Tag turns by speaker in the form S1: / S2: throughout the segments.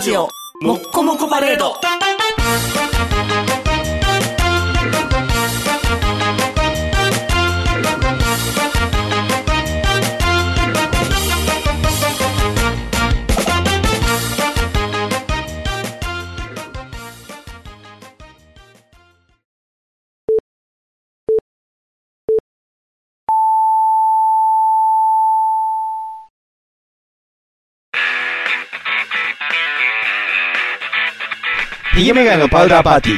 S1: ジオもっこもこパレード
S2: ヒゲメガネのパウダーパーティー。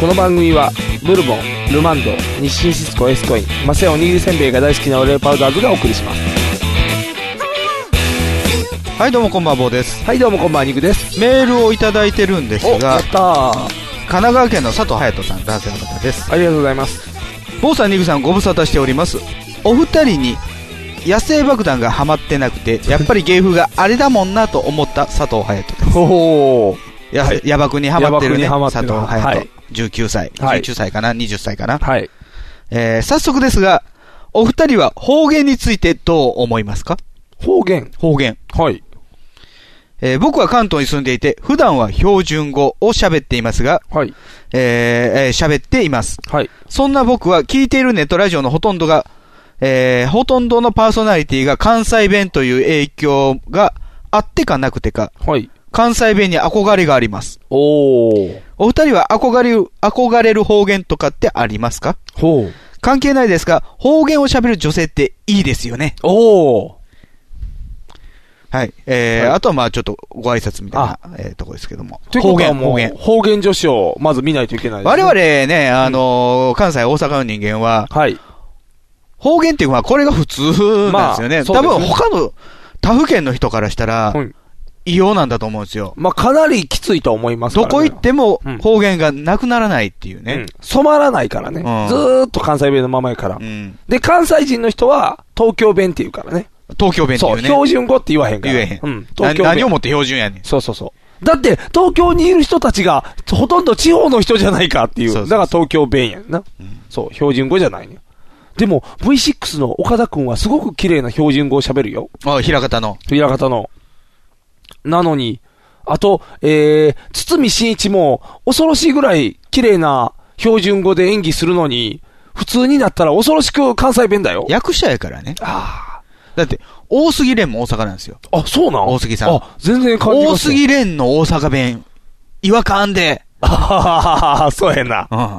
S2: この番組は、ブルボン、ルマンド、日清シスコ、エスコイン、マセオおにぎりせんべいが大好きなオレオパウダーズがお送りします。
S3: はい、どうもこんばんは、坊です。
S2: はい、どうもこんばんは、ニクです。
S3: メールをいただいてるんです
S2: お、や
S3: が
S2: っ、たー。
S3: 神奈川県の佐藤隼人さん、男性の方です。
S2: ありがとうございます。
S3: 坊さん、ニグさん、ご無沙汰しております。お二人に、野生爆弾がハマってなくて、やっぱり芸風があれだもんなと思った佐藤隼人です。
S2: ほー。
S3: や、
S2: はい
S3: 野爆にハマってるね、
S2: 野爆にハマって
S3: 佐
S2: る
S3: 藤隼人。
S2: はい
S3: 19歳。
S2: はい
S3: 19歳かな ?20 歳かな、
S2: はい。
S3: えー、早速ですが、お二人は方言についてどう思いますか
S2: 方言。
S3: 方言。
S2: はい。
S3: えー僕は関東に住んでいて、普段は標準語を喋っていますが、
S2: はい。
S3: えーえー喋っています。
S2: はい。
S3: そんな僕は聞いているネットラジオのほとんどが、えーほとんどのパーソナリティが関西弁という影響があってかなくてか、
S2: はい。
S3: 関西弁に憧れがあります。
S2: おー。
S3: お二人は憧れる、憧れる方言とかってありますか
S2: ほう。
S3: 関係ないですが、方言を喋る女性っていいですよね。
S2: おー。
S3: はい。えー
S2: はい
S3: あとはまあちょっとご挨拶みた
S2: あ
S3: いな、えーとこですけども。
S2: というこ
S3: 方
S2: とは
S3: 言、
S2: も
S3: 方言
S2: う、。方言女子をまず見ないといけないです
S3: 我
S2: ね
S3: 々ね、あのー関西、大阪の人間は、
S2: はい。
S3: 方言っていうのはこれが普通なんですよね。
S2: まあ
S3: 多
S2: そ
S3: 分
S2: うですね
S3: 他の他府県の人からしたら
S2: はい
S3: 異様なんだと思うんですよ。
S2: まあ、かなりきついとは思いますから
S3: ど
S2: ね
S3: こ行っても
S2: うん
S3: 方言がなくならないっていう
S2: う
S3: ね
S2: ん。染まらないからね。
S3: うん
S2: ずーっと関西弁のままやから
S3: う。ん。
S2: で、関西人の人は、東京弁って言うからね。
S3: 東京弁ってい
S2: そうう、
S3: ね。
S2: 標準語って言わへんから。
S3: 言えへん
S2: うん、
S3: な
S2: 東京弁。
S3: 何をもって標準やねん。
S2: そうそうそう。だって、東京にいる人たちが、ほとんど地方の人じゃないかっていう。
S3: そうそうそう
S2: だから東京弁やんな。
S3: うん
S2: そう、標準語じゃないね。でも、V6 の岡田くんはすごく綺麗な標準語を喋るよ。
S3: あ、平方の。
S2: 平方の。なのに、あと、えー、堤真一も、恐ろしいぐらい綺麗な標準語で演技するのに、普通になったら恐ろしく関西弁だよ。
S3: 役者やからね。
S2: あ
S3: だって、大杉蓮も大阪なんですよ。
S2: ーあ、そうなん
S3: 大杉さん
S2: あ、全然感じま
S3: 大
S2: す。
S3: 杉蓮の大阪弁、違和感で。
S2: あはははそうやな。あ
S3: うん。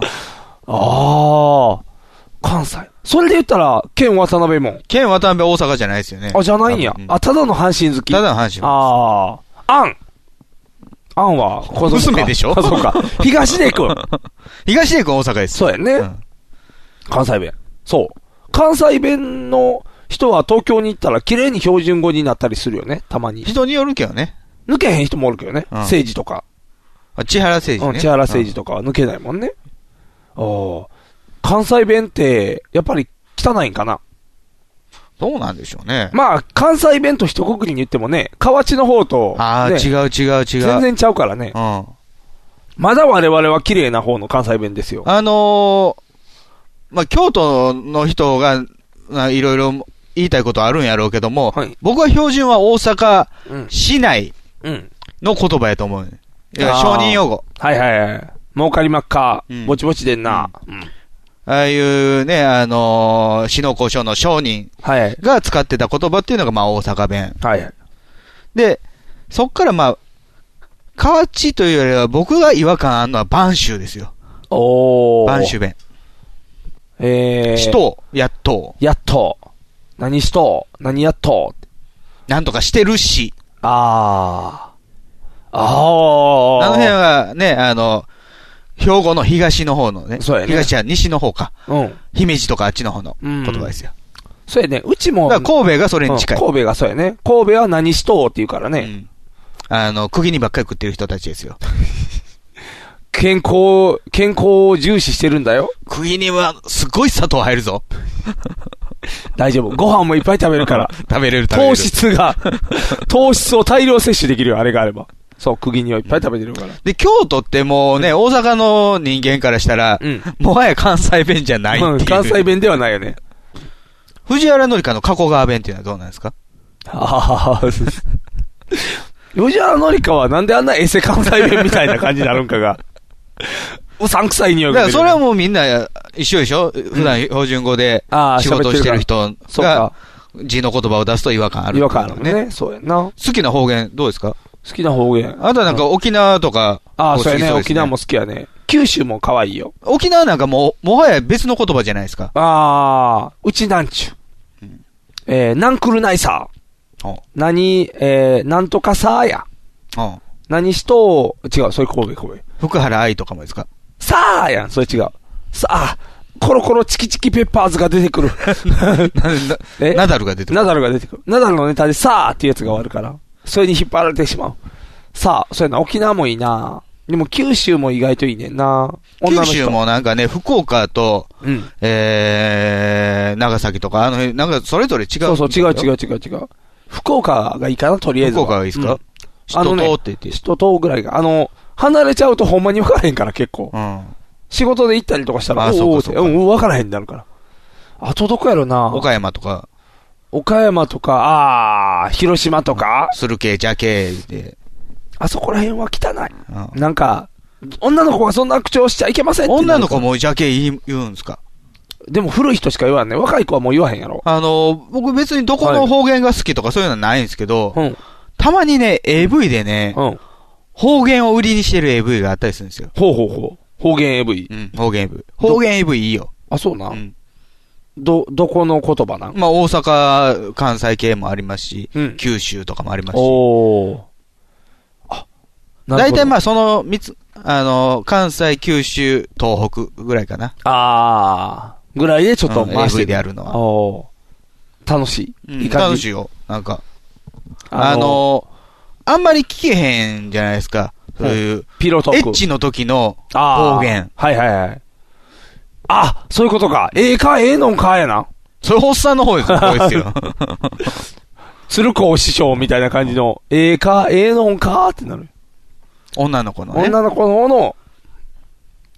S2: あー、関西。それで言ったら、県渡辺も。
S3: 県渡辺大阪じゃないですよね。
S2: あ、じゃないんや
S3: 多。分う
S2: あ、ただの阪神好き。
S3: ただの阪神
S2: ああ。あん。あんは、子供か
S3: 娘でしょ
S2: あ、そ うか。東出くん。
S3: 東出君大阪です。
S2: そうやね。
S3: うん
S2: 関西弁。そう。関西弁の人は東京に行ったら綺麗に標準語になったりするよね、たまに。
S3: 人によるけどね。
S2: 抜けへん人もおるけどね。
S3: うん
S2: 政治とか。
S3: あ千原誠
S2: う
S3: 二
S2: ん、
S3: ね。
S2: 千原誠二とかは抜けないもんね。おー関西弁って、やっぱり汚いんかな。
S3: うん。そうなんでしょうね。
S2: まあ、関西弁と一括りに言ってもね、河内の方と、
S3: ああ、
S2: ね
S3: 違う違う違う。
S2: 全然ちゃうからね
S3: う。ん。あ
S2: まだ我々は綺麗な方の関西弁ですよ。
S3: のー、まあ、京都の人が、ないろいろ言いたいことあるんやろうけども、
S2: はい
S3: 僕は標準は大阪
S2: うん。
S3: 市内
S2: うん。
S3: の言葉やと思う。いや
S2: あー
S3: 承認用語。
S2: はいはいはい。儲かりまっか
S3: う。ん
S2: ぼちぼちでんな。うん。
S3: ああいうね、あのー、市の交渉の商人
S2: はいはい。
S3: が使ってた言葉っていうのが、まあ、大阪弁。
S2: はいはい。
S3: で、そっからまあ、河内というよりは僕が違和感あるのは播州ですよ。
S2: おー。
S3: 播州弁。
S2: えー。
S3: し。とう、やっと
S2: やっと。何しと。何やっと。
S3: う、なんとかしてるし、
S2: あー。あー。
S3: あの辺はね、あの、兵庫の東の方のね、
S2: そうやね
S3: 東は西の方か、
S2: うん。
S3: 姫路とかあっちの方の
S2: うん
S3: 言葉ですよ。
S2: そうやね。うちも。
S3: だから神戸がそれに近い。
S2: うん神戸がそうやね。神戸は何しとって言うから
S3: う
S2: ね。
S3: んあの、釘にばっかり食ってる人たちですよ。
S2: 健康、健康を重視してるんだよ。
S3: 釘にはすごい砂糖入るぞ。
S2: 大丈夫。ご飯もいっぱい食べるから。
S3: 食べれ る食べれ
S2: 糖
S3: る。
S2: 質が、糖質を大量摂取できるよ、あれがあれば。そう、釘にはいっぱい食べてるから。
S3: で、京都ってもうね、大阪の人間からしたら、
S2: うん
S3: もはや関西弁じゃ ないって
S2: う
S3: い
S2: ん
S3: う。
S2: 関西弁ではないよね。
S3: 藤原紀香の加古川弁っていうのはどうなんですか
S2: ああ、吉原紀香はなんであんなエセ関西弁みたいな感じになるんか が。うさんくさい匂い
S3: だ
S2: が
S3: か
S2: 出
S3: ら
S2: る。
S3: それはもうみんな一緒でしょ普段標準語で
S2: ああ
S3: 仕事をしてる人
S2: そう
S3: が
S2: か。
S3: 字の言葉を出すと違和感ある。
S2: 違和感あるもんね。。そうやんな。好
S3: 好きな方言どうですか
S2: きな方言。
S3: あとはなんか沖縄とか。
S2: ああ、
S3: お好き
S2: そうやね。
S3: です
S2: 沖縄も。好きやね。九州も可愛いよ。
S3: 沖縄なんかもう、もはや別の言葉じゃないですか。
S2: ああ、うちなんちゅ。えー、なんくるないさ。
S3: うん。うん。
S2: 何、えー、なんとかさや。何しと、違う、それ神戸、神戸。
S3: 福原愛とかもです か
S2: さあやん、それ違う。さあ、コロコロチキチキペッパーズが出て くる。え
S3: なナダルが出てる。
S2: ナダルが出てくる。ナダルのネタでさあっていうやつが終わるから。それに引っ張られてしまう。さあ、そうやな、沖縄もいいな。でも九州も意外といいねんな。女の
S3: 九
S2: 人
S3: 州。もなんかね、福岡と、
S2: うん。
S3: えー、長崎とか、あの辺、なんかそれぞれ違う。
S2: そうそう、違う違
S3: う。
S2: う違う違う。福岡がいいかな、とりあえず
S3: 福
S2: は。
S3: 岡がいいですか、
S2: うん
S3: 人
S2: あ
S3: と
S2: のね
S3: って言って。
S2: 人とぐらいが。あの、離れちゃうとほんまに分からへんから、結構。
S3: うん。
S2: 仕事で行ったりとかしたら、
S3: あ
S2: おう
S3: そうか
S2: おうって、
S3: そう
S2: う
S3: か
S2: ん、うん分からへんになるから。あとどこやろな。
S3: 岡山とか、
S2: 岡山とか、ああ、広島とか、
S3: 駿系、蛇系で。
S2: あそこら辺は汚
S3: うん
S2: い。なんか、女の子がそんな口調しちゃいけませんってなるから
S3: 女の子。も蛇系言い言うんですか
S2: でも古い人しか言わんね。若い子はもう言わへんやろ。
S3: あの、僕別にどこの方言が好きとかそういうのはないんですけど、
S2: うん。うん。
S3: たまにね、AV でね、方言を売りにしてる AV があったりするんですよ。
S2: ほうほうほう。方言 AV。
S3: うん、方言 AV。方言 AV いいよ。
S2: あ、そうな
S3: う。ん。
S2: ど、どこの言葉なん
S3: まあ、大阪、関西系もありますし、
S2: うん
S3: 九州とかもありますし。
S2: おー。あ、
S3: 大体ま
S2: あ。
S3: あ、その三つ、あの、関西、九州、東北ぐらいかな。
S2: あー。ぐらいでちょっと
S3: うん
S2: 回して
S3: AV でやるのは。
S2: おー。楽しい。
S3: うん
S2: いい感
S3: 楽
S2: じ。
S3: しいよ。なんか、
S2: あ
S3: あ
S2: の、
S3: の、あんまり聞けへんじゃないですか。そういう、
S2: ピロト
S3: エ
S2: ーク。
S3: ッチの時の、
S2: ああ。
S3: 方言。
S2: はいはいはい。あ、そういうことか。ええか、ええのんか、やな。
S3: それおっさんの方です よ。こいつよ
S2: 鶴光師匠みたいな感じの、ええか、ええのんかってなる。
S3: 女の子のね。
S2: 女の子の方の、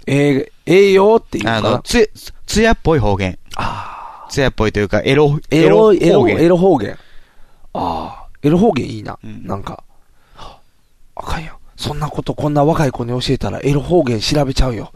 S2: ええ、ええよっていうの
S3: あ
S2: かな
S3: の、つ、つやっぽい方言。
S2: あ
S3: つやっぽいというか、エロ、
S2: ーエロ、エ
S3: 方
S2: ロ、
S3: 言
S2: エロ方言。ああ、エロ方言いいな。
S3: うん
S2: なんか。あかんよ。そんなことこんな若い子に教えたら、エロ方言調べちゃうよ。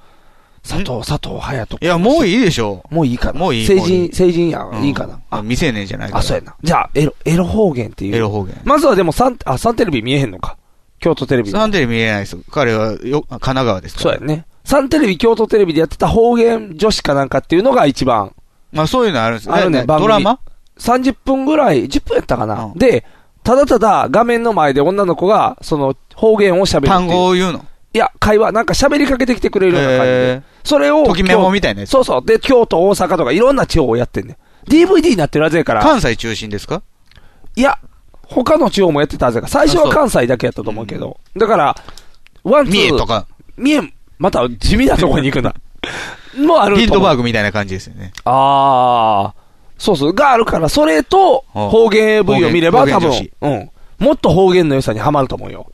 S2: 佐藤、佐藤隼人。
S3: いや、もういいでしょ
S2: もういいかな。
S3: もういい
S2: 成
S3: もうい
S2: 人、成人や、
S3: うん
S2: いいかな。あ、
S3: 未成年じゃないから。
S2: あ、そうやな。じゃあ、エロ、エロ方言っていう。
S3: エロ方言。
S2: まずはでも、サン、あ、サンテレビ見えへんのか。京都テレビ。
S3: サンテレビ見えないです。彼はよ、神奈川ですか
S2: そう
S3: ら。
S2: やね。サンテレビ、京都テレビでやってた方言女子かなんかっていうのが一番。
S3: まあそういうのあるんです
S2: あるね
S3: なんか
S2: 番
S3: ド
S2: 組
S3: ラマ
S2: 30分ぐらい、10分やったかな。
S3: うん
S2: で、ただただ画面の前で女の子が、その方言を喋るっていう。
S3: 単語を言うの。
S2: いや、会話、なんか喋りかけてきてくれるような感じで。
S3: え
S2: それを。
S3: ときメモみたいなやつ
S2: そうそう。で、京都、大阪とかいろんな地方をやってんねん DVD になってるはずやか
S3: ー
S2: ら。
S3: 関西中心ですか
S2: いや、他の地方もやってたはずやから。最初は
S3: あそう
S2: 関西だけやったと思うけど。だから、ワン、ツー。
S3: 三重とか、
S2: 三重、また地味なとこに行く な。もうあると思う。
S3: リンドバー
S2: グ。
S3: グみたいな感じですよね。
S2: ああ。そうそう。があるから、それと、
S3: うん
S2: 方言 AV を見れば
S3: 方言
S2: 多
S3: 方言
S2: 分、うん。もっと方言の良さにはまると思うよ。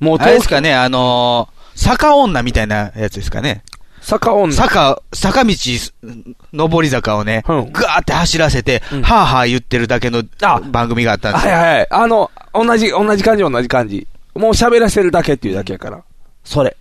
S2: もう、
S3: あれですかね、あのー、坂女みたいなやつですかね。
S2: 坂女。
S3: 坂、坂道、上り坂をね、
S2: う
S3: ぐわ
S2: ん
S3: ーって走らせて、
S2: うん
S3: はぁはぁ言ってるだけの
S2: あ
S3: 番組があったんです
S2: はい
S3: よ。
S2: はいはい。あの、同じ、同じ感じ、同じ感じ。もう喋らせるだけっていうだけやから。それ。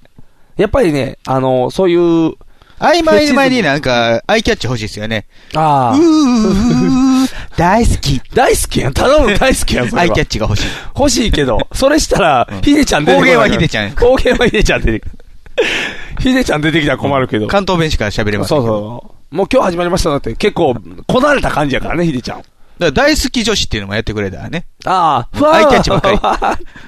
S2: やっぱりね、あの、そういう、
S3: 曖昧曖昧になんか、アイキャッチ欲しいですよね。う
S2: ああ、
S3: ー、大好き。
S2: 大好きやん。ただの 大好きやん、それ
S3: ア
S2: は
S3: イキャッチが欲しい。
S2: 欲しいけど、それしたら
S3: うん、
S2: ヒデちゃん出てこないから。
S3: 方言はヒデちゃん
S2: 方言はヒデちゃん出てくる。 ヒデちゃん出てきたら困るけど。
S3: 関東弁しか喋れません
S2: そ
S3: けど。
S2: うそう。もう今日始まりましただって、結構、こなれた感じやからね、ヒデちゃん。
S3: だから大好き女子っていうのもやってくれたらね。
S2: ああ、ふわー
S3: アイキャッチばっかり
S2: ふわ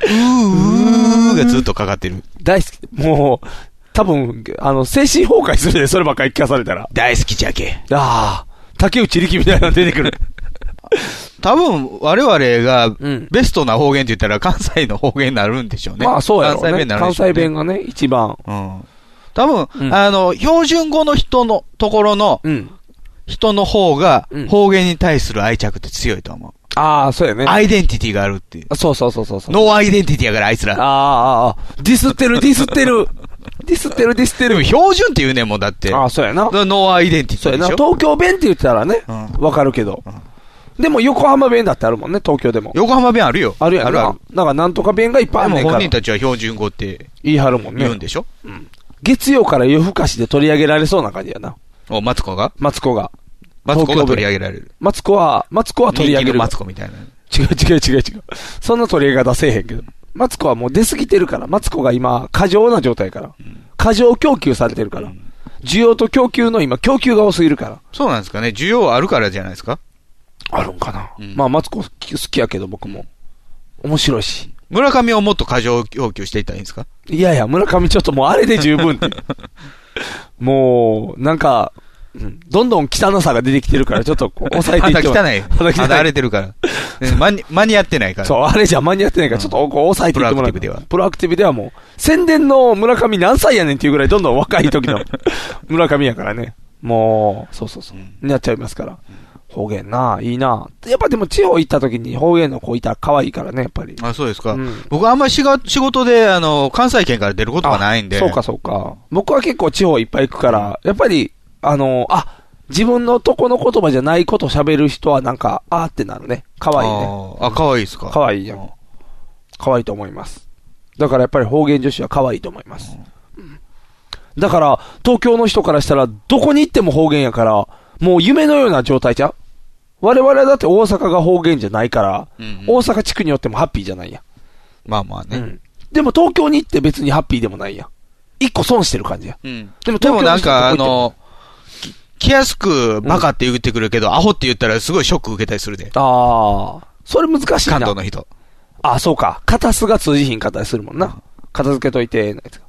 S2: ー
S3: うーがずっとかかってる。
S2: 大好き。 もう、多分、あの、精神崩壊するで、そればっかり聞かされたら。
S3: 大好きじゃけ。
S2: ああ、竹内力みたいなの出てくる。
S3: 多分、我々が
S2: うん、
S3: ベストな方言って言ったら関西の方言になるんでしょうね。
S2: まあ、そうやろ
S3: 関西
S2: う
S3: 弁
S2: ね。
S3: になるん
S2: 関
S3: でしょうね。
S2: 西弁がね、一番。
S3: うん。多分、
S2: うん
S3: あの、標準語の人の、ところの、
S2: うん。
S3: 人の方が
S2: うん、
S3: 方言に対する愛着って強いと思う。
S2: ああ、そうやね。
S3: アイデンティティがあるっていう。
S2: そうそうそうそうそう。
S3: ノーアイデンティティやから、あいつ
S2: あ
S3: ら。
S2: ーあー、あーディスってる、ディスってる。ディスってる、ディスって
S3: でも、
S2: る。
S3: 標準って言うねんもん、だって。
S2: あ
S3: ノ
S2: あ、そうやな。
S3: ーアイデンティ
S2: そ
S3: テ
S2: う
S3: ィ
S2: や
S3: で
S2: な。
S3: しょ。
S2: 東京弁って言ったらね
S3: うん、
S2: わかるけど
S3: うん。
S2: でも横浜弁だってあるもんね、東京でも。
S3: 横浜弁あるよ。
S2: あるや
S3: あ
S2: ん
S3: るあ
S2: な。なんかなんとか弁がいっぱいあ
S3: る。
S2: ん
S3: で
S2: ねん
S3: も
S2: か
S3: 本
S2: ら
S3: 人。たちは標準語って
S2: 言い張るもんね
S3: 言うん。でしょ
S2: 月曜から夜更かしで取り上げられそうな感じやな。
S3: お、マツコが
S2: マツコが。
S3: マツコ
S2: 東京
S3: が
S2: 弁
S3: 取り上げられる。
S2: マツコは、マツコは取り上げ
S3: 人気の
S2: る。
S3: マツコみたいな。
S2: 違う違う違う違う。そんな取り上げ方せえへんけど。マツコはもう出過ぎてるから。マツコが今、過剰な状態やから。過剰供給されてるから。需要と供給の今、供給が多すぎるから。
S3: そうなんですかね。需要あるからじゃないですか。
S2: あるんかな。
S3: うん
S2: まあ、マツコ好き好きやけど、僕も。面白いし。
S3: 村上をもっと過剰要求していったらいいんですか
S2: いやいや、村上ちょっともうあれで十 分って。もう、なんか、うんどんどん汚さが出てきて るから、ちょっとこう、抑えてい
S3: 肌
S2: っても
S3: 汚い。
S2: 肌汚い
S3: 肌荒れてるから。ね間に間に合ってないから。
S2: そう、あれじゃ間に合ってないから、ちょっとこう抑えていってもら
S3: プロア
S2: う。
S3: クティブでは
S2: プロアクティブではもう、宣伝の村上何歳やねんっていうぐらい、どんどん若い 時の村上やからね。もう、そうそうそう。
S3: う
S2: なっちゃいますから。方言な、いいな。やっぱでも地方行った時に方言の子いたら可愛いからね、やっぱり。
S3: あ、そうですか。
S2: うん
S3: 僕あんまり仕事仕事で、あの、関西圏から出ることがないんで。
S2: そうか、そうか。僕は結構地方いっぱい行くから、やっぱり、あの、あ、自分のとこの言葉じゃないこと喋る人はなんか、あーってなるね。可愛いね。
S3: あーあ、可愛いですか。
S2: 可愛いじゃん。可愛いと思います。だからやっぱり方言女子は可愛いと思います。うんだから、東京の人からしたら、どこに行っても方言やから、もう夢のような状態じゃん我々はだって大阪が方言じゃないから、
S3: うんうん
S2: 大阪地区によってもハッピーじゃないや、
S3: まあまあ
S2: んう
S3: ね。
S2: ん。でも東京に行って別にハッピーでもないやん。一個損してる感じや。
S3: うん。
S2: でも
S3: でもなんか、あ
S2: 東京の
S3: の、き来やすくバカって言ってくるけど、アホって言ったらすごいショック受けたりするで。
S2: ああ、それ難しい
S3: 関
S2: な
S3: 東。の人。
S2: あ、そうか。片すが通じひんかったりするもんな。片付けといて、なんつうか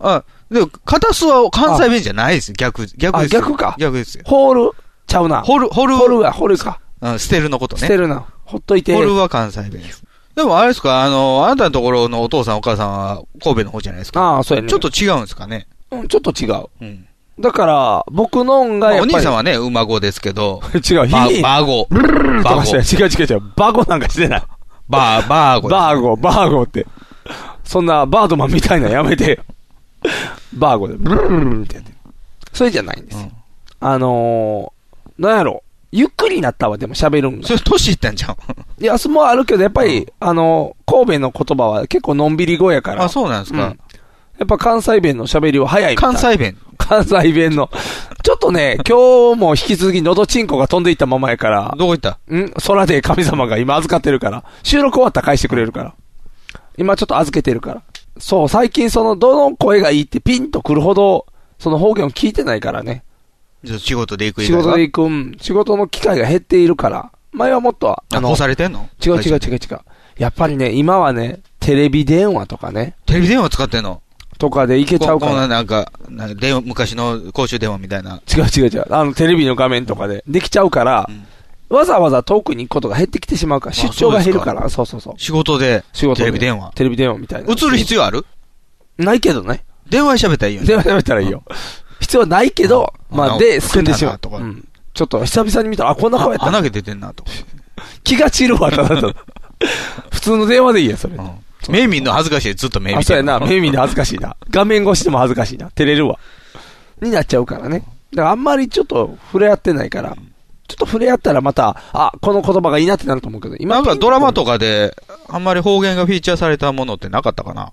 S3: あ、でも、片すは関西弁じゃないです。逆、逆ですよ。
S2: あ逆か
S3: 逆ですよ。
S2: ホール、ちゃうな。
S3: ホル、ホル、
S2: ホールが、ホールか。
S3: うん、捨てるのことね。
S2: 捨てるな。ほっといて。
S3: ホルは関西弁です。でもあれですか、あの、あなたのところのお父さんお母さんは神戸の方じゃないですか。
S2: ああ、そうやね。
S3: ちょっと違うんですかね。
S2: うん、ちょっと違う。
S3: うん。
S2: だから、僕のん
S3: ま
S2: が
S3: あ
S2: や
S3: お
S2: っぱり、
S3: 兄さんはね、馬子ですけど、
S2: 違う、ヒ
S3: バ
S2: ー
S3: バーゴ。
S2: と
S3: バ
S2: かして
S3: ーゴ。
S2: ない違う違う違う。バゴなんかしてない。
S3: バー、バーゴ。
S2: バーゴ、バーゴって。そんな、バードマンみたいなのやめてよ。バーゴで、ブルルルルルってやってる。それじゃないんですよ。
S3: うん
S2: あのー、なんやろ。ゆっくりになったわ、でも喋るんが
S3: そ。れ、年いったんじゃん。
S2: いや、それもあるけど、やっぱり、あのー、神戸の言葉は結構のんびり語やから。
S3: あ、そうなんです
S2: う
S3: か
S2: ん。やっぱ関西弁の喋りは早いみたい
S3: 関西弁。
S2: 関西弁の。ちょっとね、今日も引き続き喉チンコが飛んでいったままやから、
S3: どこ行った
S2: ん空で神様が今預かってるから、収録終わったら返してくれるから。今ちょっと預けてるから。そう、最近その、どの声がいいってピンとくるほど、その方言を聞いてないからね。
S3: ちょっと仕事で行く以
S2: 仕
S3: 外は
S2: 事で行く、うん仕事の機会が減っているから。前はもっと、
S3: あ、干されてんの
S2: 違う違う違う違う。やっぱりね、今はね、テレビ電話とかね、
S3: テレビ電話使ってんの
S2: とかでいけちゃうか
S3: ここん
S2: ら
S3: な。なんか、なんか電話昔の公衆電話みたいな。
S2: 違う違う違う。あの、テレビの画面とかでできちゃうから、わざわざ遠くに行くことが減ってきてしまうから、
S3: あ
S2: 出張が減るから、そうそうそう。
S3: 仕事で、
S2: 仕事
S3: テ
S2: で
S3: レビ電話。
S2: テレビ電話みたいな。
S3: 映る必要ある
S2: 要ないけどね。
S3: 電話で喋ったらいいよね
S2: 電。話で喋ったらいいよ。必要ないけど、
S3: うん
S2: ま
S3: あ
S2: あ、
S3: の
S2: で、進んでしま
S3: 老けたなと
S2: う。
S3: か
S2: うん。ちょっと久々に見たら、あ、こんな顔やった
S3: 穴
S2: な。
S3: 毛出てんなとか。
S2: 気が散るわ、た だただ。普通の電話でいいや、それ。あ、
S3: うん目見んの恥ずかしい。ずっと目見て
S2: そうや
S3: る
S2: な。目見んの恥ずかしいな。画面越しでも恥ずかしいな。照れるわ。になっちゃうからね。だからあんまりちょっと触れ合ってないから、ちょっと触れ合ったらまた、あ、この言葉がいいなってなると思うけど、今
S3: なんかドラマとかで、あんまり方言がフィーチャーされたものってなかったかな。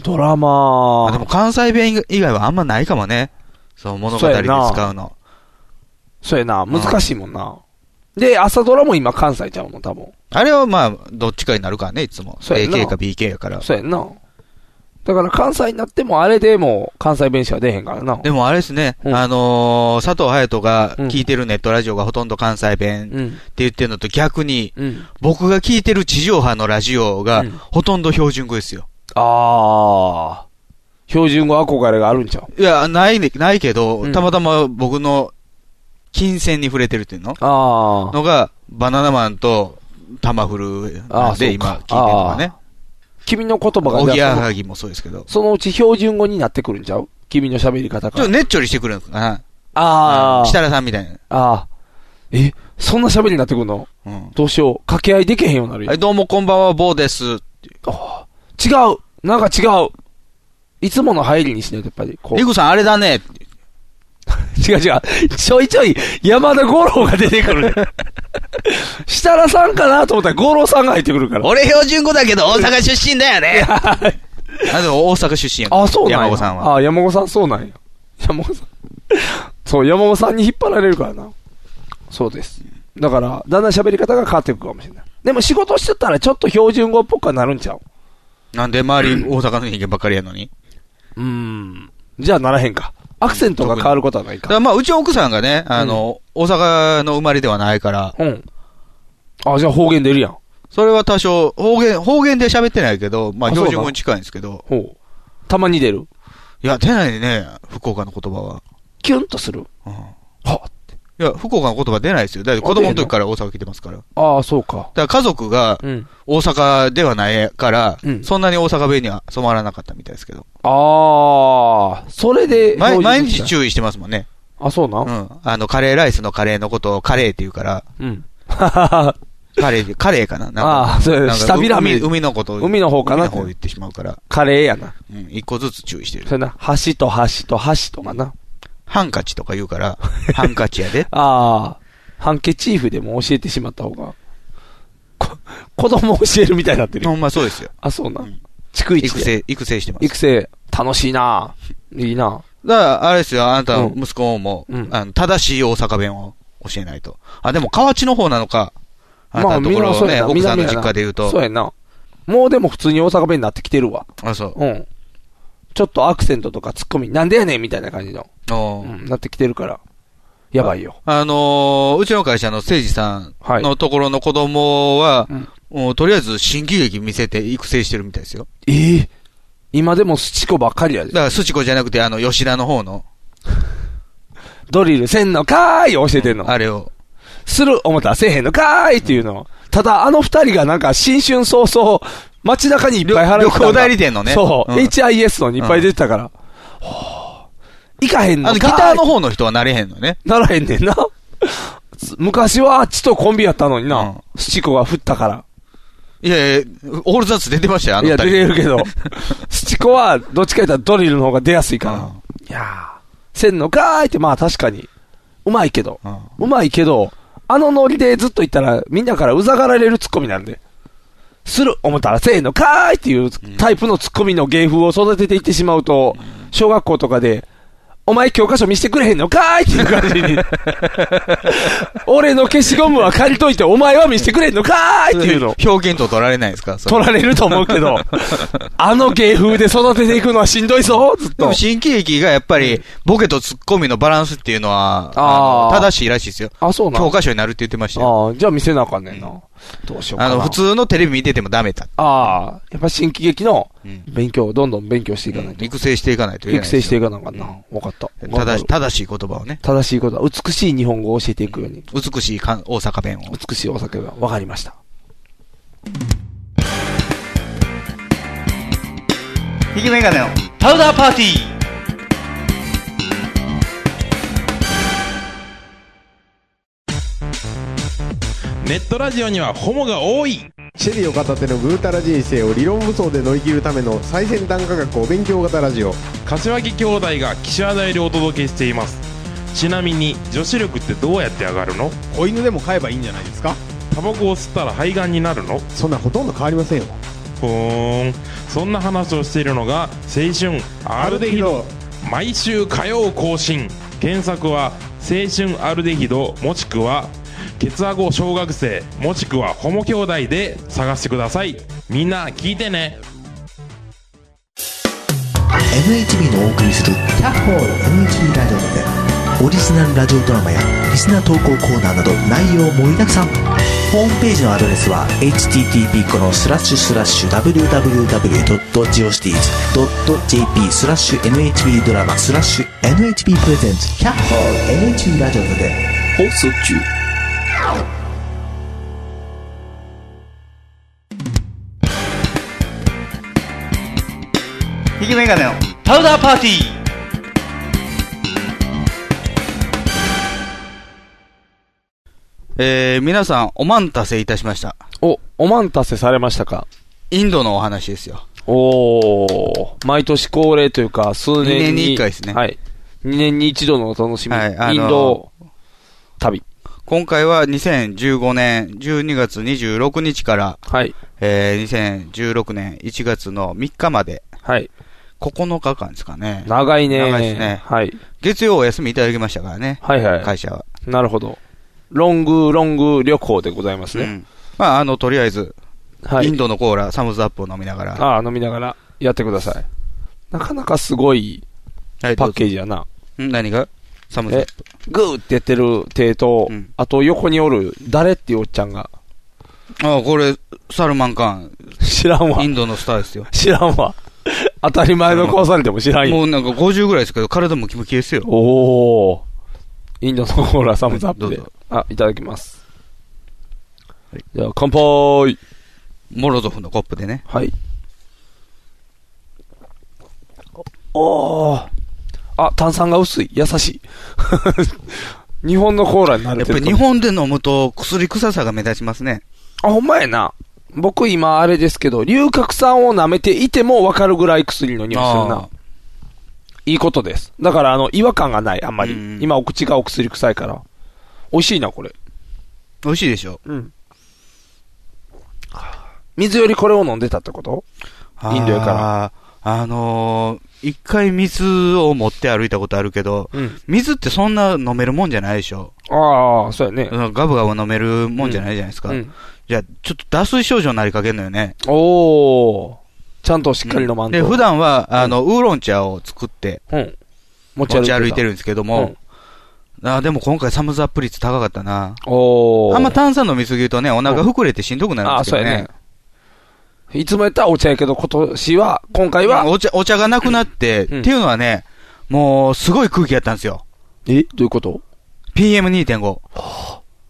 S2: ドラマ
S3: あでも関西弁以外はあんまないかもね。そう、物語に使うの。
S2: そうやな、
S3: ん
S2: 難しいもんな。で、朝ドラも今関西ちゃうの、多分。
S3: あれはまあ、どっちかになるからね、いつも。
S2: そうやな
S3: AK か BK やから。
S2: そうやんな。だから関西になってもあれでもう関西弁しか出へんからな。
S3: でもあれですね、
S2: うん
S3: あのー佐藤隼人が
S2: うん
S3: 聞いてるネットラジオがほとんど関西弁って
S2: うん。
S3: 言ってるのと逆に、
S2: うん。
S3: 僕が聞いてる地上波のラジオが
S2: うん
S3: ほとんど標準語ですよ。
S2: あー。標準語憧れがあるんちゃう
S3: いや、ないね、ないけど、
S2: うん
S3: たまたま僕の金銭に触れてるっていうの
S2: あー。
S3: のが、バナナマンとタマフル
S2: あ
S3: なん
S2: あ、そ
S3: で、
S2: う
S3: 今
S2: か
S3: 聞いてるのがね。
S2: 君の言葉が
S3: おぎや
S2: その
S3: はぎもそうですけど。
S2: そのうち標準語になってくるんちゃう君の喋り方
S3: ちょっ
S2: が
S3: と。ねっちょりしてくるのかな。
S2: あー。
S3: 設楽さんみたいな。
S2: あー。え、そんな喋りになってくるの
S3: うん。
S2: どうしよう。掛け合いできへんようになるよ
S3: はい、。どうもこんばんは、坊です。
S2: あ違うなんか違ういつもの入りにしないとやっぱり、こ
S3: リ
S2: う。
S3: クさんあれだね。
S2: 違う違う。ちょいちょい山田五郎が出てくるね。設楽さんかなと思ったら五郎さんが入ってくるから。
S3: 俺標準語だけど大阪出身だよね。あ、でも大阪出身やん
S2: あ、そうなんや。
S3: 山子さんは。
S2: あ、山子さんそうなんや。山子さん。そう、山子さんに引っ張られるからな。そうです。だから、だんだん喋り方が変わっていくかもしれない。でも仕事してたらちょっと標準語っぽくはなるんちゃう
S3: なんで周り大阪の人間ばっかりやのに。
S2: うーん。じゃあならへんか。アクセントが変わることはない
S3: だ
S2: か
S3: か。らまあ、うちの奥さんがね、あの、大阪の生まれではないから、
S2: うん。あ、じゃあ方言出るやん。
S3: それは多少、方言、方言で喋ってないけど、まあ、
S2: あそう
S3: 標
S2: なの
S3: 準語に近いんですけど、
S2: ほう。たまに出る。
S3: いや、出ないね、福岡の言葉は。
S2: キュンとする。
S3: うん
S2: はっ
S3: いや、福岡の言葉出ないですよ。だって子供の時から大阪来てますから。だか
S2: ああ、そうか。
S3: ら家族が
S2: うん。
S3: 大阪ではないから、
S2: うん
S3: そんなに大阪弁には染まらなかったみたいですけど。
S2: ああ、それで。
S3: 毎
S2: 標準
S3: 毎
S2: 語
S3: 日注意してますもんね。
S2: あ、そうな。
S3: うんん。あの、カレーライスのカレーのことをカレーって言うから、
S2: うん。ははは。
S3: カレ ー、カレーかななんか
S2: ああ、そう
S3: なんか
S2: 下びらめ
S3: 海。海のことを
S2: 海の方かな
S3: 海の方言ってしまうから、
S2: カレーやな。
S3: うん、一個ずつ注意してる
S2: そ。れな、橋と橋と橋とかな。
S3: ハンカチとか言う から、ハンカチやで。
S2: ああ、ハンケチーフでも教えてしまった方が。こ子供教えるみたいになってる
S3: ほ。んまそうですよ。
S2: あ、そうな
S3: うん。
S2: 逐一
S3: 育
S2: で。
S3: 成、育成してます。
S2: 育成。楽しいな。いいな。
S3: だから、あれですよ、あなた、
S2: うん
S3: 息子も、
S2: うん
S3: あの、正しい大阪弁を教えないと。あ、でも、河内の方なのか。あなたのところをね、
S2: な
S3: 奥さんの
S2: 南や
S3: 実
S2: な
S3: 家で言う
S2: そう
S3: と。
S2: やな。もうでも普通に大阪弁になってきてるわ。
S3: あ、そう。
S2: うん。ちょっとアクセントとかツッコミ、なんでやねんみたいな感じの。
S3: お
S2: う
S3: ー
S2: ん、なってきてるから。やばいよ。
S3: あのーうちの会社の誠治さん
S2: はい
S3: のところの子供は、
S2: うん
S3: もうとりあえず新喜劇見せて育成してるみたいですよ。
S2: ええ今でもスチコばっかりや
S3: だ
S2: で
S3: か。ら、すちこじゃなくて、あの、吉田の方の、
S2: ドリルせんのかーい教えてんの。
S3: あれを。
S2: する思ったらせえへんのかーいっていうの。ただ、あの二人がなんか新春早々、街中にいっぱい払う
S3: 旅行代理店のね
S2: そう、
S3: うん
S2: HIS のにいっぱい出てたから。はぁ行かへん
S3: あ
S2: の
S3: の、ギ
S2: か
S3: ターの
S2: い
S3: 方の人はなれへんのね。
S2: ならへんねんな。 昔はあっちとコンビやったのにな。
S3: うん
S2: スチコが振ったから。
S3: いやいや、オールザッツ出てましたよ、あ
S2: い
S3: の二
S2: や、
S3: 人。
S2: 出れるけ ど、スチコは、どっちか言ったらドリルの方が出やすいから。
S3: うん
S2: いやー、せんのかーいって、まあ確かに、うまいけど、
S3: うん
S2: うまいけど、あのノリでずっと言ったら、みんなからうざがられるツッコミなんで。する思ったらせんのかーいっていうタイプのツッコミの芸風を育てていってしまうと、小学校とかで、お前教科書見せてくれへんのかーいっていう感じに。 俺の消しゴムは借りといて、お前は見せてくれへんのかーいっていうの。
S3: 表現と取られないですかそれ
S2: 取られると思うけ ど、あの芸風で育てていくのはしんどいぞ、ずっ
S3: で
S2: と
S3: も。新喜劇がやっぱり、ボケとツッコミのバランスっていうのは、
S2: あー
S3: あの正しいらしいですよ。
S2: あ、そうな
S3: 教
S2: の
S3: 科書になるって言ってましたよ。
S2: ああ、じゃあ見せなあかんねんな。どうしようか
S3: あ
S2: な。
S3: の、普。通のテレビ見ててもダメだ。
S2: ああ、やっぱ新喜劇の
S3: うん
S2: 勉強をどんどん勉強していかないと。
S3: 育成していかないといけない
S2: 育
S3: ですよ。
S2: 成していかなあかんな。わかった。
S3: 正し
S2: 頑張る
S3: 正しい言葉をね。
S2: 正しいことは、美しい日本語を教えていくように。
S3: 美しいかん大阪弁を。
S2: 美しいお酒がわかりました。
S3: ひきメガネのパウダーパーティー
S4: ネットラジオにはホモが多い
S5: シェリーを片手のぐうたら人生を理論武装で乗り切るための最先端科学お勉強型ラジオ
S4: 柏木兄弟が岸和田よりお届けしていますちなみに女子力ってどうやって上がるの
S5: 子犬でも飼えばいいんじゃないですか
S4: タバコを吸ったら肺がんになるの
S5: そんなほとんど変わりませんよ
S4: ふーんそんな話をしているのが青春アルデヒド毎週火曜更新検索は青春アルデヒドもしくはケツアゴ小学生もしくはホモ兄弟で探してくださいみんな聞いてね
S6: NHB のお送りする「キャッホール NHB ラジオ」でオリジナルラジオドラマやリスナー投稿コーナーなど内容盛りだくさんホームページのアドレスは http このスラッシュスラッシュ www.geocities.jp スラッシュ NHB ドラマスラッシュ NHB プレゼンツキャッホール NHB ラジオで
S1: 放送中。
S3: ひきメガネのパウダーパーティーえー、皆さん、お待たせいたしました。
S2: お、お待たせされましたか
S3: インドのお話ですよ。
S2: おー、毎年恒例というか、数
S3: 二
S2: 年
S3: 年に
S2: に。
S3: 一回ですね
S2: はい。 2年に一度のお楽しみ、
S3: はいあのー
S2: インド旅。
S3: 今回は2015年12月26日から、
S2: はい。
S3: えー2016年1月の3日まで、
S2: はい。
S3: 9日間ですかね。
S2: 長いね。
S3: 長いですね
S2: はい。
S3: 月曜お休みいただきましたからね、
S2: はいはい。
S3: 会社は。
S2: なるほど。ロング、ロング旅行でございます
S3: う
S2: ね。
S3: ん。まあ、あの、とりあえず、
S2: はい。
S3: インドのコーラ、サムズアップを飲みながら。
S2: ああ、飲みながらやってください。なかなかすごい
S3: はい、
S2: パッケー
S3: ジ。
S2: ジやな。
S3: ん何がサムズアップ。
S2: グーってやってる手と、
S3: うん
S2: あと横におる誰っていうおっちゃんが。
S3: ああ、これ、サルマンカーン、
S2: 知らんわ
S3: イ。ンドのスターですよ。
S2: 知らんわ。当たり前の顔されても知らんよ。
S3: もうなんか50ぐらいですけど、体もキムキですよ。
S2: おお。インドのコーラサムズアップで
S3: どうぞ。
S2: あ、いただきます。じゃあ、乾杯。
S3: モロゾフのコップでね。
S2: はい。おおー。あ、炭酸が薄い。 優しい。日本のコーラにな
S3: や
S2: る
S3: っぱり日本で飲むと薬臭さが目立ちますね。
S2: あ、ほんまやな。僕今あれですけど、龍角散を舐めていてもわかるぐらい薬の匂いするな
S3: あ。
S2: いいことです。だからあの、違和感がない、あんまり。
S3: うん
S2: 今お口がお薬臭いから。美味しいな、これ。
S3: 美味しいでしょ。。
S2: うん。水よりこれを飲んでたってことインドやから
S3: あのー、一回水を持って歩いたことあるけど、
S2: うん。
S3: 水ってそんな飲めるもんじゃないでしょ。
S2: ああ、そうやね。
S3: ガブガブ飲めるもんじゃないじゃないですか。
S2: うん。
S3: じゃあ、ちょっと脱水症状になりかけるのよね。
S2: おー。ちゃんとしっかり飲まんと。
S3: で、普段は、あの、ウーロン茶を作って
S2: うん。持
S3: 持ち歩いて
S2: る。
S3: るんですけども、あでも今回サムズアップ率高かったな。
S2: おー。
S3: あんま炭酸飲みすぎるとね、お腹膨れてしんどくなるん
S2: あ
S3: で
S2: あ、
S3: す
S2: そ
S3: け
S2: う
S3: ど
S2: や
S3: ね
S2: ね。。いつもやったらお茶やけど、今年は、今回は
S3: まあ、お茶、お茶がなくなって、
S2: うん
S3: っていうのはね、もう、すごい空気やったんですよ。
S2: えどういうこと
S3: PM2.5。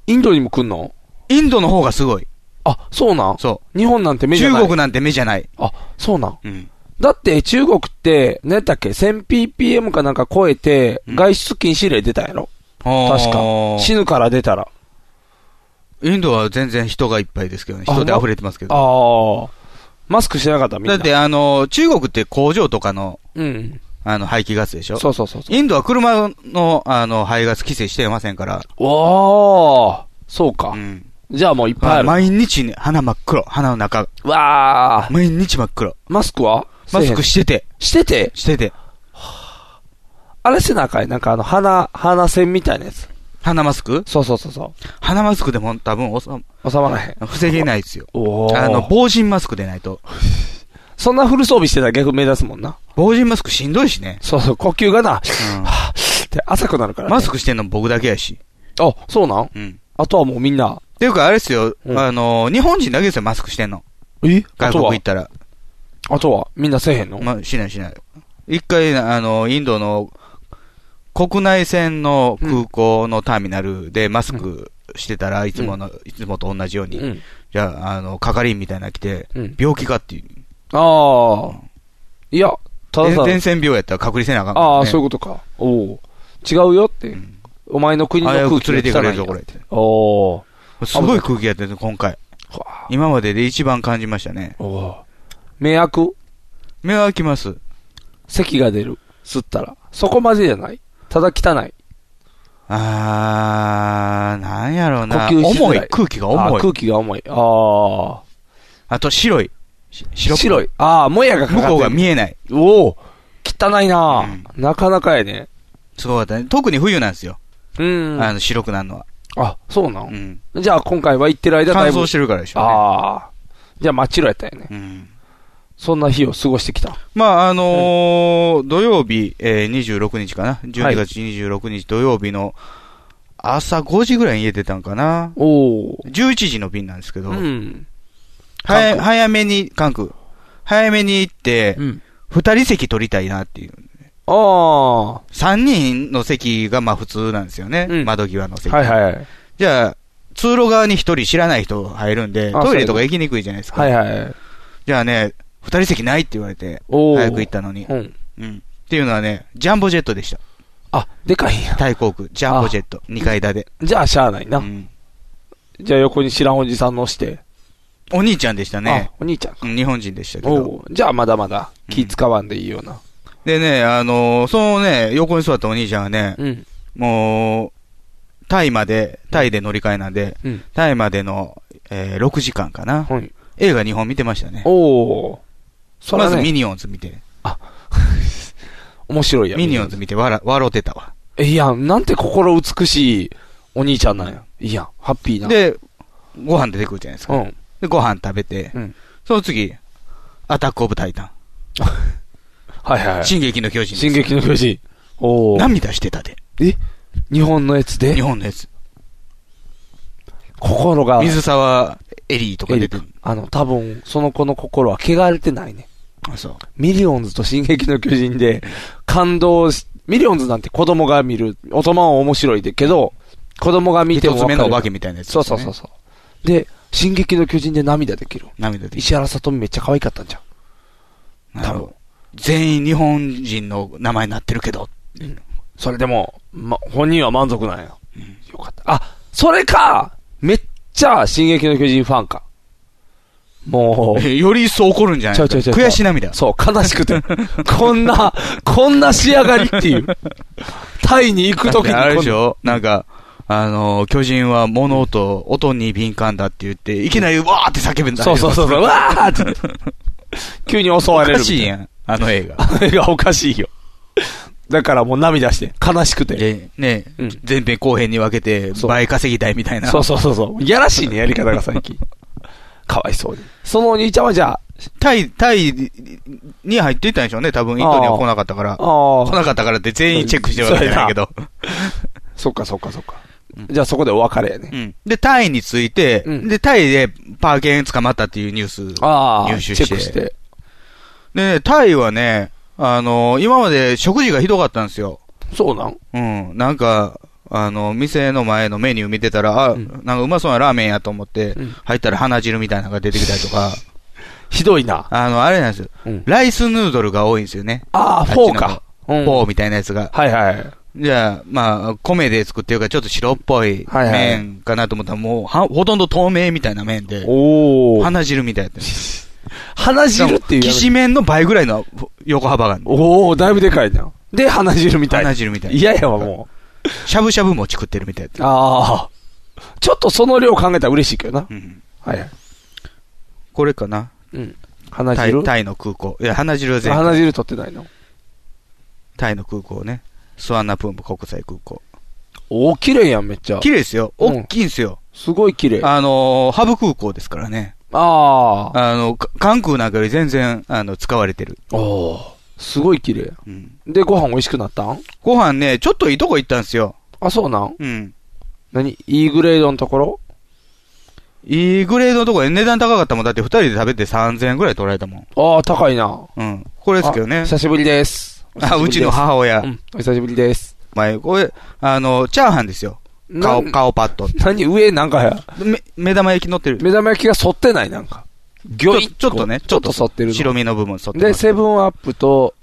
S2: インドにも来んの
S3: インドの方がすごい。
S2: あ、そうなん
S3: そ
S2: 日本なんて
S3: う。
S2: 目じゃ
S3: 中
S2: ない
S3: 国なんて目じゃない。
S2: あ、そうなん
S3: うん。
S2: だって中国って、何やったっけ 1000ppm かなんか超えて、
S3: うん
S2: 外出禁止令出たんやろ確
S3: 確
S2: か。死ぬから出たら。
S3: インドは全然人がいっぱいですけどね。
S2: あ
S3: 人で溢れてますけ
S2: あ
S3: ど。
S2: あ。マスクしてなかったみん
S3: だ
S2: な。
S3: って、あの、中国って工場とかの、
S2: うん。
S3: あの、排気ガスでしょ
S2: そうそうそうそう。
S3: インドは車の、あの、排ガス規制してませんから。
S2: おー。そうか
S3: う。ん。
S2: じゃあもういっぱいある。
S3: 毎日ね、鼻真っ黒。鼻の中。
S2: わー。
S3: 毎日真っ黒。
S2: マスクは
S3: マスク
S2: し
S3: してて。
S2: してて、
S3: してて。
S2: あれせなあかい。なんかあの、鼻、鼻線みたいなやつ。
S3: 鼻マスク
S2: そうそうそうそ
S3: 鼻マスクでも多分おさ、
S2: う。収まらへん。
S3: 防げないですよ。
S2: おー
S3: あの、防塵マスクでないと。
S2: そんなフル装備してたら逆目立つもんな。
S3: 防塵マスクしんどいしね。
S2: そうそう、呼吸がな、
S3: う
S2: って浅くなるから、
S3: ん。マスクしてんの僕だけやし。
S2: クあ、そうなん
S3: うん。
S2: あとはもうみんな。
S3: っていうか、あれですよ、
S2: うん
S3: あの、日本人だけですよ、マスクしてんの。
S2: えあ
S3: 外国
S2: と
S3: 行
S2: は
S3: っ、たら。
S2: あとはみんなせえへんの、
S3: ま、しないしない。一回、あの、インドの国内線の空港のターミナルでマスクしてたら、いつもの、いつもと同じよう
S2: う
S3: に、
S2: ん。
S3: じゃあ、あの、係員みたいなの来て、
S2: うん。
S3: 病気かっていう。
S2: ああ。いや、ただただ。
S3: 伝染病やったら隔離せなあかんから、ね。
S2: ああ、そういうことか。おお。違うよって。
S3: ん
S2: お前の国の
S3: あ
S2: 空
S3: よ
S2: 気
S3: く連れて行かれるぞ、
S2: が汚
S3: こ
S2: いん
S3: れっ
S2: や
S3: て。
S2: おお。
S3: すごい空気やってる、今回。
S2: は
S3: 今までで一番感じましたね。
S2: あおお。迷惑
S3: 目は開きます。
S2: 咳が出る。吸ったら。そこまでじゃない。ただ汚い。
S3: あー、なんやろうな。
S2: 呼吸しづ
S3: 重
S2: らい
S3: い。空気が
S2: あ
S3: 重
S2: ー
S3: い。
S2: 空気が重い。ああ。
S3: あと白い。し白っぽい
S2: 白い。ああ、もやがかか
S3: 向
S2: って
S3: こう
S2: る
S3: が見えない。
S2: おお汚いなあ、なかなかやね。
S3: すごかったね。特に冬なんですよ。
S2: うん。
S3: あ
S2: あ
S3: の、白くなるのは。
S2: そうな、
S3: うんん。
S2: じゃあ今回は行ってる間だ
S3: 乾
S2: いぶ。
S3: 燥してるからでしょうね。
S2: ああ。じゃあ真っ白やったよね。
S3: うん。
S2: そんな日を過ごしてきた。
S3: まあ、あのー土曜日、えー、26日かな。12月26日土曜日の朝5時ぐらいに家出たんかな。
S2: おお。
S3: 11時の便なんですけど、
S2: うん。
S3: 早早めに、韓国、早めに行って、
S2: うん。
S3: 二人席取りたいなっていう。
S2: ああ。は
S3: 三人の席がまあ普通なんですよね。
S2: うん
S3: 窓際の
S2: い
S3: 席。
S2: はい。はい
S3: じゃあ、通路側に一人知らない人入るんで、
S2: あ
S3: トイレとか行きにくいじゃないですか。
S2: はい。
S3: じゃあね、二人席ないって言われて、
S2: おお。
S3: 早く行ったのに。
S2: うん。
S3: うん。っていうのはね、ジャンボジェットでした。
S2: あ、でかいんや。
S3: タイ航空、ジャンボジェット、二階建て。
S2: じゃあしゃあないな。
S3: うん
S2: じゃあ横に知らんおじさんのして。
S3: お兄ちゃんでしたね
S2: あ。、お兄ちゃん。
S3: うん日本人でしたけ
S2: お
S3: ど。
S2: お。じゃあまだまだ気使わんでいいような。
S3: でね、あのーそのね、横に座ったお兄ちゃんはね、
S2: うん。
S3: もう、タイまで、タイで乗り換えなんで、
S2: うん。
S3: タイまでの、えー6時間かな。
S2: はい。
S3: 映画2本見てましたね。
S2: おー。そ
S3: ま
S2: れは
S3: ずミ
S2: ね、
S3: ニオンズ見て、
S2: 面白いやん
S3: ミニオンズ見て笑笑ってたわ。
S2: いや、なんて心美しいお兄ちゃんなんや。いいやん、ハッピーな。、
S3: で、ご飯出てくるじゃないです
S2: う
S3: か。
S2: ん。
S3: で、ご飯食べて、
S2: うん
S3: その次、アタックオブタイタン。
S2: はいはいはい。
S3: 進撃の巨人です。
S2: 進撃の巨人。おー。
S3: 涙してたで。
S2: 日本のやつで
S3: 日、本のやつ。
S2: 心が、
S3: 水沢エリーとか
S2: エ
S3: 出
S2: リ
S3: て
S2: カ
S3: る。
S2: あの、多分、その子の心は汚れてないね。
S3: あ、そう。
S2: ミリオンズと進撃の巨人で、感動し、ミリオンズなんて子供が見る、大人は面白いでけど、子供が見ても
S3: 一つ
S2: わかる。
S3: 目のお化けみたいなやつ、
S2: そうそうそう。そう。で、進撃の巨人で涙できる。
S3: 涙で。
S2: 石原さとみめっちゃ可愛かったんじゃん。
S3: な
S2: 多
S3: るほ
S2: 分
S3: ど。。全員日本人の名前になってるけど。
S2: それでも、ま、本人は満足なんや。よかった。あ、それかめっちゃ、進撃の巨人ファンか。もう、
S3: より一層怒るんじゃない
S2: ちゃうちゃうちゃう
S3: 悔し涙。
S2: そう、悲しくて。こんな、こんな仕上がりっ ていう。タイに行く
S3: だっ
S2: とき
S3: て
S2: に
S3: あれでし
S2: こん
S3: ょなんか、あのー、巨人は物音、音に敏感だって言って、いきなりわーって叫ぶんだ
S2: そうそうそうそう、うわーって言って。急に襲
S3: お
S2: われ
S3: か
S2: るみた
S3: しい
S2: いな。
S3: やん、あの映画。
S2: あれがおか しいよ。だからもう涙して、悲しくて。
S3: で、ね、
S2: うん
S3: 前編後編に分けて、
S2: そう
S3: 倍稼ぎたいみたいな。
S2: そうそうそうそう。いやらしいね、やり方が最近。かわいそうに。そのお兄ちゃんはじゃあ、
S3: タイ、タイに入っていったんでしょうね、多分、インドには来なかったから。
S2: ああ
S3: 来。なかったからって全員チェックしてるわけじゃないけど。
S2: そっかそっかそっか。じゃあそこでお別れやね。
S3: うんで、タイについて、
S2: うん
S3: で、タイでパーケン捕まったっていうニュース。
S2: ああ、
S3: 入
S2: チ
S3: 手
S2: ェ
S3: して
S2: ックして。
S3: でね、タイはね、あの今まで食事がひどかったんですよ。
S2: そうなん
S3: うん、なんか、あの、店の前のメニュー見てたら、あ、
S2: うん
S3: なんかうまそうなラーメンやと思って
S2: うん、
S3: 入ったら鼻汁みたいなのが出てきたりとか、
S2: ひどいな。
S3: あの、あれなんですよ。
S2: うん
S3: ライスヌードルが多いんですよね。
S2: ああ、
S3: あっち
S2: フ
S3: の
S2: ォーか。う
S3: フ
S2: ん
S3: ォーみたいなやつが。
S2: はいはい。
S3: じゃあ、まあ、米で作ってるからちょっと白っぽい
S2: はいはい
S3: 麺かなと思ったら、もうは、ほとんど透明みたいな麺で、
S2: おお。
S3: 鼻汁みたいなやつ。
S2: 鼻 汁っていう
S3: き
S2: やつ。
S3: しめんの倍ぐらいの横幅がある。
S2: おお、だいぶでかいな。で、鼻汁みたいな。
S3: 鼻汁みたいな。
S2: 嫌やわ、も
S3: しゃぶしゃぶ餅食ってるみたいな
S2: う。ああ。ちょっとその量考えたら嬉しいけどな。
S3: やつ。うん。
S2: はい。
S3: これかな
S2: うん。鼻
S3: タイ
S2: 汁
S3: タイの空港。いや、鼻汁は全部
S2: 鼻汁取ってないの。
S3: タイの空港ね。スワンナプーム国際空港。
S2: おお、綺麗やん、めっちゃ
S3: 綺。麗ですよ。
S2: うん
S3: 大きいんですよ。
S2: すごい綺麗。あ
S3: あのー、ハブ空港ですからね。
S2: あー。
S3: あの、か関空なんかより全然、あの、使われてる。
S2: おお。すごい綺麗。
S3: うん。
S2: で、ご飯美味しくなったん
S3: ご飯ね、ちょっといいとこ行ったんですよ。
S2: あ、そうなん
S3: うん。
S2: 何 ?E グレードのところ
S3: いいグレードのとこで値段高かったもん。だって二人で食べて3000円ぐらい取られたもん。
S2: ああ、高いな。
S3: うん。これですけど
S2: あ
S3: ね。
S2: 久しぶりです。
S3: あ、うちの
S2: 母
S3: 母親
S2: う。ん、お久しぶりです。
S3: 前、これ、あの、チャーハンですよ。顔、
S2: な。
S3: 顔パッと。
S2: 何上なんかや。
S3: め、目玉焼き乗ってる。
S2: 目玉焼きが反ってないなんか。
S3: ち
S2: ギ
S3: ょ
S2: ョイ
S3: ちょっとね、
S2: ちょっと反ってるの
S3: 白身の部分、そってま
S2: で、
S3: す
S2: セブンアップと、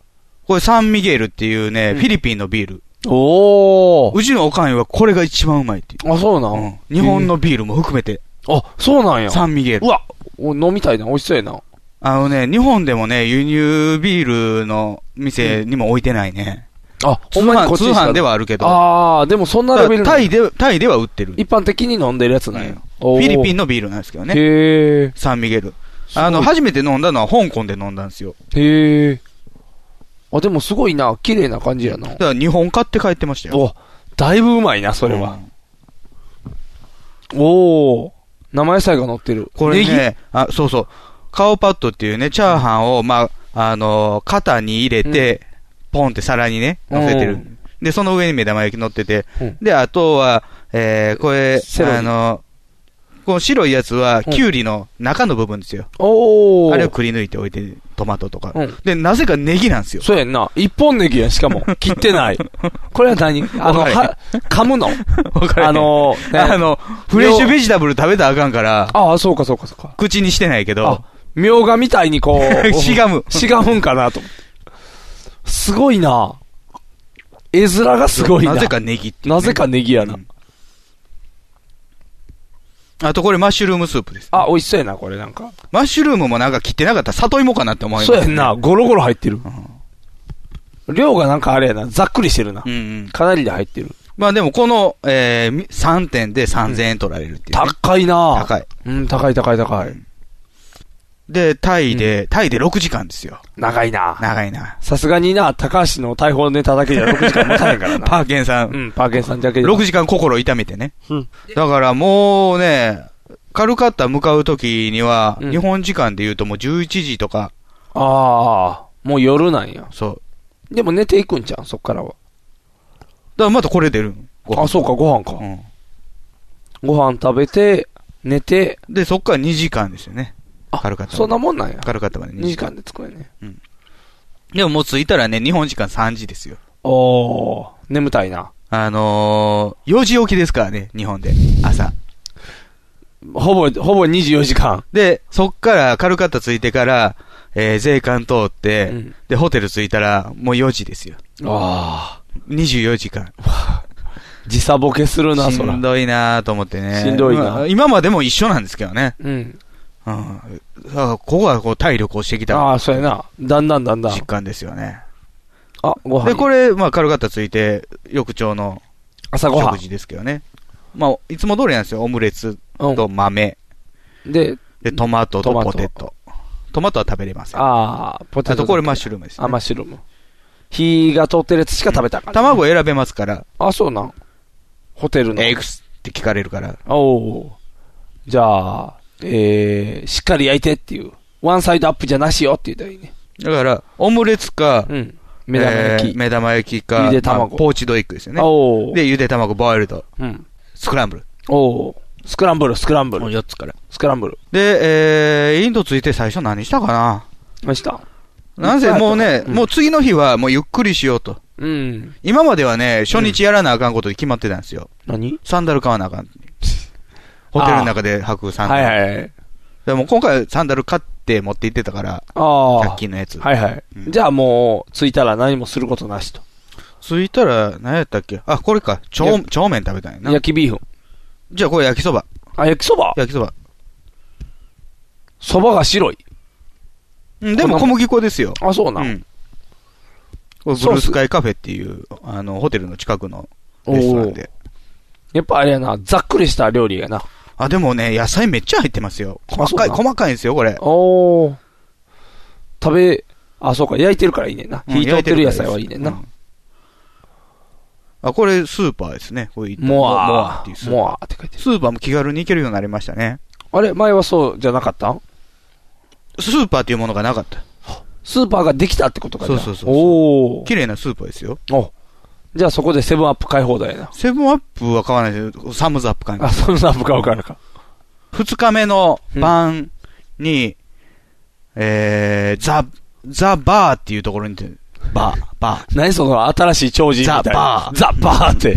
S3: これサンミゲルっていうね、
S2: うん
S3: フィリピンのビール。
S2: おお。
S3: うちのおかんはこれが一番うまいっていう。
S2: あ、そうな
S3: うんん。日本のビールも含めて、
S2: あ、そうなんや。
S3: サンミゲル
S2: う。わ、お飲みたいな、美味しそうやな。
S3: あのね、日本でもね、輸入ビールの店にも置いてないね。
S2: あ、ほんまにこっち
S3: 通販
S2: にした
S3: 通販
S2: の
S3: ではあるけど。
S2: ああ、でもそんな
S3: た
S2: レベ
S3: だ
S2: ル
S3: タ
S2: な
S3: イ
S2: い。
S3: で、タイでは売ってる。フ
S2: 一般的に飲んでるやつなんや。フ
S3: ィリピン
S2: ン
S3: のビールなんですけどね。
S2: へえ。
S3: サンミゲル。
S2: すごい
S3: あの、初めて飲んだのは香港で飲んだんですよ。
S2: へえ。あ、でもすごいな、綺麗な感じやな
S3: だ。から日本買って帰ってましたよ。
S2: お、だいぶうまいな、それ
S3: う
S2: は。
S3: ん。
S2: おお。生野菜が乗ってる。
S3: これ
S2: ネ
S3: ね、あ、そうそう。カオパッドっていうね、チャーハンを、まあ、あのー肩に入れて、ポンって皿にね、乗せて
S2: う
S3: る。で、その上に目玉焼き乗ってて
S2: うん。
S3: で、あとは、えー、これ、
S2: セロリ
S3: あのーこの白いやつは、
S2: うん
S3: キュウリの中の部分ですよ。
S2: ギ。おお。
S3: あれをくり抜いておいて、トマトとか。
S2: うん
S3: で、なぜかネギなんですよ。
S2: そうやんな。一本ネギやん、し かも。切ってない。これは何あの、
S3: わからへん
S2: は、噛むの
S3: わかる
S2: あ、の、ね
S3: あ、の、フレッシュベジタブル食べたらあかんから、
S2: ああ、そうかそうかそうか。
S3: 口にしてないけ
S2: あ
S3: ど、、
S2: みょうがみたいにこ う。
S3: しがむ
S2: しがむんかなと思って。すごいな。絵面がすごいな。
S3: なぜ。かネギっていうね、
S2: なぜかネギやな。
S3: うんあとこれマッシュルームスープです。
S2: あ、美味しそうやな、これなんか。
S3: マッシュルームもなんか切ってなかったら里芋かなって思います、
S2: そうやんな。。ゴロゴロ入ってる。量がなんかあれやな、ざっくりしてるな
S3: う。んうん。
S2: かなりで入ってる。
S3: まあでもこの、えー、3点で3000円取られるっていうね、
S2: 高いな
S3: 高い。
S2: うん、高い高い高い。
S3: で、タイで、タイで6時間ですよ。
S2: 長いな
S3: 長いな。
S2: さすがにな、高橋の逮捕ネタだけじゃ6時間持たないからな。
S3: パーケンさ、
S2: うんん、パーケンさんだけじゃ。
S3: 6時間心痛めてね。
S2: うん
S3: だからもうね、カルカッタ向かう時には、
S2: うん
S3: 日本時間で言うともう11時とか、
S2: ああ、もう夜なんや。
S3: そう。
S2: でも寝ていくんじゃん、そっからは。
S3: だからまたこれ出るご飯
S2: あ、そうか、ご飯か。
S3: うん。
S2: ご飯食べて、寝て、
S3: で、そっから2時間ですよね。
S2: あ
S3: カルカッタ。
S2: そんなもんなんや。
S3: カルカッタまで2
S2: 2時
S3: 時間。
S2: 間で作れね。
S3: でももう着いたらね、日本時間3時ですよ。
S2: おー、眠たいな。
S3: あのー、4時起きですからね、日本で。朝。
S2: ほぼ、ほぼ24時間。
S3: で、そっからカルカッタ着いてから、えー、税関通って、
S2: うん
S3: で、ホテル着いたら、もう4時ですよ。
S2: ああ、
S3: 24時間。
S2: 時差ボケするな、
S3: し
S2: そら
S3: ん。どいなーと思ってね。
S2: しんどいな
S3: まあ今までも一緒なんですけどね。
S2: うん。
S3: うん。あここはこう体力をしてきた
S2: ああ、そうやな。だんだんだんだん
S3: 実。感ですよね。
S2: あ、ご飯。
S3: で、これ、まあ、カルカッタ着いて、翌朝の
S2: 朝ご
S3: 食
S2: 飯。
S3: 事ですけどね。まあ、いつも通りなんですよ。オムレツと豆、
S2: うん。で、
S3: で、トマトと
S2: トマト
S3: ポテト。トマトは食べれません。あ
S2: ああ、ポテト。
S3: と、これマッシュルームですね
S2: あ、マッシュルーム。火が通ってるやつしか食べたらあかんね
S3: 卵選べますから、
S2: あ、そうなん。ホテルの。
S3: エグスって聞かれるから。
S2: おお。じゃあ、えー、しっかり焼いてっていう。ワンサイドアップじゃなしよって言ったらいいね。
S3: だから、オムレツか、
S2: うん。目玉焼
S3: え
S2: き。
S3: ー目玉焼きか、
S2: ゆで卵
S3: まあポーチドエッグですよね。
S2: おお。
S3: で、ゆで卵、ボイルド、
S2: うん。
S3: スクランブル。
S2: おお。スクランブル、スクランブル。
S3: 4つから。
S2: スクランブル。
S3: で、えー、インド着いて最初何したかな
S2: 何した
S3: なんせもうね、
S2: うん
S3: もう次の日はもうゆっくりしようと。
S2: うん。
S3: 今まではね、初日やらなあかんことで決まってたんですよ。
S2: 何
S3: サンダル買わなあかん。ホテルの中で履くサンダ
S2: は
S3: ル。
S2: いはい。
S3: でも今回サンダル買って持って行ってたから、
S2: ああ。
S3: 100均のやつ。
S2: はいはい。
S3: うん
S2: じゃあもう、着いたら何もすることなしと。
S3: 着いたら、何やったっけあ、これか。ちょう、
S2: や
S3: ちょうめん食べたんやな。
S2: 焼きビーフン。
S3: じゃあこれ焼きそば。
S2: あ、焼きそば
S3: 焼きそば。
S2: そばが白い。
S3: うんでも小麦粉ですよ。
S2: あ、そう
S3: う
S2: なん。
S3: ん。これブルースカイカフェっていう、あの、ホテルの近くの
S2: おー
S3: レストランで。
S2: やっぱあれやな、ざっくりした料理やな。
S3: あ、でもね、野菜めっちゃ入ってますよ。細かい、
S2: あそう
S3: 細かいんですよ、これ。
S2: おお。食べ、あ、そうか、焼いてるからいいねんな。
S3: うん
S2: 火通ってる野菜はいいねん。
S3: 焼て。る
S2: な
S3: からですうんあ、これスーパーですね。これ
S2: モ
S3: モ
S2: ア
S3: っていうスーパ
S2: ー、
S3: ー。
S2: モアーって書いてる。
S3: スーパーも気軽に行けるようになりましたね。
S2: あれ、前はそうじゃなかったん
S3: スーパーっていうものがなかった。
S2: スーパーができたってことかじゃあ
S3: そうそうそうそう
S2: お
S3: 綺麗なスーパーですよ。
S2: お。お。じゃあそこでセブンアップ買い放題やな。
S3: セブンアップは買わないですよ。サムズアップ買いま
S2: あ、
S3: す。
S2: そんな部買うからか。
S3: 二日目の晩に、えー、ザ、ザバーっていうところにて、バー、バー。
S2: 何その新しい超人みたい
S3: ザバ
S2: な。
S3: ー
S2: ザ・バーって。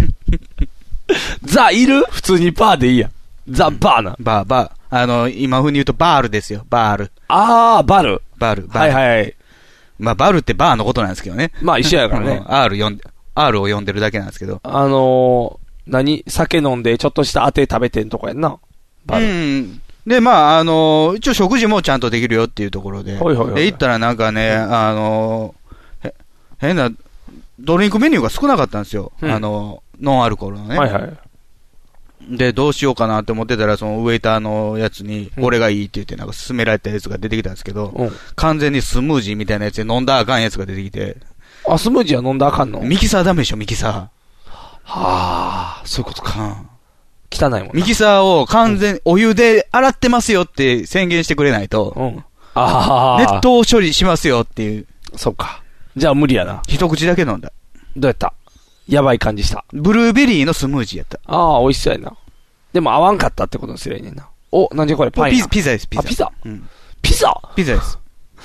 S2: ザいる普通にバーでいいやん。ザ・バーな。
S3: バー、バー。あの、今風に言うとバールですよ。バール。
S2: あー、バル。
S3: バール、バー
S2: は
S3: ル。
S2: いはい。
S3: まあ、バルってバーのことなんですけどね。
S2: まあ一緒や
S3: だ
S2: からね。
S3: R 読んで、R を読んでるだけなんですけど。
S2: あのー、何酒飲んでちょっとしたあて食べてんとかやんな。バ
S3: う
S2: ル。
S3: ん。で、まあ、あの、一応食事もちゃんとできるよっていうところで。
S2: ほいほいほい
S3: で、行ったらなんかね、あの、へ変な、ドリンクメニューが少なかったんですよ。
S2: うん
S3: あの、ノンアルコールのね。
S2: はいはい。
S3: で、どうしようかなって思ってたら、そのウェイターのやつに、
S2: うん
S3: これがいいって言って、なんか勧められたやつが出てきたんですけど、
S2: うん。
S3: 完全にスムージーみたいなやつで飲んだらあかんやつが出てきて、
S2: あ、スムージーは飲んだらあかんの
S3: ミキサーダメでしょ、ミキサ
S2: はあ、そういうこと
S3: ー。
S2: か。
S3: うん
S2: 汚いもんな。
S3: ミキサーを完全、お湯で洗ってますよって宣言してくれないと、
S2: うん。ああ。
S3: 熱湯処理しますよっていう、
S2: そうか。じゃあ無理やな。
S3: 一口だけ飲んだ。
S2: どうやったやばい感じした。
S3: ブルーベリーのスムージーやった。
S2: ああ、美味しそうやな。でも合わんかったってことにすりゃいいねんな。お、なんじゃこれパイ
S3: ピ
S2: ナ
S3: ザ、。ピザです、ピザ。
S2: あピザ
S3: うん。
S2: ピザ
S3: ピザです。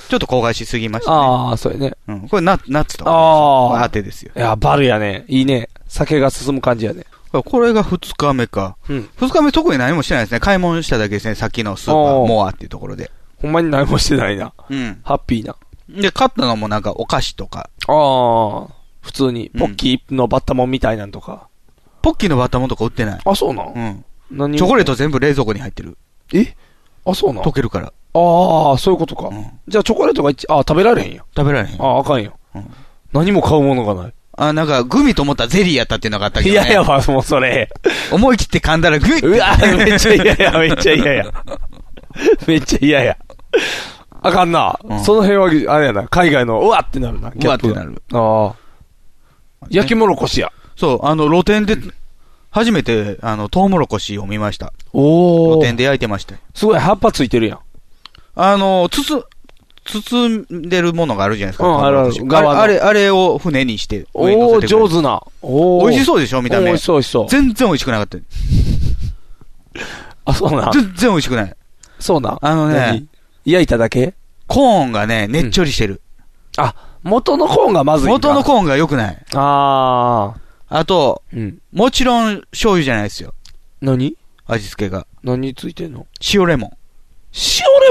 S3: ちょっと焦がしすぎましたね。
S2: ああ、そうやね。
S3: うん。これナ、ナッツとか。
S2: あー
S3: これ当てですよ
S2: い。や、バルやね。いいね。酒が進む感じやね。
S3: これが二日目か。
S2: うん。
S3: 二日目特に何もしてないですね。買い物しただけですね。さっきのスーパー、
S2: おー
S3: モアっていうところで。
S2: ほんまに何もしてないな。
S3: うん。
S2: ハッピーな。
S3: で、買ったのもなんかお菓子とか。
S2: ああ、普通に、
S3: うん
S2: ポッキーのバッタモンみたいなんとか。
S3: ポッキーのバッタモンとか売ってない。
S2: あ、そうなん、
S3: うん。
S2: 何
S3: チョコレート全部冷蔵庫に入ってる。
S2: えあ、そうなん
S3: 溶けるから。
S2: ああ、そういうことか。
S3: うん
S2: じゃあチョコレートが一、あ、食べられへんや。
S3: 食べられへん。
S2: あ、あかんよ。
S3: うん
S2: 何も買うものがない。
S3: あ、なんか、グミと思ったらゼリーやったっていうのがあったけど、
S2: い
S3: ね。
S2: やいやわ、もうそれ。
S3: 思い切って噛んだらグイって
S2: う わ、 めっちゃ嫌や、めっちゃ嫌や。めっちゃ嫌や。あかんな。
S3: うん
S2: その辺は、あれやな、海外の、うわってなるな、ギャップ
S3: うわ
S2: が
S3: ってなる。
S2: ああ。焼きもろこしや。
S3: そう、あの、露店で、初めて、あの、トウモロコシを見ました。
S2: お
S3: 露
S2: お。
S3: 店で焼いてましたよ。
S2: すごい葉っぱついてるやん。
S3: あの、つつ、包んでるものがあるじゃないですか。
S2: う
S3: ト
S2: ん
S3: ウモロコシ
S2: あるある
S3: あれ、あれあれを船にして、上に乗
S2: お
S3: せ
S2: お、
S3: てくれる
S2: 上。手な。おお。
S3: 美味しそうでしょ見た目
S2: おー美味しそう、美味しそう。
S3: 全然美味しくなかった。
S2: あ、そうなん。
S3: 全然美味しくない。
S2: そうなん。
S3: あのね
S2: 何、焼いただけ
S3: コーンがね、ねっちょりしてる。
S2: あ、元のコーンがまずいんか。
S3: 元のコーンが良くない。
S2: ーン。ああ。
S3: あと、
S2: うん。
S3: もちろん醤油じゃないですよ。
S2: 何
S3: 味付けが。
S2: 何ついてんの
S3: 塩レモン。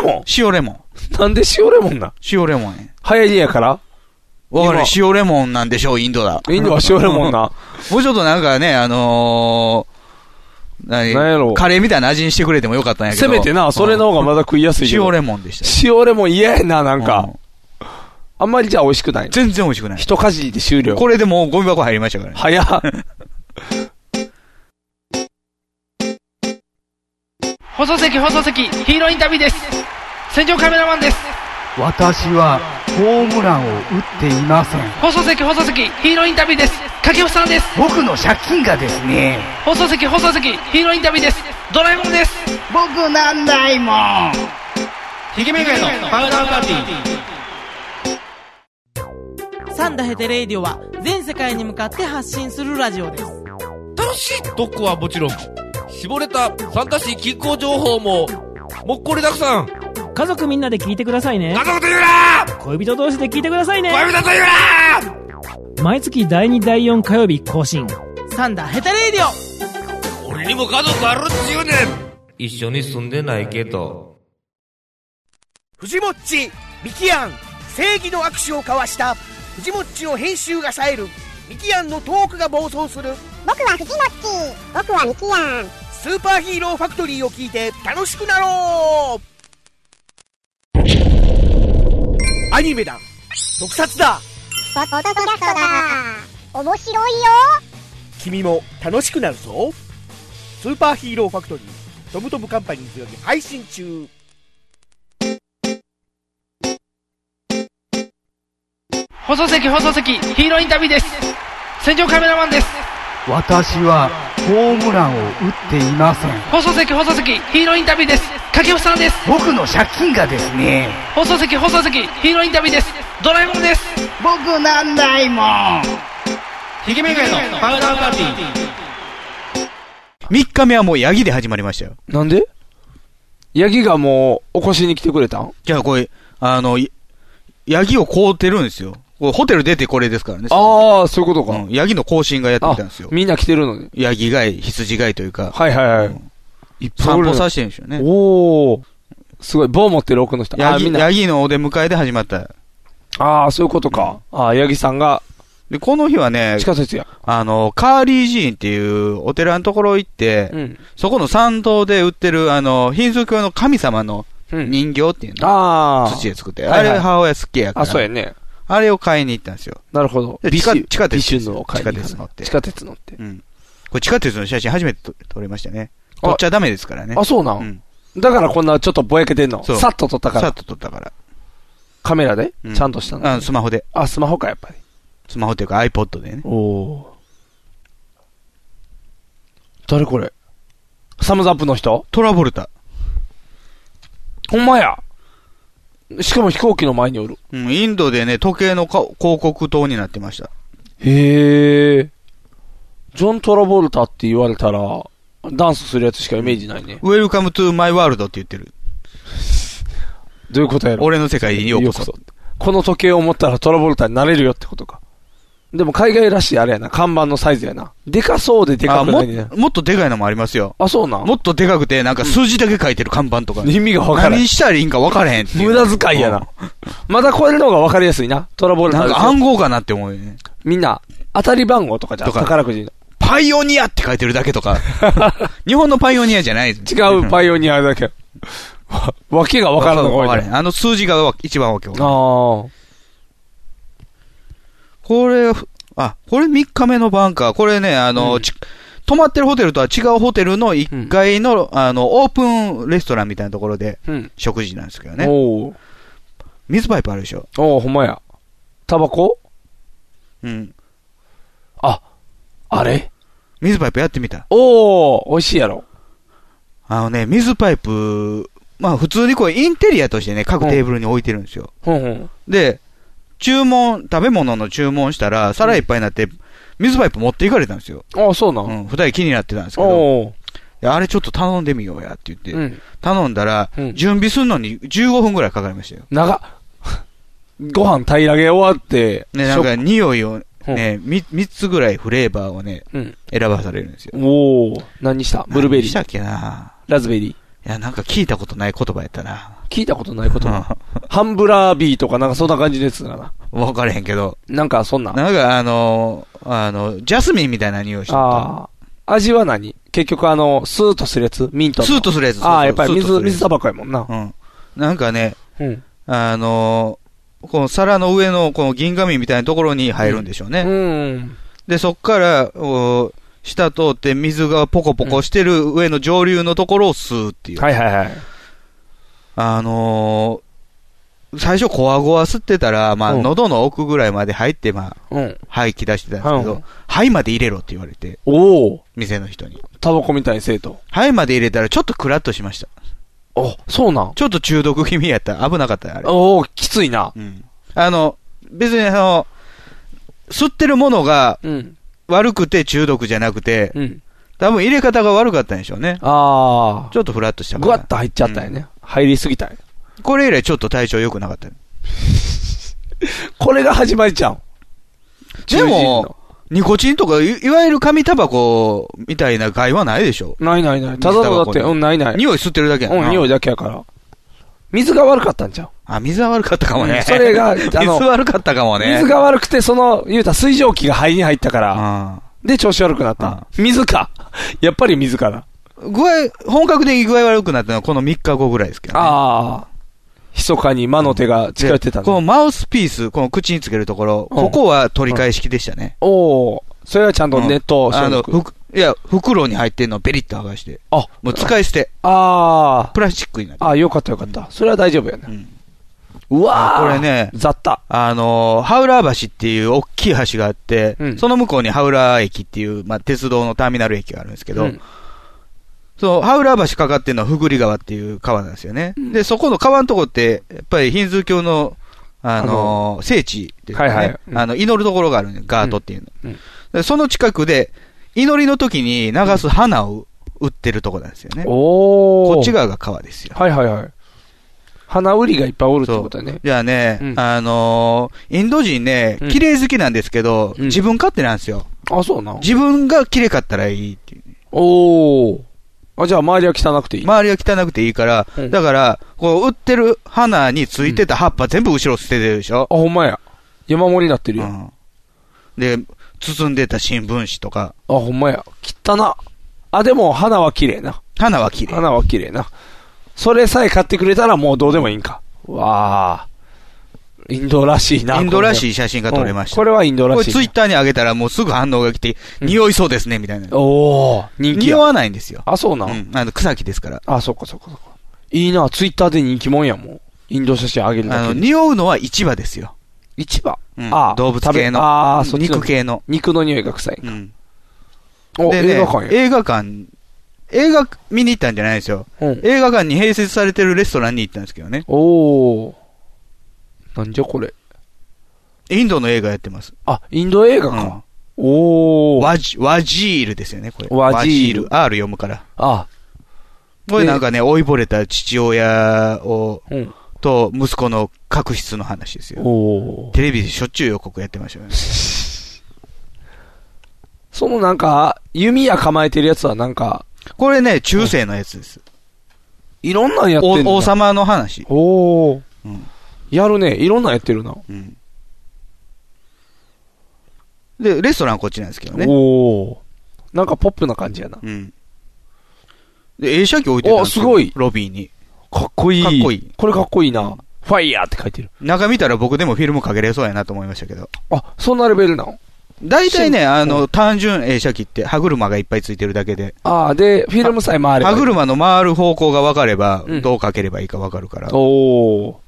S2: 塩レモン
S3: 塩レモン。
S2: なんで塩レモンなん
S3: 塩レモンや。
S2: 流行りやから
S3: わかる
S2: 今
S3: 塩レモンなんでしょう、インドだ。
S2: インドは塩レモンな。
S3: もうちょっとなんかね、あのー、
S2: なんやろ
S3: 何カレーみたいな味にしてくれてもよかったんやけど。
S2: せめてな、それの方がまだ食いやすいけど。
S3: 塩レモンでした。
S2: 塩レモン嫌やな、なん
S3: う
S2: か。あんまりじゃあ美味しくない。
S3: 全然美味しくない。
S2: 一かじりで終了。
S3: これでもうゴミ箱入りましたからね。
S2: 早 っ。
S7: 放送席放送席ヒーローインタビューです戦場カメラマンです
S8: 私はホームランを打っていません
S7: 放送席放送席ヒーローインタビューです掛布さんです
S8: 僕の借金がですね
S7: 放送席放送席ヒーローインタビューですドラえもんです
S8: 僕なんないもん
S7: ひげめがのパウダーパーティー
S9: サンダヘテレイディオは全世界に向かって発信するラジオです
S10: 楽しい特攻はもちろん、絞れた参加し気候情報も、もっこりだくさん。
S11: 家族みんなで聞いてくださいね
S10: 家族と言うな
S11: 恋人同士で聞いてくださいね
S10: 恋人と言うな
S11: 毎月第2第4火曜日更新
S9: サンダヘテレイディオ
S10: 俺にも家族あるっちゅうねん一緒に住んでないけど。
S1: 藤もっちミキアン正義の握手を交わした藤もっちの編集が冴えるミキアンのトークが暴走する
S12: 僕はフジモッチ僕はミキヤン
S1: スーパーヒーローファクトリーを聞いて楽しくなろうアニメだ特撮だ
S12: ポッドキャストだ面白いよ
S1: 君も楽しくなるぞスーパーヒーローファクトリートムトムカンパニーズより配信中
S7: 放送席放送席ヒーローインタビューです戦場カメラマンです
S8: 私はホームランを打っていません
S7: 放送席放送席ヒーローインタビューです掛布さんです
S8: 僕の借金がですね
S7: 放送席放送席ヒーローインタビューですドラえもんです
S8: 僕なんないもん
S7: ひげめがのパウダーパーティー
S3: 3日目はもうヤギで始まりましたよ。
S2: なんでヤギがもう、起こしに来てくれたん
S3: じゃあこれ、あの、いヤギを凍ってるんですよ。これホテル出てこれですからね。
S2: ああ、そういうことか。
S3: うんヤギの更新がやってき
S2: あ
S3: たんですよ、。
S2: みんな来てるのに。
S3: ヤギ飼い、羊飼いというか、
S2: はいはいは
S3: う
S2: い。一
S3: 散歩
S2: さ
S3: させてるんですよね。
S2: おおすごい、棒持ってる奥の人。あ
S3: ヤ
S2: ーみ
S3: ギ
S2: んな
S3: ヤ。ギのお出迎えで始まった。
S2: ああ、そういうことか。ああ、八木さんが
S3: で、この日はね
S2: 地、下鉄や。
S3: あの、カーリー寺院っていうお寺のところ行って、
S2: うん。
S3: そこの参道で売ってる、あの、ヒンズー教の神様の
S2: うん。
S3: 人形っていうの、
S2: ああ。
S3: 土で作って、
S2: はいはい
S3: あれ母親好きやから、
S2: あ、そうやね。
S3: あれを買いに行ったんですよ。
S2: なるほど。
S3: で地下
S2: ビシュ
S3: 地下鉄
S2: ビシュの会議
S3: 地下鉄乗って
S2: 地下鉄乗って。
S3: うん。これ地下鉄の写真初めて撮撮れましたね。
S2: あ
S3: 撮っちゃダメですからね。
S2: あ、そうな。
S3: うんん。
S2: だからこんなちょっとぼやけてんの。
S3: そう
S2: さっと撮ったか
S3: さっ
S2: ら。
S3: と撮ったから。
S2: カメラで
S3: う
S2: ちゃんとしたの。
S3: あスマホで。
S2: あ、スマホか、やっぱり。
S3: スマホっていうか iPod でね。
S2: おお。誰これサムズアップの人
S3: トラボルタ。
S2: ほんまや。しかも飛行機の前におる。
S3: うん、インドでね、時計のか広告塔になってました。
S2: へえ。ジョン・トラボルタって言われたら、ダンスするやつしかイメージないね。
S3: ウェルカムトゥマイワールドって言ってる。
S2: どういうことやろ
S3: 俺の世界にようこそ。
S2: ようこの時計を持ったらトラボルタになれるよってことか。でも海外らしいあれやな、看板のサイズやな。でかそうでで
S3: あ
S2: かく
S3: も
S2: な
S3: っ
S2: いね。
S3: もっとでかいのもありますよ。
S2: あ、そうなん
S3: もっとでかくて、なんか数字だけ書いてる看板とか。
S2: 意味がわからん
S3: 何。したらいいんか分からへんっていう
S2: 無駄遣いやな。まだ超えるの方が分かりやすいな。トラボルタ
S3: な
S2: で
S3: ん
S2: すよ
S3: か暗号かなって思うよね。
S2: みんな、当たり番号とかじゃん。
S3: とか
S2: 宝くじの。
S3: パイオニアって書いてるだけと か。日本のパイオニアじゃない。
S2: 違うパイオニアだけど。わわけが分からんのが
S3: 分
S2: 多
S3: か
S2: い
S3: ら
S2: ね。
S3: へん。あの数字がわ一番わけわか
S2: あ
S3: らん
S2: あ。
S3: これ、ふあ、これ3日目の晩か。これね、あの、ち泊まってるホテルとは違うホテルの1階の、あの、オープンレストランみたいなところで、食事なんですけどね。
S2: お
S3: 水パイプあるでしょ。
S2: おおほんまや。タバコ
S3: うん。
S2: あ、あれ
S3: 水パイプやってみた。
S2: おお美味しいやろ。
S3: あのね、水パイプ、まあ普通にこれインテリアとしてね、各テーブルに置いてるんですよ。
S2: ほんほん。
S3: で、注文、食べ物の注文したら、皿いっぱいになって、水パイプ持っていかれたんですよ。
S2: ああ、そうなん
S3: うん、二人気になってたんですけど、いやあれちょっと頼んでみようやって言って、
S2: うん
S3: 頼んだら、準備するのに15分ぐらいかかりましたよ。
S2: 長っ ご飯平らげ終わって、
S3: ね、なんか匂いをね、み三つぐらいフレーバーをね、
S2: うん
S3: 選ばされるんですよ。
S2: おお何したブルーベリー。
S3: 何したっけな
S2: ラズベリー。い
S3: や、なんか聞いたことない言葉やったな。
S2: 聞いたことない言葉。ハンブラービーとかなんかそんな感じのやつだな。
S3: わかれへんけど。
S2: なんかそんな。
S3: なんかあのーあの、ジャスミンみたいな匂いしてた。
S2: ああ。味は何結局あの、スーッとするやつミントの。
S3: スーッとするやつそうそう
S2: ああ、やっぱり
S3: スーッとする
S2: 水、
S3: やつ
S2: 水タバコやもんな。
S3: うん。なんかね、
S2: うん
S3: あのーこの皿の上のこの銀紙みたいなところに入るんでしょうね。で、そっから、お下通って水がポコポコしてる上の上流のところを吸うっていう。
S2: はいはいはい。
S3: あのー最初、こわごわ吸ってたら、まあ、
S2: うん
S3: 喉の奥ぐらいまで入って、まあ、
S2: うん
S3: 吐き出してたんですけ
S2: う
S3: ど
S2: ん、
S3: 肺まで入れろって言われて、
S2: おお
S3: 店の人に。
S2: タバコみたいにせえと。
S3: 肺まで入れたら、ちょっとクラッとしました。
S2: あ、そうなん
S3: ちょっと中毒気味やった。危なかった、あれ。
S2: おおきついな。
S3: うん。あの、別にあの、吸ってるものが、悪くて中毒じゃなくて、多分入れ方が悪かったんでしょうね。
S2: ああ。
S3: ちょっとフラッとした
S2: ぐわっと入っちゃったよね。入りすぎたんや
S3: これ以来ちょっと体調良くなかった。
S2: これが始まりちゃう。
S3: でも、ニコチンとかい、いわゆる紙タバコみたいな害はないでしょ。
S2: ないないない。ただのだって、
S3: 水タバコに
S2: うん、ないない。
S3: 匂い吸ってるだけやんな
S2: うん、匂いだけやから。水が悪かったんちゃう
S3: あ、水は悪かったかも
S2: う
S3: ね
S2: ん。それがあの
S3: 水悪かったかもね。
S2: 水が悪くて、その、言うたら水蒸気が肺に入ったから、で、調子悪くなった。水か。やっぱり水かな。
S3: 具合、本格的に具合悪くなったのはこの3日後ぐらいですけど、ね。
S2: ああ。密かに魔の手が近寄ってた
S3: このマウスピース、この口につけるところ、
S2: うん
S3: ここは取り返し器でしたね。
S2: おおそれはちゃんとネット
S3: うんあの、ふくいや、袋に入ってんのをベリッと剥がして。
S2: あ、
S3: もう使い捨て。
S2: ああ。
S3: プラスチックになる。
S2: ああ、よかったよかった。それは大丈夫やな。うわあ。
S3: これね、
S2: ざった。
S3: あのー、ハウラー橋っていう大きい橋があって、その向こうにハウラー駅っていう、まあ、鉄道のターミナル駅があるんですけど、
S2: うん
S3: そう、ハウラー橋かかってるのはフグリ川っていう川なんですよね。で、そこの川のとこって、やっぱりヒンズー教の、あのー聖地っていうかね、
S2: はいはい
S3: あの、祈るところがあるんですガートっていうの、
S2: うんうん
S3: でその近くで、祈りの時に流す花を売ってるとこなんですよね。
S2: おお。
S3: こっち側が川ですよ。
S2: はいはいはい。花売りがいっぱいおるってことだね。
S3: じゃあね、あのーインド人ね、綺麗好きなんですけど、自分勝手なんですよ。
S2: あ、そうな
S3: 自分が綺麗かったらいいっていう、
S2: おお。あ、じゃあ周りは汚くていい
S3: 周りは汚くていいから、
S2: うん
S3: だから、こう、売ってる花についてた葉っぱ全部後ろ捨ててるでしょ、
S2: あ、ほんまや。山盛りになってるよ。
S3: で、包んでた新聞紙とか。
S2: あ、ほんまや。汚な。あ、でも、花は綺麗な。
S3: 花は綺麗。
S2: 花は綺麗な。それさえ買ってくれたらもうどうでもいいんか。わあ。インドらしいな。
S3: インドらしい写真が撮れました
S2: うんこれはインドら
S3: これ
S2: しい。
S3: ツイッターに上げたらもうすぐ反応が来て、匂いそうですね、みたいな。
S2: おお人気や
S3: 匂わないんですよ。
S2: あ、そうなん、
S3: あの、草木ですから。
S2: あ、そっかそっかそっか。いいな、ツイッターで人気もんやもん。インド写真あげるだけ
S3: あ
S2: で。
S3: の、匂うのは市場ですよ。
S2: 市場、
S3: うん
S2: あ
S3: 動物系の
S2: 食べあーそっち
S3: 肉系の。
S2: 肉の匂いが臭いんか。お、
S3: でね
S2: 映画館や。
S3: 映画館、映画見に行ったんじゃないんですよ。映画館に併設されてるレストランに行ったんですけどね。
S2: おおーなんじゃこれ。
S3: インドの映画やってます。
S2: あ、インド映画か。おお
S3: ワジ、ワジールですよね、これ。
S2: ワジール
S3: ワ R 読むから。
S2: あ
S3: これなんかね、老いぼれた父親を、と息子の確執の話ですよ。
S2: お
S3: テレビでしょっちゅう予告やってましたよね。
S2: そのなんか、弓矢構えてるやつはなんか、
S3: これね、中世のやつです。
S2: いろんなんやってる
S3: お王様の話。
S2: おお、
S3: うん
S2: やるね。いろんなんやってるな。
S3: うん。で、レストランはこっちなんですけどね。
S2: おおなんかポップな感じやな。
S3: うん。で、映写機置いてたんですよ
S2: おすごい
S3: ロビーに。
S2: かっこいい。
S3: かっこいい。
S2: これかっこいいな。ファイヤーって書いてる。
S3: 中見たら僕でもフィルムかけれそうやなと思いましたけど。
S2: あ、そんなレベルなの
S3: 大体ね、あの、単純映写機って歯車がいっぱいついてるだけで。
S2: ああ、で、フィルムさえ回ればい
S3: 歯
S2: い。
S3: 車の回る方向が分かれば、どうかければいいか分かるから。
S2: おお。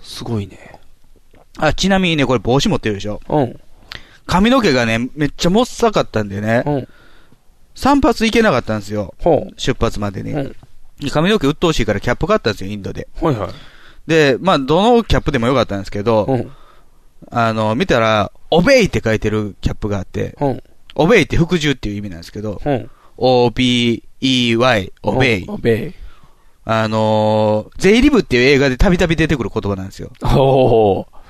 S2: すごいね。
S3: あ、ちなみにね、これ帽子持ってるでしょ。
S2: うん。
S3: 髪の毛がね、めっちゃもっさかったんでね。散髪行けなかったんですよ。出発までに。髪の毛鬱陶しいからキャップ買ったんですよ、インドで。
S2: はいはい。
S3: で、まあ、どのキャップでもよかったんですけど、あの、見たら、オベイって書いてるキャップがあって、オベイって服従っていう意味なんですけど、O-B-E-Y、オベイ。
S2: オベイ。
S3: あのー、ゼイリブっていう映画でたびたび出てくる言葉なんですよ。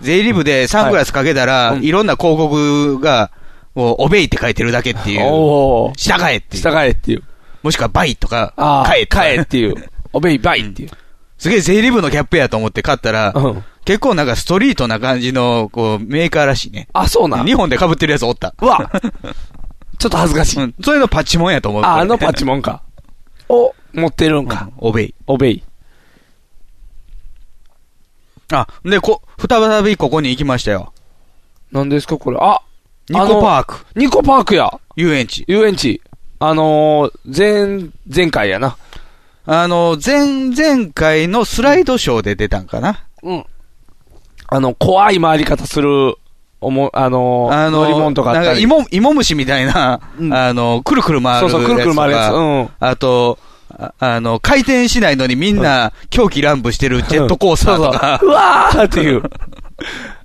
S3: ゼイリブでサングラスかけたら、い、ろんな広告が、もう、オベイって書いてるだけっていう。
S2: お
S3: 従えっていう。従
S2: えっていう。
S3: もしくは、バイとか、
S2: あー
S3: 買えとか
S2: 買えっていう。オベイバイっていう。
S3: すげえゼイリブのキャップやと思って買ったら、結構なんかストリートな感じの、こう、メーカーらしいね。
S2: あ、そうなん
S3: 日本で被ってるやつおった。
S2: わちょっと恥ずかしい。
S3: うん、そういうのパチモンやと思う。
S2: あ、あのパチモンか。を持ってるんか。
S3: オベイ。
S2: オベイ。
S3: あ、で、こ、再びここに行きましたよ。
S2: 何ですかこれ。あ
S3: ニコパーク。
S2: ニコパークや。
S3: 遊園地。
S2: 遊園地。あのー、前、前回やな。
S3: あの、前、前回のスライドショーで出たんかな。
S2: うん。あの、怖い回り方する、おも、あのー、
S3: あの、
S2: 乗り物とかあ
S3: な
S2: っ
S3: ん
S2: た
S3: か
S2: り。
S3: 芋、芋虫みたいな、あの、くるくる回る
S2: そうそうくるくる回るやつ
S3: とか
S2: うん
S3: あと、ああの、回転しないのにみんな、狂気乱舞してるジェットコースターとか。
S2: うわーっていう。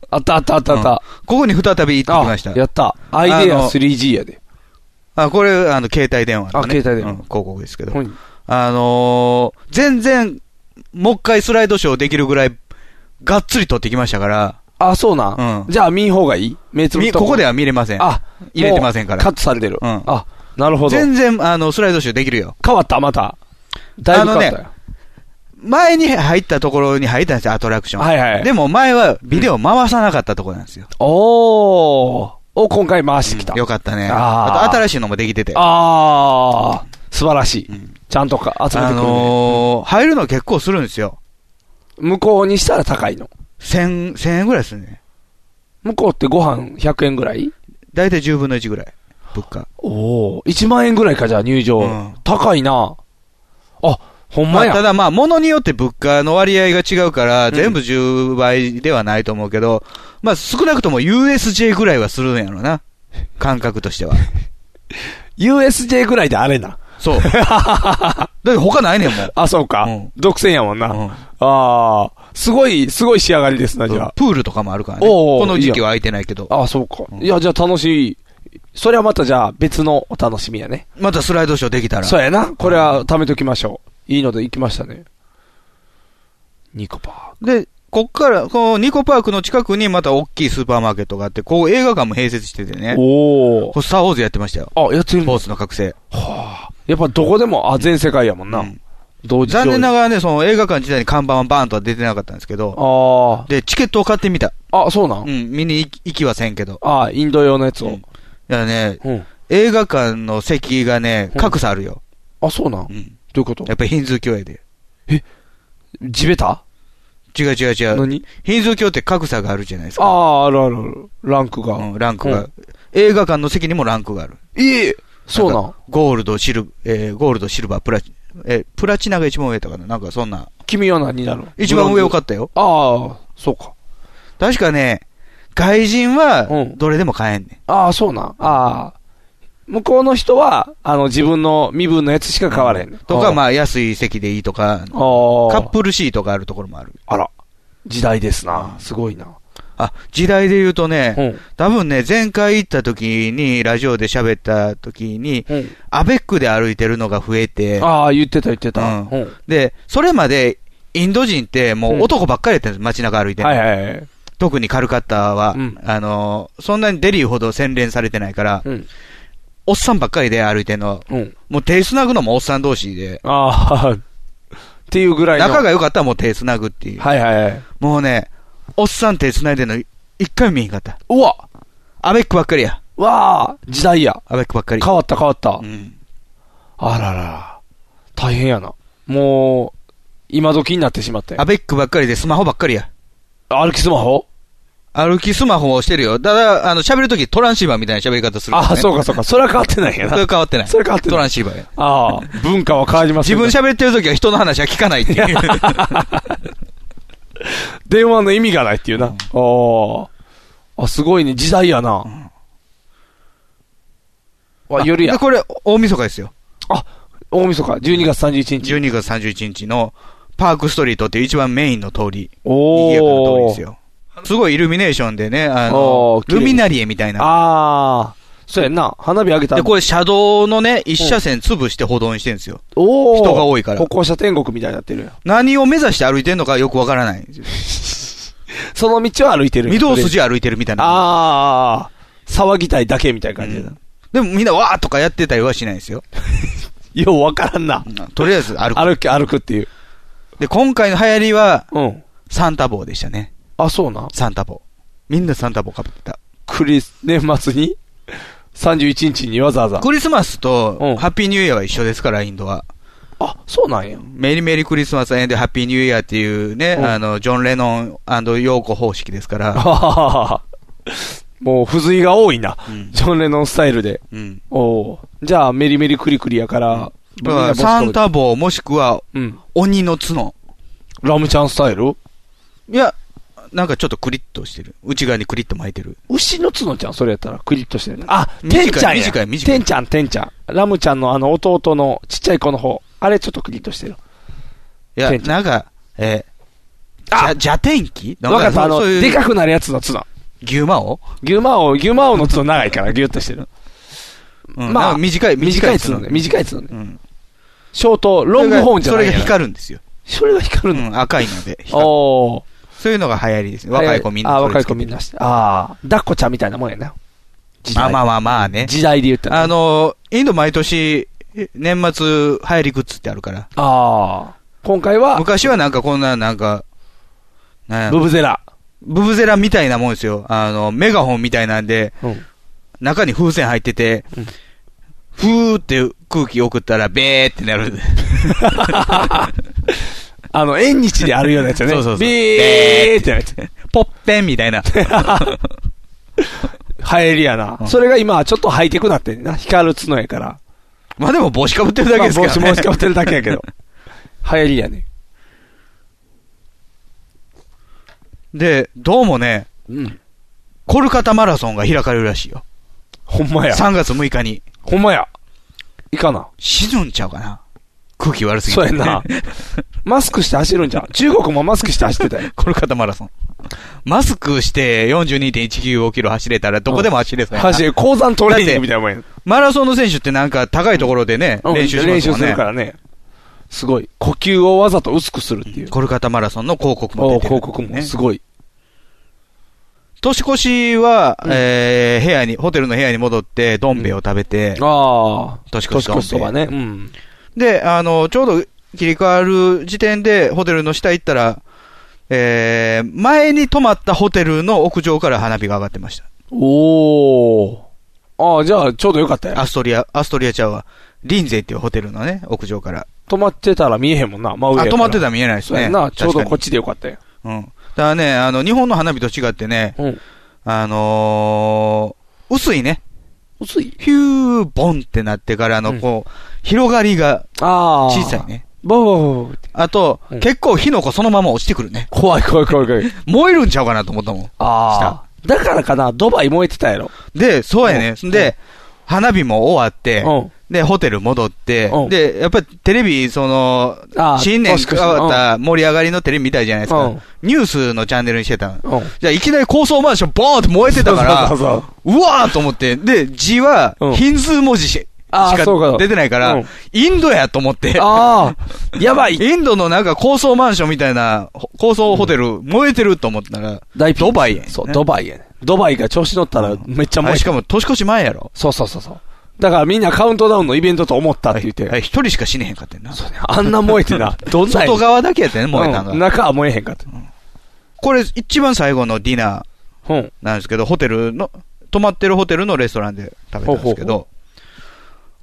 S2: あったあったあったあった。
S3: ここに再び行ってきました。
S2: やった。アイデア 3G やで。
S3: あ、これ、あの、携帯電話の、ね。
S2: あ携帯電話
S3: うん広告ですけど。
S2: はい
S3: あのー全然、もう一回スライドショーできるぐらい、がっつり撮ってきましたから。
S2: あ、そうなん。じゃあ見ん方がいい目つぶっ
S3: み
S2: と
S3: ここでは見れません。
S2: あ、
S3: 入れてませんから。
S2: もうカットされてる。
S3: うん
S2: あ、なるほど。
S3: 全然、あの、スライドショーできるよ。
S2: 変わった、また。だいぶ変わったよ。
S3: 前に入ったところに入ったんですよ、アトラクション。
S2: はいはい
S3: でも前はビデオ回さなかったところなんですよ。
S2: おー。を今回回してきた。
S3: よかったね。
S2: あ
S3: あ
S2: ー
S3: と新しいのもできてて。
S2: あー。素晴らしい。ちゃんとか集め
S3: あ
S2: てくる、ね
S3: のー入るの結構するんですよ。
S2: 向こうにしたら高いの。
S3: 1000、1000円ぐらいですね。
S2: 向こうってご飯100円ぐらい
S3: だいたい10分の1ぐらい。物価。
S2: おお1万円ぐらいか、じゃあ入場。高いな。あ、ほん
S3: ま
S2: ま
S3: あ、
S2: や。
S3: ただまあ、物によって物価の割合が違うから、全部10倍ではないと思うけど、まあ、少なくとも USJ ぐらいはするんやろな。感覚としては。
S2: USJ ぐらいであれな。
S3: そう。だって他ないねんもん。
S2: あ、そうか。独占やもんな。ああ、すごい、すごい仕上がりですな、じゃあ。
S3: プールとかもあるからね。
S2: おー
S3: この時期は空いてないけど。
S2: あ、そうか。いや、じゃあ楽しい。それはまたじゃあ別のお楽しみやね。
S3: またスライドショーできたら。
S2: そうやな。これは貯めときましょう。いいので行きましたね。ニコパ
S3: で、こっから、このニコパークの近くにまた大きいスーパーマーケットがあって、こう映画館も併設しててね。
S2: お
S3: これスターウォーズやってましたよ。
S2: あ、やってる
S3: スポーツの覚醒。
S2: やっぱどこでも、あ、全世界やもんな。同時上映
S3: 残念ながらね、その映画館自体に看板はバーンとは出てなかったんですけど。
S2: あ
S3: で、チケットを買ってみた。
S2: あ、そうなん
S3: うん、見に行き行きはせんけど。
S2: ああ、インド用のやつを。
S3: だからね、映画館の席がね、格差あるよ。
S2: あ、そうなん、どういうこと
S3: やっぱりヒンズー教やで。
S2: 地べた
S3: 違う違う違う。
S2: 何
S3: ヒンズー教って格差があるじゃないですか。
S2: ああ、あるあるある。ランクが。
S3: うん、ランクが、
S2: うん
S3: 映画館の席にもランクがある。
S2: ええそうなん
S3: なんかゴールド、シル、えーゴールド、シルバー、プラチ、えープラチナが一番上だったかななんかそんな。
S2: 君は何になるの
S3: 一番上良かったよ。
S2: ああ、そうか。
S3: 確かね、外人は、どれでも買えんね、
S2: ああ、そうなんああ。向こうの人は、あの、自分の身分のやつしか買われへん。
S3: ん。とか、ま
S2: あ
S3: あ、安い席でいいとか、カ
S2: ー
S3: ップルシートがあるところもある。
S2: あら、時代ですな。すごいな。
S3: あ、時代で言うとね、多分ね、前回行った時に、ラジオで喋った時に、アベックで歩いてるのが増えて、
S2: ああ、言ってた言ってた。
S3: うん
S2: うん
S3: で、それまで、インド人ってもう男ばっかりやったんです、街中歩いてる、
S2: はいはいはい。
S3: 特にカルカッタは、あのー、そんなにデリーほど洗練されてないから、おっさんばっかりで歩いてんの、もう手繋ぐのもおっさん同士で、
S2: ああ、っていうぐらいの。
S3: 仲が良かったらもう手繋ぐっていう。
S2: はいはいはい。
S3: もうね、おっさん手繋いでんの一回も見えんかった。
S2: うわ
S3: アベックばっかりや。
S2: わあ、時代や。
S3: アベックばっかり。
S2: 変わった変わった。
S3: ん
S2: あららら。大変やな。もう、今時になってしまって。
S3: アベックばっかりでスマホばっかりや。
S2: 歩きスマホ
S3: 歩きスマホをしてるよ。ただ、あの、喋るときトランシーバーみたいな喋り方する、
S2: あそうかそうかそれは変わってないやな
S3: それは変わってない。
S2: それ変わってない
S3: トランシーバーや。
S2: ああ、文化は変わります
S3: 自
S2: よね
S3: 分喋ってるときは人の話は聞かないって いう。
S2: 電話の意味がないっていうな。ああ。あ、すごいね。時代やな。わ、夜や
S3: で、。これ、大晦日ですよ。
S2: あ、大晦日、12月31日。
S3: 12月31日の、パークストリートっていう一番メインの通り。
S2: お
S3: 賑やかな通りですよ。すごいイルミネーションでね、あの
S2: お、ー綺麗
S3: ルミナリエみたいな。
S2: ああ、そうやんな。花火上げた
S3: で、これ車道のね、一車線潰して歩道にしてるんですよ。
S2: おー
S3: 人が多いから
S2: 歩行者天国みたいになってるやん
S3: 何を目指して歩いてんのかよくわからない。
S2: その道は歩いてる。
S3: 御堂筋歩いてるみたいな。
S2: ああ、騒ぎたいだけみたいな感じだ。
S3: でもみんなわーとかやってたりはしないですよ。
S2: ようわからんな。
S3: とりあえず歩く。
S2: 歩く、歩くっていう。
S3: で、今回の流行りは、
S2: うん。
S3: サンタ帽でしたね。
S2: あ、そうな。
S3: サンタ帽。みんなサンタ帽かぶってた。
S2: クリス、年末に ?31 日にわざわざ。
S3: クリスマスと、ハッピーニューイヤーは一緒ですから、インドは。
S2: あ、そうなんや。
S3: メリーメリークリスマスエンでハッピーニューイヤーっていうね、
S2: うん
S3: あの、ジョン・レノンヨーコ方式ですから。
S2: あもう、付随が多いな。ジョン・レノンスタイルで。
S3: うん
S2: おうじゃあ、メリメリクリクリやから、
S3: だからサンタ帽もしくは、
S2: うん
S3: 鬼の角。
S2: ラムちゃんスタイル
S3: いや、なんかちょっとクリッとしてる。内側にクリッと巻いてる。
S2: 牛の角ちゃん、それやったら、クリッとしてるね。あ、
S3: 短
S2: て
S3: い
S2: んちゃんや。
S3: 短い
S2: てんちゃん、てんちゃん。ラムちゃんのあの、弟のちっちゃい子の方。あれ、ちょっとクリッとしてる。
S3: いや、
S2: 天気
S3: なんか、えー、じゃ、邪天気
S2: わかった、あの、でかくなるやつの角。
S3: 牛魔王
S2: 牛魔王、牛魔王の角長いから、ギュッとしてる。
S3: うんなんか短い
S2: 短い
S3: 短い角
S2: 角ね。短い角ね。
S3: ん
S2: ショート、ロングホーンじゃ
S3: そ
S2: ない
S3: れ
S2: や
S3: が
S2: な
S3: 光るんですよ。
S2: それが光
S3: るの、うん、赤いので光る。
S2: おー。
S3: そういうのが流行りですね。若い子みんな。
S2: あ、若い子みんなして。ああ、抱っこちゃんみたいなもんやな。時
S3: まあ
S2: 代
S3: まあまあまあね。
S2: 時代で言ったら。
S3: あの、インド毎年、年末、流行りグッズってあるから。
S2: ああ。今回は、
S3: 昔はなんかこんな、なんか、なんや
S2: ブブゼラ。
S3: ブブゼラみたいなもんですよ。あの、メガホンみたいなんで、 中に風船入ってて、ふーって空気送ったら、べーってな る。
S2: あの、縁日であるようなやつよね。
S3: そうそうそう
S2: ビーってなやつ。
S3: ポッペンみ たいな。
S2: 流行りやな。それが今はちょっとハイテクなってんな。光る角やから。
S3: まあでも帽子かぶってるだけですけどね
S2: まあ帽子帽子かぶってるだけや けど。流行りやね。
S3: で、どうもね、
S2: うん。
S3: コルカタマラソンが開かれるらしいよ。
S2: ほんまや。
S3: 3月6日に。
S2: ほんまや。いかな。
S3: 死ぬんちゃうかな。空気悪すぎて。
S2: そうや な。マスクして走るんじゃん。中国もマスクして走ってたよ。
S3: コルカタマラソン。マスクして42.195キロ走れたらどこでも走れそうやな
S2: 走る。鉱山トレーニングみたいなもんや。
S3: マラソンの選手ってなんか高いところでね、
S2: うん
S3: 練習しますもんね。
S2: 練習するからね。すごい。呼吸をわざと薄くするっていう。
S3: コルカタマラソンの広告も
S2: お
S3: 出
S2: う
S3: てる、
S2: 広告もすごい。
S3: 年越しは、えー、部屋に、ホテルの部屋に戻って、どん兵衛を食べて、
S2: ああ。
S3: 年越しどん兵衛
S2: 年そばね。うん。
S3: で、あの、ちょうど切り替わる時点で、ホテルの下行ったら、えー、前に泊まったホテルの屋上から花火が上がってました。
S2: おお。ああ、じゃあ、ちょうどよかったよ。
S3: アストリア、アストリアちゃうわ。リンゼイっていうホテルのね、屋上から。
S2: 止まってたら見えへんもんな。
S3: あ、
S2: 真上やから
S3: 泊まってたら見えないです
S2: そう
S3: ね。
S2: やな。ちょうどこっ
S3: ち。
S2: ちでよかったよ。
S3: うん。だからね、あの、日本の花火と違ってね、
S2: うん
S3: あのー、薄いね。
S2: 薄い
S3: ヒューボンってなってからの、こう、広がりが
S2: ああ。
S3: 小さいね。
S2: ボー。
S3: あと、
S2: うん
S3: 結構火の粉そのまま落ちてくるね。
S2: 怖い怖い怖い怖い。
S3: 燃えるんちゃうかなと思ったもん。
S2: ああ。だからかな、ドバイ燃えてたやろ。
S3: で、そうやね。
S2: うん
S3: で、花火も終わって
S2: うん、
S3: で、ホテル戻って
S2: う、ん
S3: で、やっぱりテレビ、その
S2: あ、ー
S3: 新年
S2: 年越
S3: 変
S2: し
S3: わった盛り上がりのテレビみたいじゃないです
S2: う
S3: か
S2: ん。
S3: ニュースのチャンネルにしてたの
S2: うん。
S3: じゃあ、いきなり高層マンションボーンって燃えてたから、
S2: そうそうそう
S3: うわーと思って、で、字は
S2: うん、
S3: ヒンズー文字しし
S2: あー
S3: か
S2: そうか
S3: 出てないか
S2: う
S3: ら
S2: ん、
S3: インドやと思って。
S2: ああ。やばい。
S3: インドのなんか高層マンションみたいな、ほ高層ホテル、燃えてると思ったら、
S2: 大ピンチ
S3: ドバイやね
S2: そう、ドバイやね。ドバイが調子乗ったらめっちゃ燃
S3: あ
S2: え
S3: してかも年越し前やろ。
S2: そうそうそうそう。だからみんなカウントダウンのイベントと思ったって言って。
S3: はい一人しか死ねへんかったよな。
S2: あんな燃えて な。どんな
S3: 外側だけやったよね、燃えたん
S2: うん
S3: が。
S2: 中は燃えへんかった。
S3: これ、一番最後のディナ
S2: ほん
S3: ー。なんですけど、ホテルの、泊まってるホテルのレストランで食べたんですけ
S2: ほうほう
S3: ど、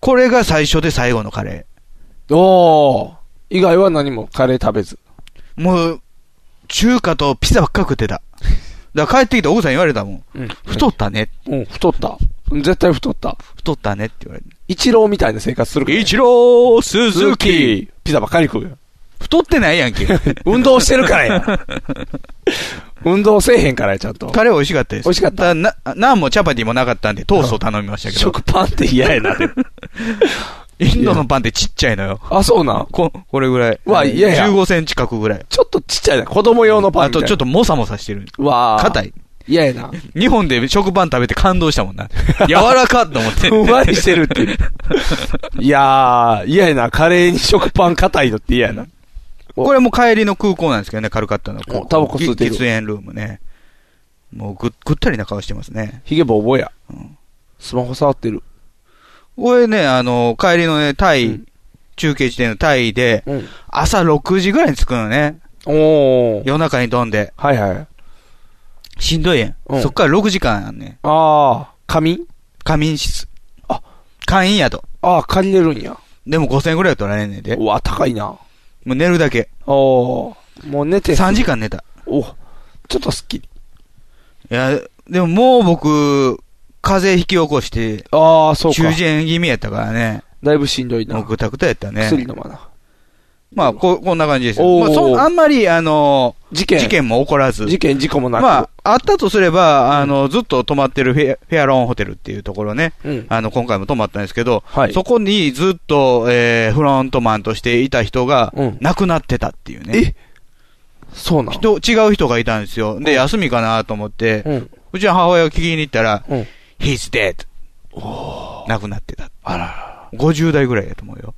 S3: これが最初で最後のカレ
S2: おー。以外は何もカレー食べず。
S3: もう、中華とピザばっか食ってた。だから帰ってきて奥さんに言われたもん。太ったね。
S2: うん、太った。絶対太った。
S3: 太ったねって言われて。
S2: 一郎みたいな生活するから。
S3: 一郎鈴木
S2: ピザばっかり食うよ。
S3: 太ってないやん け。
S2: 運動してるから や。運動せえへんからや、ちゃんと。
S3: カレー美味しかったです。美味しかった。な、なんもチャパティもなかったんで、トースト頼みましたけど。食
S2: パンって嫌 やな、でも
S3: インドのパンってちっちゃいのよ。
S2: あ、そうなん
S3: こ、これぐらい。
S2: うわ嫌や
S3: 15センチ角ぐらい。
S2: ちょっとちっちゃいな。子供用のパン
S3: あ
S2: みた
S3: と
S2: いな。
S3: ちょっともさもさしてる。
S2: わあ。
S3: 硬い。
S2: 嫌やな。
S3: 日本で食パン食べて感動したもんな。柔らかっと思って。
S2: ふん わりしてるっていう。いやー、嫌やな。カレーに食パン硬いのって嫌やな。
S3: これも帰りの空港なんですけどね、カルカッタの空港。
S2: おタバコ吸ってる
S3: 喫煙ルームね。もうぐぐったりな顔してますね。
S2: ヒゲボボや。スマホ触ってる。
S3: これね、あの、帰りのね、タイ、中継地点のタイで、朝6時ぐらいに着くのね。夜中に飛んで。
S2: はいはい。
S3: しんどいやん。
S2: うん
S3: そっから6時間あんね
S2: ああ、仮眠
S3: 仮眠室。あ、会員やと。
S2: ああ、借りれるんや。
S3: でも5000円ぐらいは取られんねんで。
S2: うわ、高いな。も
S3: う寝るだけ。
S2: おもう寝て。
S3: 3時間寝た。
S2: おちょっとすっきり。
S3: いや、でももう僕、風邪引き起こして、
S2: ああ、そうか
S3: 中耳炎気味やったからね。
S2: だいぶしんどいな。
S3: もうぐたぐたやったね。
S2: 薬飲まな。
S3: まあ、こ、こんな感じですよ。
S2: おー
S3: まあ、そんあんまり、あの、
S2: 事件
S3: 事件も起こらず。
S2: 事件、事故もなく。
S3: まあ、あったとすれば、あの、ずっと泊まってるフェアフェアローンホテルっていうところね、
S2: うん
S3: あの、今回も泊まったんですけど、
S2: はい
S3: そこにずっと、えー、フロントマンとしていた人が、亡くなってたっていうね。
S2: そうな
S3: 人、違う人がいたんですよ。で、休みかなと思って、うちの母親が聞きに行ったら、He's dead. 亡くなってた。あら50代ぐらいだと思うよ。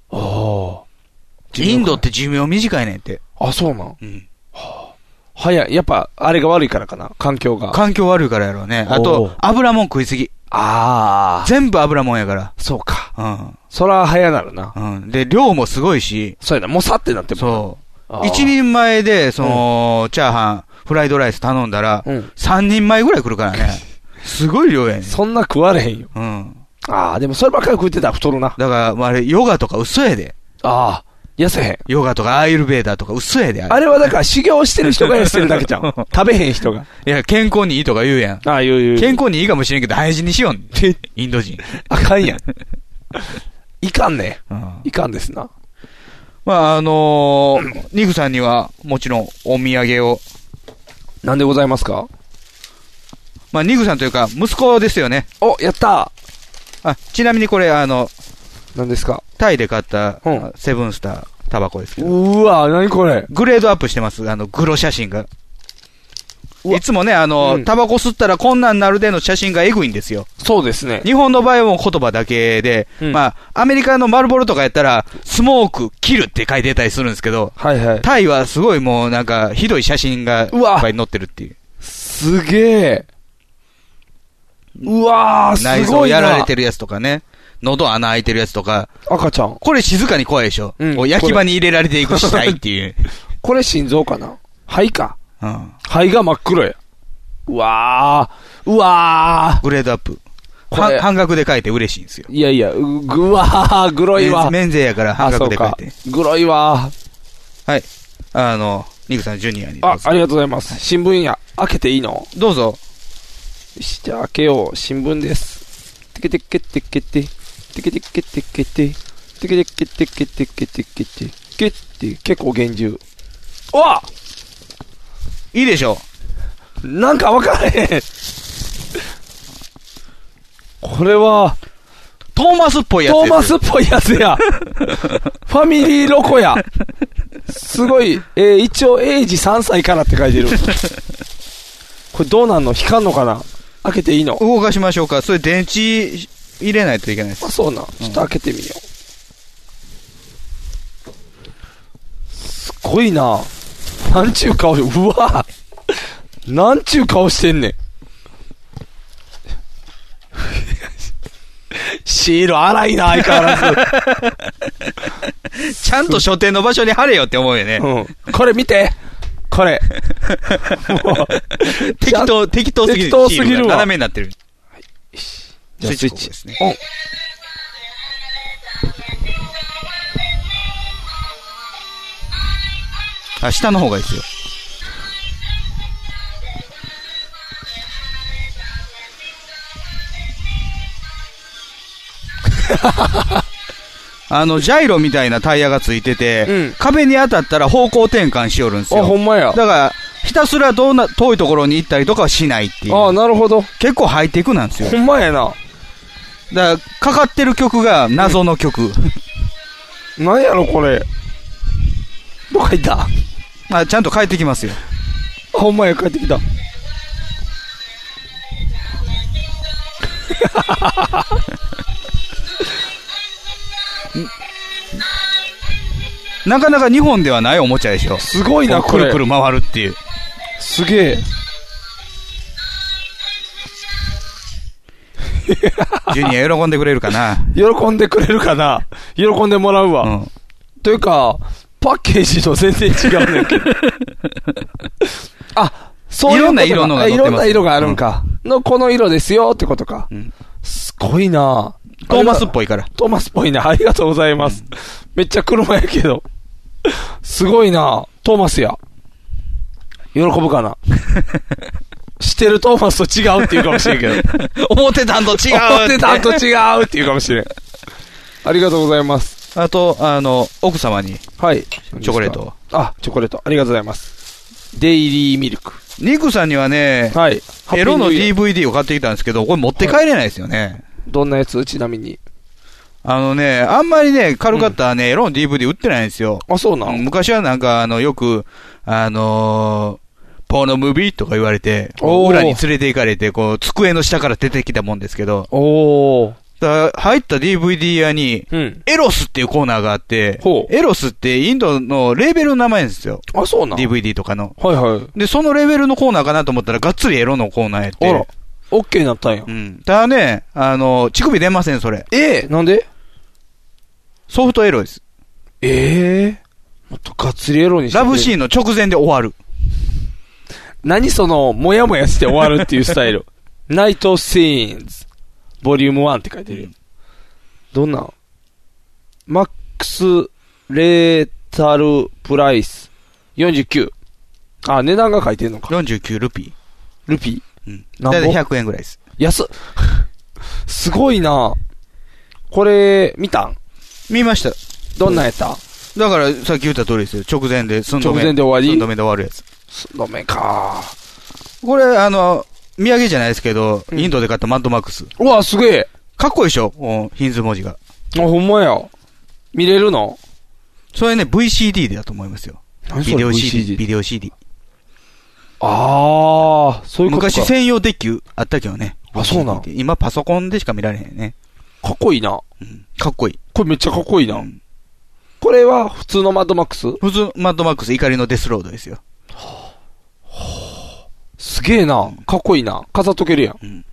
S3: インドって寿命短いねんって。
S2: あ、そうなん
S3: うん。
S2: 早い。やっぱ、あれが悪いからかな。環境が。
S3: 環境悪いからやろうね。あ
S2: お
S3: と
S2: う、
S3: 油もん食いすぎ。
S2: ああ。
S3: 全部油もんやから。
S2: そうか。
S3: うん。
S2: そら早なるな。
S3: うん。で、量もすごいし。
S2: そうやな、もさってなって
S3: も
S2: そ
S3: そう。一人前で、その、チャーハン、フライドライス頼んだら、三人前ぐらい来るからね。 すごい量やねん。
S2: そんな食われへんよ。
S3: うん。
S2: ああ、でもそればっかり食ってたら太るな。
S3: だから、まああれ、ヨガとか嘘やで。
S2: ああ、痩せへん。
S3: ヨガとかアーユルベーダーとか嘘やで、
S2: あれはだから修行してる人が痩せてるだけ じゃん。食べへん人が。
S3: いや、健康にいいとか言うやん。
S2: ああ、言う言う。
S3: 健康にいいかもしれんけど、大事にしよ う、ね、インド人。
S2: あかんやん。 いかんね。いかんですな。
S3: まあ、あのー、ニクさんには、もちろん、お土産を。
S2: なんでございますか
S3: まあ、ニクさんというか、息子ですよね。
S2: お、やった
S3: あ、ちなみにこれ、あの、
S2: 何ですか
S3: タイで買った、セブンスター、タバコですけど。
S2: うわ、何これ。
S3: グレードアップしてます、あの、グロ写真が。いつもね、あの、タバコ吸ったらこんなんなるでの写真がエグいんですよ。
S2: そうですね。
S3: 日本の場合はもう言葉だけで、まあ、アメリカのマルボロとかやったら、スモーク、切るって書いてたりするんですけど、タイはすごいもうなんか、ひどい写真がいっぱい載ってるっていう。
S2: すげえ。うわー、すごい
S3: 内
S2: な。
S3: 臓やられてるやつとかね、喉穴開いてるやつとか、
S2: 赤ちゃん。
S3: これ静かに怖いでしょ。こう焼き場に入れられていく死体っていう。
S2: これ心臓かな肺か。
S3: うん。
S2: 肺が真っ黒や。うわー、うわー。
S3: グレードアップ。
S2: これ
S3: 半半額で書いて嬉しいんですよ。
S2: いやいや、うぐわー、グロいわ。
S3: 免免税やから半額で書い
S2: あ
S3: て。
S2: そうかグロいわ。
S3: はい。あの、ニクさんジュニアに。
S2: あ、ありがとうございます。新聞や。開けていいの
S3: どうぞ。よ
S2: し、じゃあ開けよう。新聞です。てけてけてけて。てけてけてけて。てけてけてけてけてけて。けって、結構厳重。うわ
S3: いいでしょ
S2: なんか分からへん。これは、
S3: トーマスっぽいやつ
S2: ト
S3: です
S2: ーマスっぽいやつ や。ファミリーロコや。すごい。えー一応、エイジ3歳からって書いてる。これどうなんの光んのかな開けていいの
S3: 動かしましょうか。それ電池入れないといけないです。
S2: あ、そうなん。ちょっと開けてみよう。すごいな。なんちゅう顔し、うわなんちゅう顔してんねん。 シール荒いな、相変わらず。
S3: ちゃんと書店の場所に貼れよって思うよね。
S2: うん。これ見てこれ。もう
S3: 適当、適当すぎる。
S2: 適当すぎ
S3: シール
S2: る
S3: が
S2: わ。
S3: 斜めになってる。
S2: じゃあスイッチ
S3: ですね。
S2: オン
S3: あ、下の方がいいですよ。 あの、ジャイロみたいなタイヤがついてて、壁に当たったら方向転換しよるんですよ。
S2: あほんまや
S3: だから、ひたすらどんな遠いところに行ったりとかはしないっていう。あ
S2: なるほど。
S3: 結構ハイテクなんですよ。ほ
S2: んまやな。
S3: だから、かかってる曲が謎の曲。
S2: なんやろ、これ。どこ行った
S3: あ、ちゃんと帰ってきますよ。
S2: ほんまや、帰ってきた。
S3: なかなか日本ではないおもちゃでしょ。す
S2: ごいなこれ
S3: くるくる回るっていう。
S2: すげえ。
S3: ジュニア喜んでくれるかな
S2: 喜んでくれるかな喜んでもらうわ。というか、パッケージと全然違うねん けど。あ、そういうことか
S3: いろんな色のが
S2: あ
S3: 載ってます
S2: いろんな色があるんか。の、この色ですよってことか。すごいな
S3: トーマスっぽいから。
S2: トーマスっぽいな。ありがとうございます。めっちゃ車やけど。すごいなトーマスや。喜ぶ かなしてるトーマスと違うって言うかもしれんけど。
S3: 思ってたん と違う
S2: 思ってたんと違うって言うかもしれん。ありがとうございます。
S3: あと、あの、奥様に。
S2: はい。チ
S3: ョコレート。
S2: あ、チョコレート。ありがとうございます。デイリーミルク。
S3: ニクさんにはね、エロの DVD を買ってきたんですけど、これ持って帰れないですよね。
S2: どんなやつちなみに。
S3: あのね、あんまりね、軽かったらね、エロの DVD 売ってないんですよ。
S2: あ、そうなん
S3: 昔はなんか、あの、よく、あのーポーノムービーとか言われて、
S2: おー
S3: 裏に連れて行かれて、こう、机の下から出てきたもんですけど、
S2: おー。
S3: だから入った DVD 屋に、エロスっていうコーナーがあって、エロスってインドのレーベルの名前ですよ。
S2: あ、そうなん
S3: ?DVD とかの。
S2: はいはい。
S3: で、そのレベルのコーナーかなと思ったら、がっつりエロのコーナーやって。
S2: あら、OK になったんや。
S3: うん。ただね、あの、乳首出ません、それ。
S2: ええなんで
S3: ソフトエロです。
S2: ええもっとがっつりエロにして
S3: ラブシーンの直前で終わる。
S2: 何その、もやもやして終わるっていうスタイル。 ナイトシーンズ、ボリューム1って書いてるよ。どんなんマックス・レータル・プライス、49。あ、値段が書いてんのか。
S3: 49ルピ
S2: ー。ルピー。
S3: うん。
S2: なんぼ
S3: だいたい100円ぐらいです。
S2: 安っ すごいなこれ、見たん
S3: 見ました。
S2: どんなんやった
S3: だから、さっき言った通りですよ。直前で、寸止め。
S2: 直前で終わり
S3: 寸止めで終わるやつ。
S2: 寸止めか
S3: これ、あの、土産じゃないですけど、インドで買ったマッドマックス。
S2: うわ、すげえ。
S3: かっこいいでしょこうヒンズー文字が。
S2: あ、ほんまや。見れるの
S3: それね、VCD だと思いますよ。
S2: 何それ
S3: ビデオ
S2: VCD
S3: CD。ビデオ CD。
S2: ああ、そういうことか。
S3: 昔専用デッキあったけどね。
S2: あそうなん
S3: VCD って今パソコンでしか見られへんね。
S2: かっこいいな。
S3: かっこいい。
S2: これめっちゃかっこいいな。これは普通のマッドマックス
S3: 普通、マッドマックス怒りのデスロードですよ。
S2: すげえな。かっこいいな。飾っとけるやん。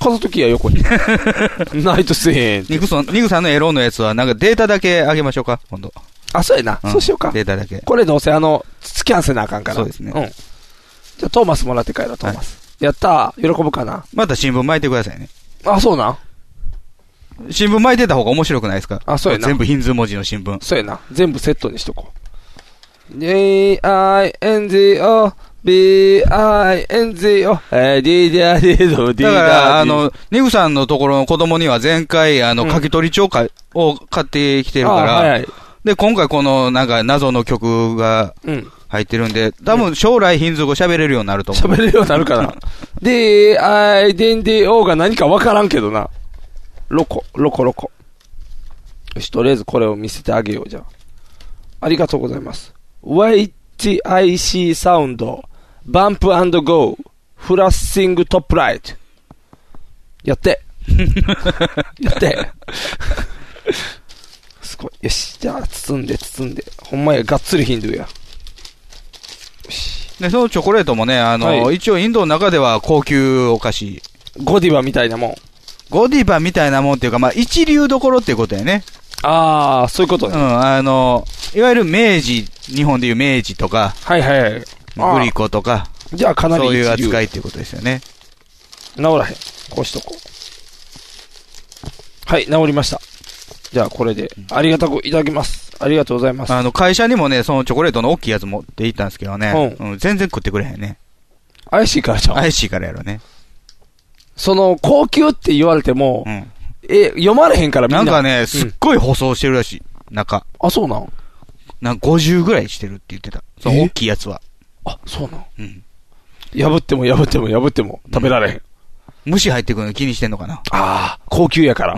S2: 飾っとき や、横に。ナイトせえへん。
S3: ニクソン、ニクさんのエロのやつは、なんかデータだけあげましょうか、今度。
S2: あ、そうやな。そうしようか。
S3: データだけ。
S2: これどうせあの、スキャンせなあかんから。
S3: そうですね
S2: ん。じゃあトーマスもらって帰ろう、トーマス。やったー。喜ぶかな。
S3: また新聞巻いてくださいね。
S2: あ、そうなん
S3: 新聞巻いてた方が面白くないですか
S2: あそうやな
S3: 全部ヒンズー文字の新聞。
S2: そうやな。全部セットにしとこう。J-I-N-Z-O B-I-N-Z-O えー D-D-D-D-D-D-D
S3: だから、あの、ニグさんのところの子供には前回、あの、書き取り帳かを買ってきてるか
S2: あはいは
S3: ら
S2: い、
S3: で、今回この、なんか、謎の曲が
S2: うん
S3: 入ってるんで、多分将来ヒンズー語喋れるようになると思う。
S2: 喋れるようになるかな。で、あい、でんでおが何かわからんけどな。ロコ、ロコロコ。よし、とりあえずこれを見せてあげようじゃあ。ありがとうございます。YTIC サウンド、バンプゴー、フラッシングトップライト。やって。やって。すごい。よし、じゃあ包んで包んで。ほんまや、がっつりヒンドゥーや。
S3: で、そのチョコレートもね、あの、
S2: はい
S3: 一応インドの中では高級お菓子。
S2: ゴディバみたいなもん。
S3: ゴディバみたいなもんっていうか、まあ、一流どころっていうことやね。
S2: ああ、そういうこと
S3: ね。うん、あの、いわゆる明治、日本でいう明治とか、
S2: はいはいはい。
S3: グリコとか、
S2: じゃあかなり
S3: そういう
S2: 一流
S3: 扱いっていうことですよね。
S2: 治らへん。こうしとこう。はい、治りました。じゃあこれで、ありがたくいただきます。ありがとうございます。
S3: あの、会社にもね、そのチョコレートの大きいやつ持って行ったんですけどね。うん。全然食ってくれへんね。
S2: 怪しいからちゃう
S3: 怪しいからやろね。
S2: その、高級って言われても、え、読まれへんからみん
S3: な
S2: な。
S3: んかね、すっごい舗装してるらしい。中。
S2: あ、そうなん
S3: なんか50ぐらいしてるって言ってた。その大きいやつは。
S2: あ、そうなん
S3: うん。
S2: 破っても破っても破っても食べられへん。
S3: 虫入ってくるの気にしてんのかな
S2: ああ、高級やから。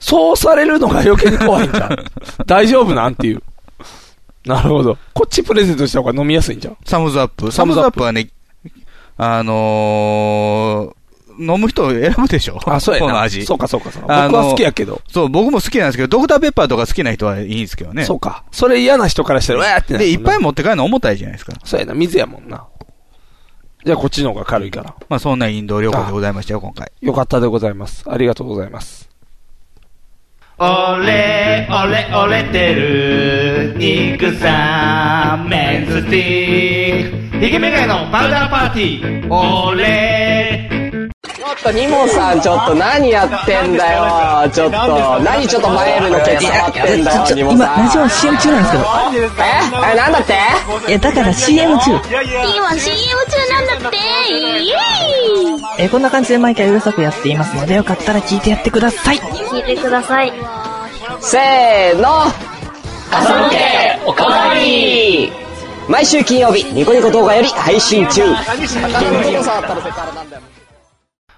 S2: そうされるのが余計に怖いんじゃん。大丈夫なんっていう。なるほど。こっちプレゼントした方が飲みやすいんじゃん。
S3: サムズアップ。サムズアップはね、あのー、飲む人を選ぶでしょ
S2: あそうやな
S3: この味。
S2: そうかそうかそうか僕は好きやけど。
S3: そう、僕も好きなんですけど、ドクターペッパーとか好きな人はいいんですけどね。
S2: そうか。それ嫌な人からしたら、うわーってなる
S3: で、い
S2: も
S3: っ
S2: んな
S3: ぱい持って帰るの重たいじゃないですか。
S2: そうやな、水やもんな。じゃあこっちの方が軽いから。
S3: まあそんなインド旅行でございましたよ、今回。
S2: よかったでございます。ありがとうございます。
S13: 折れ折れ折れてる肉さメンズティックひげメガネのパウダーパーティー折れ
S14: ちょっとニモさんちょっと何やってんだよちょっと何ちょっと前よりの毛触ってんだよニモ
S15: 今、
S14: さん
S15: ラジオ CM 中なんですけど。
S14: ええなんだって
S15: え、だから CM 中。
S12: いわ CM 中なんだってイエーイ
S15: え、こんな感じで毎回うるさくやっていますので、よかったら聞いてやってください。
S12: 聞いてください
S14: せーの朝向けおかわり毎週金曜日ニコニコ動画より配信中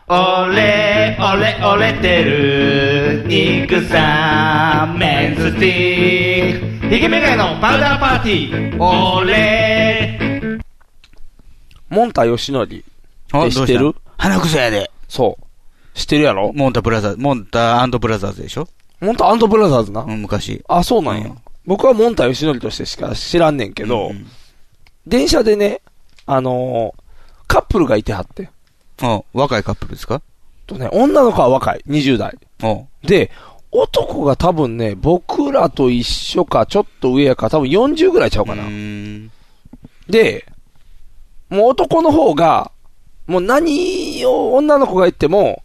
S13: 折れ折れ折れてる肉さメンズティックひげメガネのパウダーパーティー折れ
S2: モンタヨシノリ
S3: あ
S2: 知って
S3: どう
S2: る
S3: し鼻くそやで。
S2: そう。知ってるやろ
S3: モンタブラザーズ、モンタブラザーズでしょ
S2: モンタブラザーズな。
S3: 昔。
S2: あ、そうなんや。僕はモンタヨシノリとしてしか知らんねんけど、電車でね、あのーカップルがいてはって。
S3: うん。若いカップルですか
S2: とね、女の子は若い、20代。で、男が多分ね、僕らと一緒か、ちょっと上やか、多分40ぐらいちゃうかな。で、もう男の方が、もう何を女の子が言っても、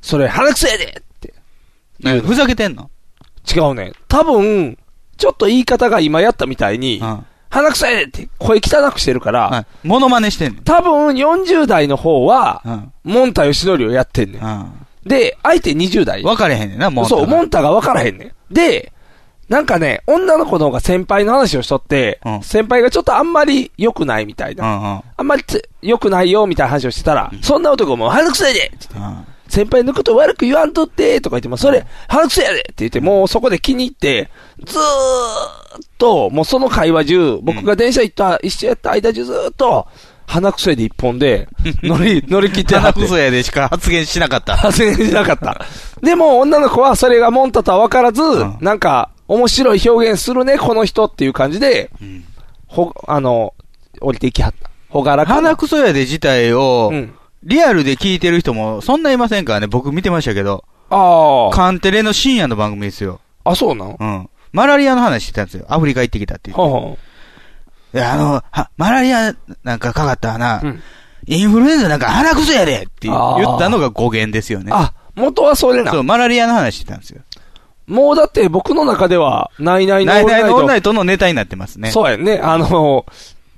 S2: それ腹くせえでって
S3: 言うの。ふざけてんの
S2: 違うね。多分、ちょっと言い方が今やったみたいに、鼻くさいって声汚くしてるから、
S3: モノマネしてんね
S2: 多分40代の方は、モンタヨシノリをやってんねん。で、相手20代。分
S3: かれへんねんな、
S2: モンタ。そう、モンタが分からへんねん。で、なんかね、女の子の方が先輩の話をしとって、先輩がちょっとあんまり良くないみたいな。あんまりつ良くないよみたいな話をしてたら、そんな男も鼻くさいでって言って先輩のこと悪く言わんとってとか言っても、それ、鼻くせやでって言って、もうそこで気に入って、ずーっと、もうその会話中、僕が電車行った、一緒やった間中ずーっと、鼻くそやで一本で、 乗り、乗り切って
S3: 鼻くそやでしか発言しなかった。
S2: 発言しなかった。でも、女の子はそれがモンタとは分からず、なんか、面白い表現するね、この人っていう感じで、ほ、あの、降りていきはった。ほがらかな。
S3: 鼻くそやで自体を、リアルで聞いてる人もそんないませんからね、僕見てましたけど。
S2: ああ。
S3: カンテレの深夜の番組ですよ。
S2: あ、そうなの
S3: うん。マラリアの話してたんですよ。アフリカ行ってきたって言って。いや、あの、はマラリアなんかかかったらな、インフルエンザなんか鼻くそやでって言ったのが語源ですよね。
S2: あ、元はそれな。
S3: そう、マラリアの話してたんですよ。
S2: もうだって僕の中では、ないないの
S3: ナイナイのオ
S2: オー
S3: ン
S2: ル
S3: ナ
S2: ナイ
S3: イトのネタになってます
S2: ト
S3: ね。
S2: そうやんね。あの、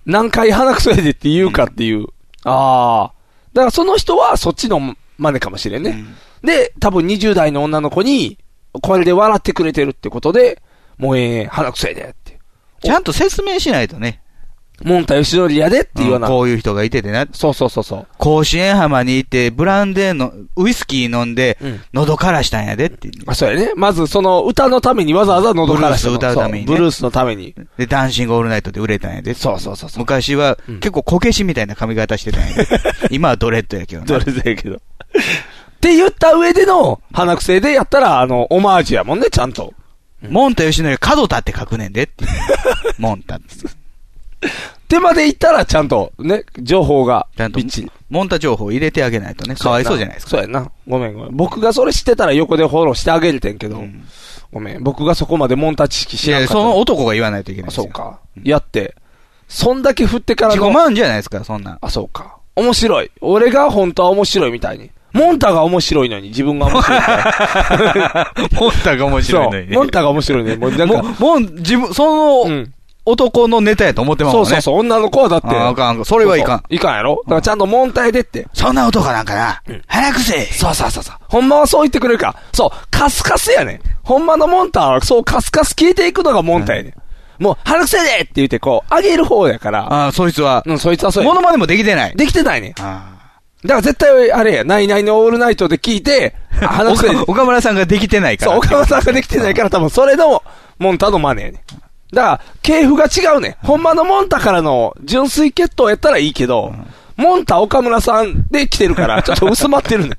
S2: 何回鼻くそやでって言うかっていう。ああ。だからその人はそっちの真似かもしれんね。で、多分20代の女の子に、これで笑ってくれてるってことで、もうええ、鼻くそやでって。
S3: ちゃんと説明しないとね。
S2: もんたよしのりやでっていうような。
S3: こういう人がいててな。
S2: そうそうそうそう。
S3: 甲子園浜に行って、ブランデーの、ウイスキー飲んで、喉からしたんやでって。
S2: あ、そうやね。まずその歌のためにわざわざ喉
S3: ブル
S2: か
S3: ー
S2: らし
S3: ス
S2: て
S3: 歌うために、
S2: そ
S3: ね。
S2: ブルースのために。
S3: で、ダンシングオールナイトで売れたんやで。
S2: そうそうそうそう。
S3: 昔は、結構こけしみたいな髪型してたんやで。 今はドレッドやけ どね。
S2: ドレッドやけど。って言った上での鼻くせでやったら、あの、オマージュやもんね、ちゃんと。
S3: モンタヨシノリ、角田って書くねんでっ ていう。モンタって。
S2: 手まで行ったら、ちゃんと、ね、情報が。
S3: ちゃんと、モンタ情報入れてあげないとね。かわいそうじゃないですか。
S2: そうやな。ごめんごめん。僕がそれ知ってたら横でフォローしてあげるてんけど。ごめん。僕がそこまでモンタ知識知らなかった。
S3: いやその男が言わないといけない
S2: あそうか。やって。そんだけ振ってからの。
S3: 自己満じゃないですか、そんな。
S2: あ、そうか。面白い。俺が本当は面白いみたいに。モンタが面白いのに、自分が面白いから。
S3: モンタが面白いのにね
S2: そうモンタが面白いのに。もうなんか、
S3: もう、自分、その、男のネタやと思ってまうも
S2: そ
S3: ん
S2: う
S3: ね。
S2: そうそう、女の子はだって。
S3: ああかんあかんそれはいかん
S2: そうそういかんやろだからちゃんとモンタへでって。
S3: そんな男なんかな、
S2: 早くせそうそうそうそう。ほんまはそう言ってくれるから。そう、カスカスやねん。ほんまのモンタは、そうカスカス消えていくのがモンタやねん。もう、早くせでって言ってこう、上げる方やから。
S3: ああ、そいつは。
S2: うん、そいつはそうや。
S3: モノマネもできてない。
S2: できてないねん。だから絶対、あれや、ナイナイのオールナイトで聞いて、 あ早くせ
S3: 岡岡村さんができてないから。
S2: そう、岡村さんができてないから多分それの、モンタのマネやねん。だから、系譜が違うねん。ほんまのモンタからの純粋決闘やったらいいけど、モンタ岡村さんで来てる から、ちょっと薄まってるねん。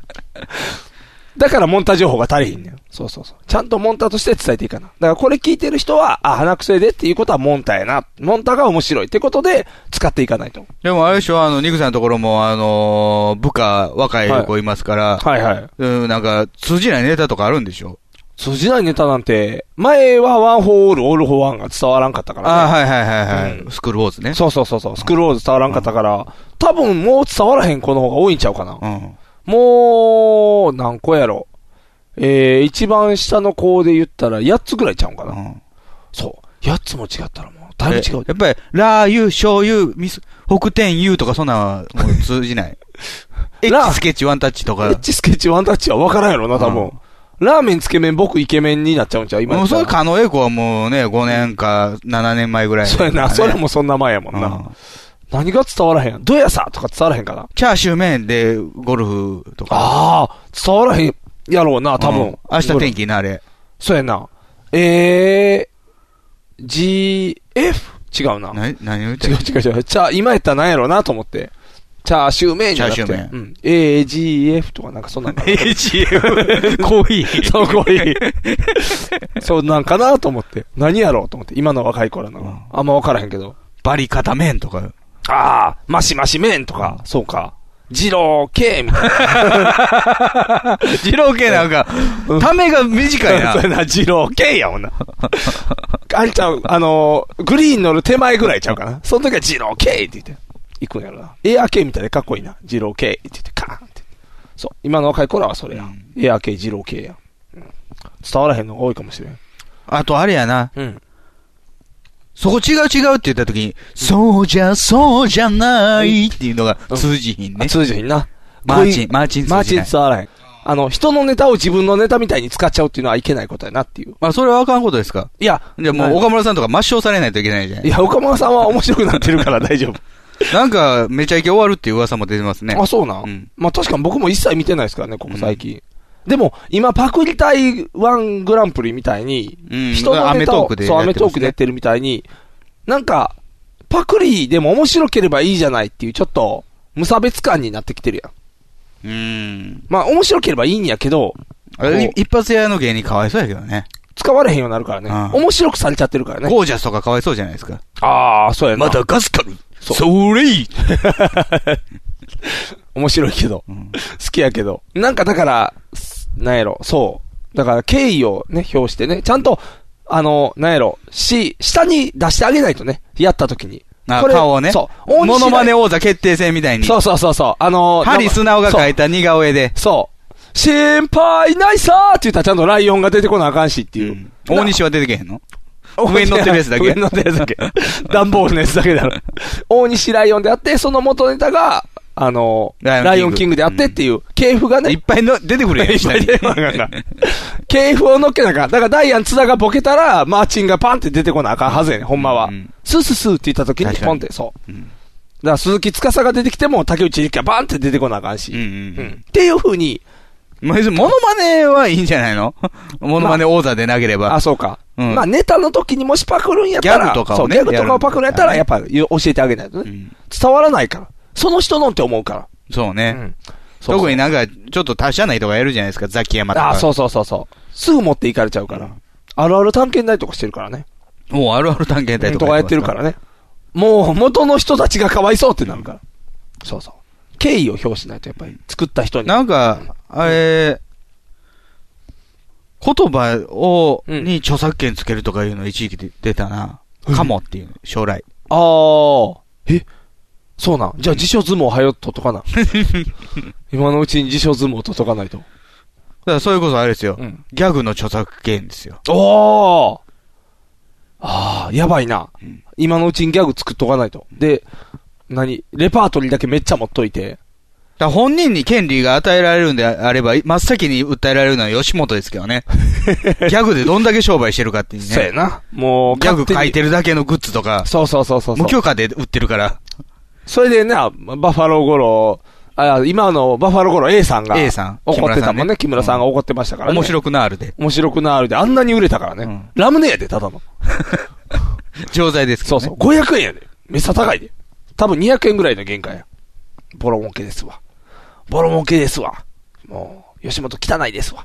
S2: だからモンタ情報が足りひんねん。そうそうそう。ちゃんとモンタとして伝えていいかな。だからこれ聞いてる人は、あ、鼻くせでっていうことはモンタやな。モンタが面白いってことで、使っていかないと。
S3: でもあれでしょ、あの、ニクさんのところも、あのー部下、若い子いますから、
S2: はいはい
S3: うん、なんか、通じないネタとかあるんでしょ
S2: 通じないネタなんて、前はワン・フォー・オール、オール・フォー・ワンが伝わらんかったから、
S3: ああ、はいはいはいはい、スクールウォーズね。
S2: そうそうそうそう、スクールウォーズ伝わらんかったから、多分もう伝わらへん子の方が多いんちゃうかな。もう、何個やろ。えー、一番下の子で言ったら8つぐらいちゃうんかな。そう。8つも違ったらもう、だいぶ違う。
S3: やっぱり、ラー油、醤油、ミス、北天油とかそんなんはもう通じ ない。エッチスケッチワンタッチとか。
S2: エッチスケッチワンタッチは分からんやろな、多分。ラーメン、つけ麺、僕イケメンになっちゃうんちゃう今
S3: も
S2: や
S3: う
S2: った
S3: そ
S2: ら
S3: れ、狩野英孝はもうね、5年か7年前ぐらい、
S2: そうやな、それもそんな前やもんな。何が伝わらへんどやさとか伝わらへんかな。
S3: チャーシュー麺でゴルフとか。
S2: ああ、伝わらへんやろうな、多分。
S3: うん明日天気な、あれ。
S2: そうやな。えー、GF? 違うな。
S3: 何、何を言って
S2: 違う違う違う。チャー、今やったら何やろうなと思って。チャーシューメンじゃなくて。
S3: チャーシュー
S2: うん。AGF とかなんかそんなんかな。
S3: AGF コーヒー
S2: そう、コーヒー。 そうなんかなと思って。何やろうと思って。今の若い子らの。あんま分からへんけど。
S3: バリカタ麺とか。
S2: ああ、マシマシ麺とか。そうか。二郎系みたいな。
S3: 二郎系なんか、ためが短いな
S2: そうやな、二郎系や もんな。あれちゃう、あのー、グリーン乗る手前ぐらいちゃうかな。その時は二郎系って言って、行くんやろな。エアー系みたいでかっこいいな。二郎系って言って、カーンって。そう、今の若い子らはそれや。エアー系、二郎系や。うん伝わらへんのが多いかもしれん。
S3: あとあれやな。
S2: うん。
S3: そこ違う違うって言った時に、そうじゃ、そうじゃないっていうのが通じひんね。
S2: 通じひんな。
S3: マーチン、マーチン
S2: マー
S3: 通じ
S2: チ
S3: な
S2: ン
S3: い。
S2: 伝わらへん。あの、人のネタを自分のネタみたいに使っちゃうっていうのはいけないことやなっていう。
S3: あ、それはあかんことですか
S2: いや、
S3: じゃあもう岡村さんとか抹消されないといけないじゃない
S2: いや、岡村さんは面白くなってるから大丈夫。
S3: なんか、めちゃイケ終わるっていう噂も出てますね。
S2: あ、そうなん、まあ確かに僕も一切見てないですからね、ここ最近。でも、今、パクリタイワングランプリみたいに、
S3: ん
S2: 人の
S3: アメ
S2: ネタ
S3: トー
S2: を
S3: ークでやって
S2: そう、
S3: ますね
S2: アメトークでやってるみたいに、なんか、パクリでも面白ければいいじゃないっていう、ちょっと、無差別感になってきてるやん。
S3: うん。
S2: まあ、面白ければいいんやけど、
S3: あれい一発屋の芸人かわいそうやけどね。
S2: 使われへんようになるからね。面白くされちゃってるからね。
S3: ゴージャスとかかわいそうじゃないですか。
S2: ああ、そうやな。
S3: またガスカル。それい
S2: 面白いけど、好きやけど。なんかだから、すなんやろ、そう。だから敬意をね、表してね、ちゃんと、あの、なんやろ、し、下に出してあげないとね、やった時に。
S3: あ
S2: これ
S3: 顔をね。
S2: そう。
S3: モノマネ
S2: を。
S3: 王座決定戦みたいに。
S2: そうそうそうそう。あのー、
S3: ハリー・スナオが
S2: そう
S3: 書いた似顔絵で。
S2: そう。心配ないさーって言ったらちゃんとライオンが出てこなあかんしっていう。
S3: 大西は出てけへんの 上に乗ってるやつだけ
S2: 上に乗ってるやつだけ。 段ボールのやつだ けだろ。大西ライオンであって、その元ネタが、あの、
S3: ライオンキング
S2: ライオンキングであってっていう、系譜がね。いっ
S3: ぱいの出てくるやん
S2: いっぱい出てこなあか んな系譜を乗っけなあかん。だからダイアン津田がボケたら、マーチンがパンって出てこなあかんはずやねん、ほんまは。スースースーって言った時に、
S3: 確かに
S2: ポンって、そう。だから鈴木司が出てきても、竹内力也バンって出てこなあかんし。うんっていう風に、
S3: まあ別にモノマネはいいんじゃないのモノマネ王座でなければ。あ、
S2: そうか。
S3: ん。
S2: まあネタの時にもしパクるんやったら、
S3: ギャグとかをね
S2: そう、ギャグとかをパクるんやったら、や
S3: や
S2: っぱよ教えてあげないとね、伝わらないから。その人のんって思うから。
S3: そうね。
S2: そうそう
S3: 特になんか、ちょっと達者な人がやるじゃないですか、ザキヤマとか。
S2: ああ、そうそうそうそう。すぐ持っていかれちゃうから。あるある探検隊とかしてるからね。
S3: もうあるある探検隊と
S2: と
S3: か
S2: かやってるからね。もう元の人たちがかわいそうってなるから。そうそう。敬意を表しないと、やっぱり。作った人に。
S3: なんか、あれ、言葉を、に著作権つけるとかいうの一時期で出たな。かもっていう、将来。
S2: ああ、え、そうなん。じゃあ辞書相撲はよっとっとか な。今のうちに辞書相撲とっとかないと。
S3: だからそれこそあれですよ。ギャグの著作権ですよ。
S2: おーああ、やばいな、今のうちにギャグ作っとかないと。で、何レパートリーだけめっちゃ持っといて。
S3: だから本人に権利が与えられるんであれば、真っ先に訴えられるのは吉本ですけど ね。ギャグでどんだけ商売してるかっていうね。
S2: そうやな。もう、
S3: ギャグ書いて
S2: る。
S3: るだけのグッズとか。
S2: そうそうそうそうそう
S3: 無許可で売ってるから。
S2: それでな、バファローゴロあ、今のバファローゴロ A さんが。
S3: A さん
S2: 怒ってたもんね。木
S3: 木
S2: 村さんが怒ってましたからね。
S3: 面白くなーるで。
S2: 面白くなーるで、あんなに売れたからね。ラムネやで、ただの。
S3: 錠剤ですけ
S2: そうそう。500円やで。めっちゃ高いで。多分200円ぐらいの限界や。ボロ儲けですわ。ボロ儲けですわ。もう、吉本汚いですわ。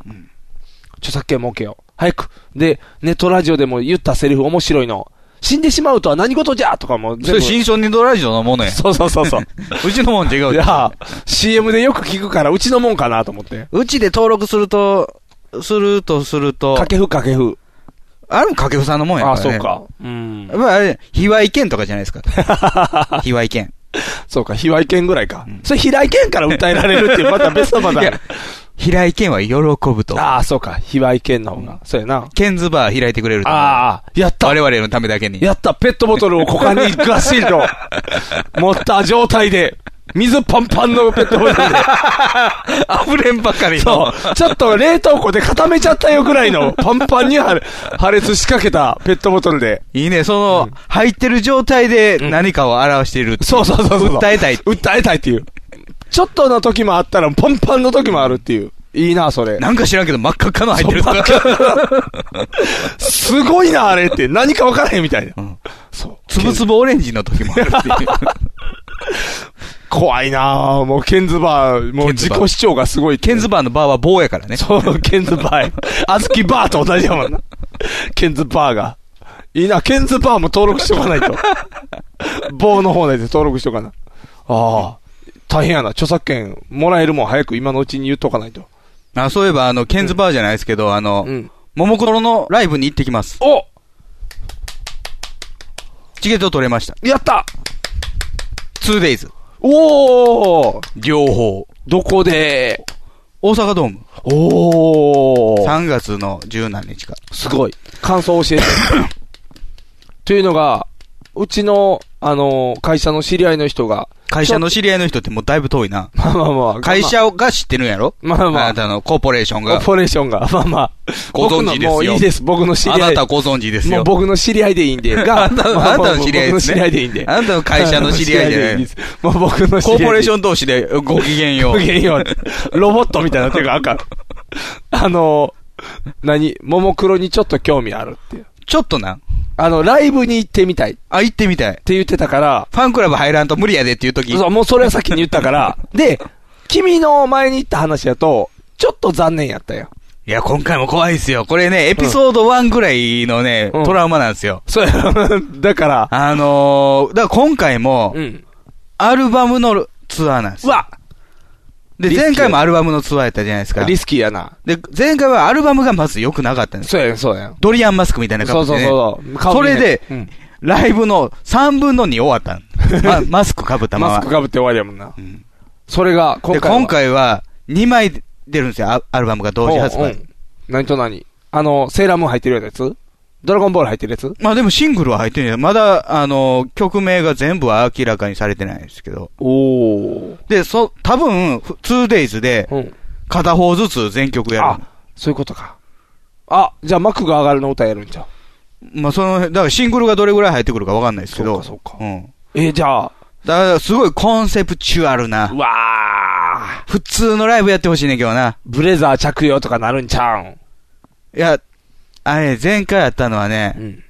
S2: 著作権儲けよう。早く。で、ネットラジオでも言ったセリフ面白いの。死んでしまうとは何事じゃとか
S3: そ
S2: も全部
S3: れ新書ニドラジオのものや。
S2: そうそうそうそう。
S3: うちのもん違う。
S2: いや、CM でよく聞くから、うちのもんかなと思って。
S3: うちで登録すると、するとすると。
S2: 掛布掛布。
S3: あれも掛布さんのもんやから、ね。
S2: あそうか。 うん。
S3: やっぱりあれ、卑猥剣とかじゃないです か。卑猥剣。
S2: そうか、卑猥剣ぐらいか。それ、平井剣から訴えられるっていう、また別のパタ
S3: い
S2: ー
S3: や
S2: ン。
S3: 平井健は喜ぶと。
S2: ああ、そうか。卑猥剣の方が。そうやな。
S3: ケンズバー開いてくれる
S2: ああ、やった。
S3: 我々のためだけに。
S2: やった、ペットボトルを股間にガシ リと持った状態で、水パンパンのペットボトル で。
S3: 溢れんばかり
S2: そ
S3: の
S2: う。ちょっと冷凍庫で固めちゃったよぐらいの、パンパンに破れ破裂しかけたペットボトルで。
S3: いいね、その、入ってる状態で何かを表しているってい
S2: そうそうそうそう。
S3: 訴えたい。
S2: 訴えたいっていう。ちょっとの時もあったら、パンパンの時もあるっていう。いいな、それ。
S3: なんか知らんけど真っ赤っかの入ってるとか。
S2: すごいな、あれって。何か分からへんみたいな。
S3: つぶつぶオレンジの時もあるって いう。
S2: 怖いなあもう、ケンズバー、もう自己主張がすごい。
S3: ケンズバーのバーは棒やからね。
S2: そう、ケンズバーや。あずきバーと同じやもんな。ケンズバーが。いいな、ケンズバーも登録しとかない と。棒の方で登録しとかな。ああ、大変やな。著作権もらえるもん早く今のうちに言っとかないと。
S3: あ、そういえば、あの、ケンズバーじゃないですけど、あの、ももクロのライブに行ってきます。
S2: お
S3: チケット取れました。
S2: やった
S3: 2days。
S2: おお
S3: 両方。
S2: どこで
S3: 大阪ドーム。
S2: おお
S3: 3月の十何日か。
S2: すごい。感想教え て。というのが、うちの、あの、会社の知り合いの人が、
S3: 会社の
S2: ち
S3: 知り合いの人ってもうだいぶ遠いな。
S2: ょまあまあまあ、
S3: 会社が知ってるんやろ
S2: まあまあ
S3: あなたのコーポレーション
S2: コー
S3: が。
S2: ポレーションが、まあまあ、
S3: ご存知ですよ
S2: 僕のもういいです、僕の知り
S3: あ
S2: 合。
S3: ないたご存知です
S2: もう
S3: よ。
S2: 僕の知り合いでいい んで、が、
S3: あなた
S2: ま
S3: あなたの知り合いですね
S2: 僕の知り合いでいいんで。
S3: あなたの会社の知り合いじゃない
S2: あなたの知り合いでです。 もう僕の知り
S3: コ
S2: 合い
S3: ーポレーショ
S2: ン
S3: ン同士でご機嫌よ
S2: ご
S3: う。
S2: きげんようロボットみたいな手が赤。 あの、何ももクロにちょっと興味あるっていう。
S3: ちょっとな。
S2: あの、ライブに行ってみたいって
S3: あ、行ってみたい。
S2: 言ってたから、
S3: ファンクラブ入らんと無理やでっていう時。
S2: そう、もうそれは先に言った から。で、君の前に行った話だと、ちょっと残念やったよ。
S3: いや、今回も怖いですよ。これね、エピソード1ぐらいのね、
S2: うん
S3: トラウマなんですよ。
S2: そうや、 だから、
S3: あのー、だから今回も
S2: う、ん。
S3: アルバムのツアーなんです
S2: う
S3: よ。
S2: わ
S3: で、
S2: リスキー
S3: 前回もアルバムのツアーやったじゃないですか。
S2: リスキーやな。
S3: で、前回はアルバムがまず良くなかったんですよ。
S2: そうやん、そうやん。
S3: ドリアンマスクみたいな
S2: そ
S3: 感
S2: う
S3: じ
S2: そ
S3: で、
S2: う
S3: ね。
S2: そう。顔
S3: そ
S2: 見え
S3: れ
S2: ない
S3: で、
S2: うん
S3: ライブの3分の2終わったん まマスクかぶったまま。
S2: マスクかぶって終わりやもんな。それが、今
S3: で、
S2: 回は。
S3: 今回は2枚出るんですよ、アアルバムが同時発
S2: うんう
S3: 売
S2: ん。何と何あの、セーラームーン入ってるようなやつドラゴンボール入ってるやつ
S3: まあでもシングルは入ってるんじゃないまだ、あの、曲名が全部は明らかにされてないんですけど。
S2: おー。
S3: で、そ、多分、ふ 2days で
S2: う、ん。
S3: 片方ずつ全曲や
S2: あ
S3: る。、
S2: そういうことか。あ、じゃあ幕が上がるの歌やるんじゃう。
S3: まあその、だからシングルがどれぐらい入ってくるかわかんないですけど。
S2: そうかそう
S3: うん。
S2: え、じゃあ、
S3: だから、すごいコンセプチュアルな
S2: う。わー。
S3: 普通のライブやってほしいねんけどな。
S2: ブレザー着用とかなるんちゃうん。
S3: いや、あれ、前回やったのはね、
S2: うん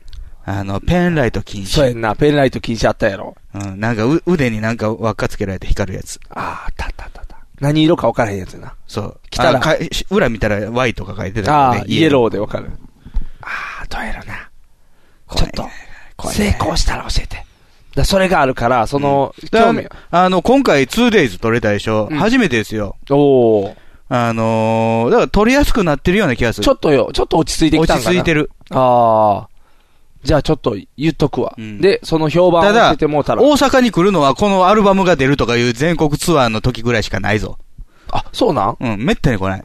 S3: あの、ペンライト禁
S2: そうや
S3: 止。
S2: んな、ペンライト禁止あったやろ。
S3: うん、なんかう、腕になんか輪っかつけられて光るやつ。
S2: あー、あったあったあったあった。何色か分からへんやつやな。
S3: そう。
S2: 来たら
S3: あかし裏見たら Y とか書いてた
S2: あ
S3: から
S2: あー、イエローで分かる。ああ、どうやろな。ちょっと、成功したら教えて。だからそれがあるから、その、
S3: だ
S2: 興味。
S3: あの、今回 2days 撮れたでしょ、
S2: うん
S3: 初めてですよ。
S2: おお。
S3: あのー、だから撮りやすくなってるような気がする。
S2: ちょっとよ、ちょっと落ち着いてき
S3: 落
S2: たん
S3: ち
S2: かな。
S3: 着いてる。
S2: ああ。じゃあちょっと言っとくわ。で、その評判を
S3: た
S2: 教
S3: だ、
S2: えて
S3: 大
S2: もうたら。
S3: 阪に来るのはこのアルバムが出るとかいう全国ツアーの時ぐらいしかないぞ。
S2: あ、そうなん
S3: うん、めったに来ない。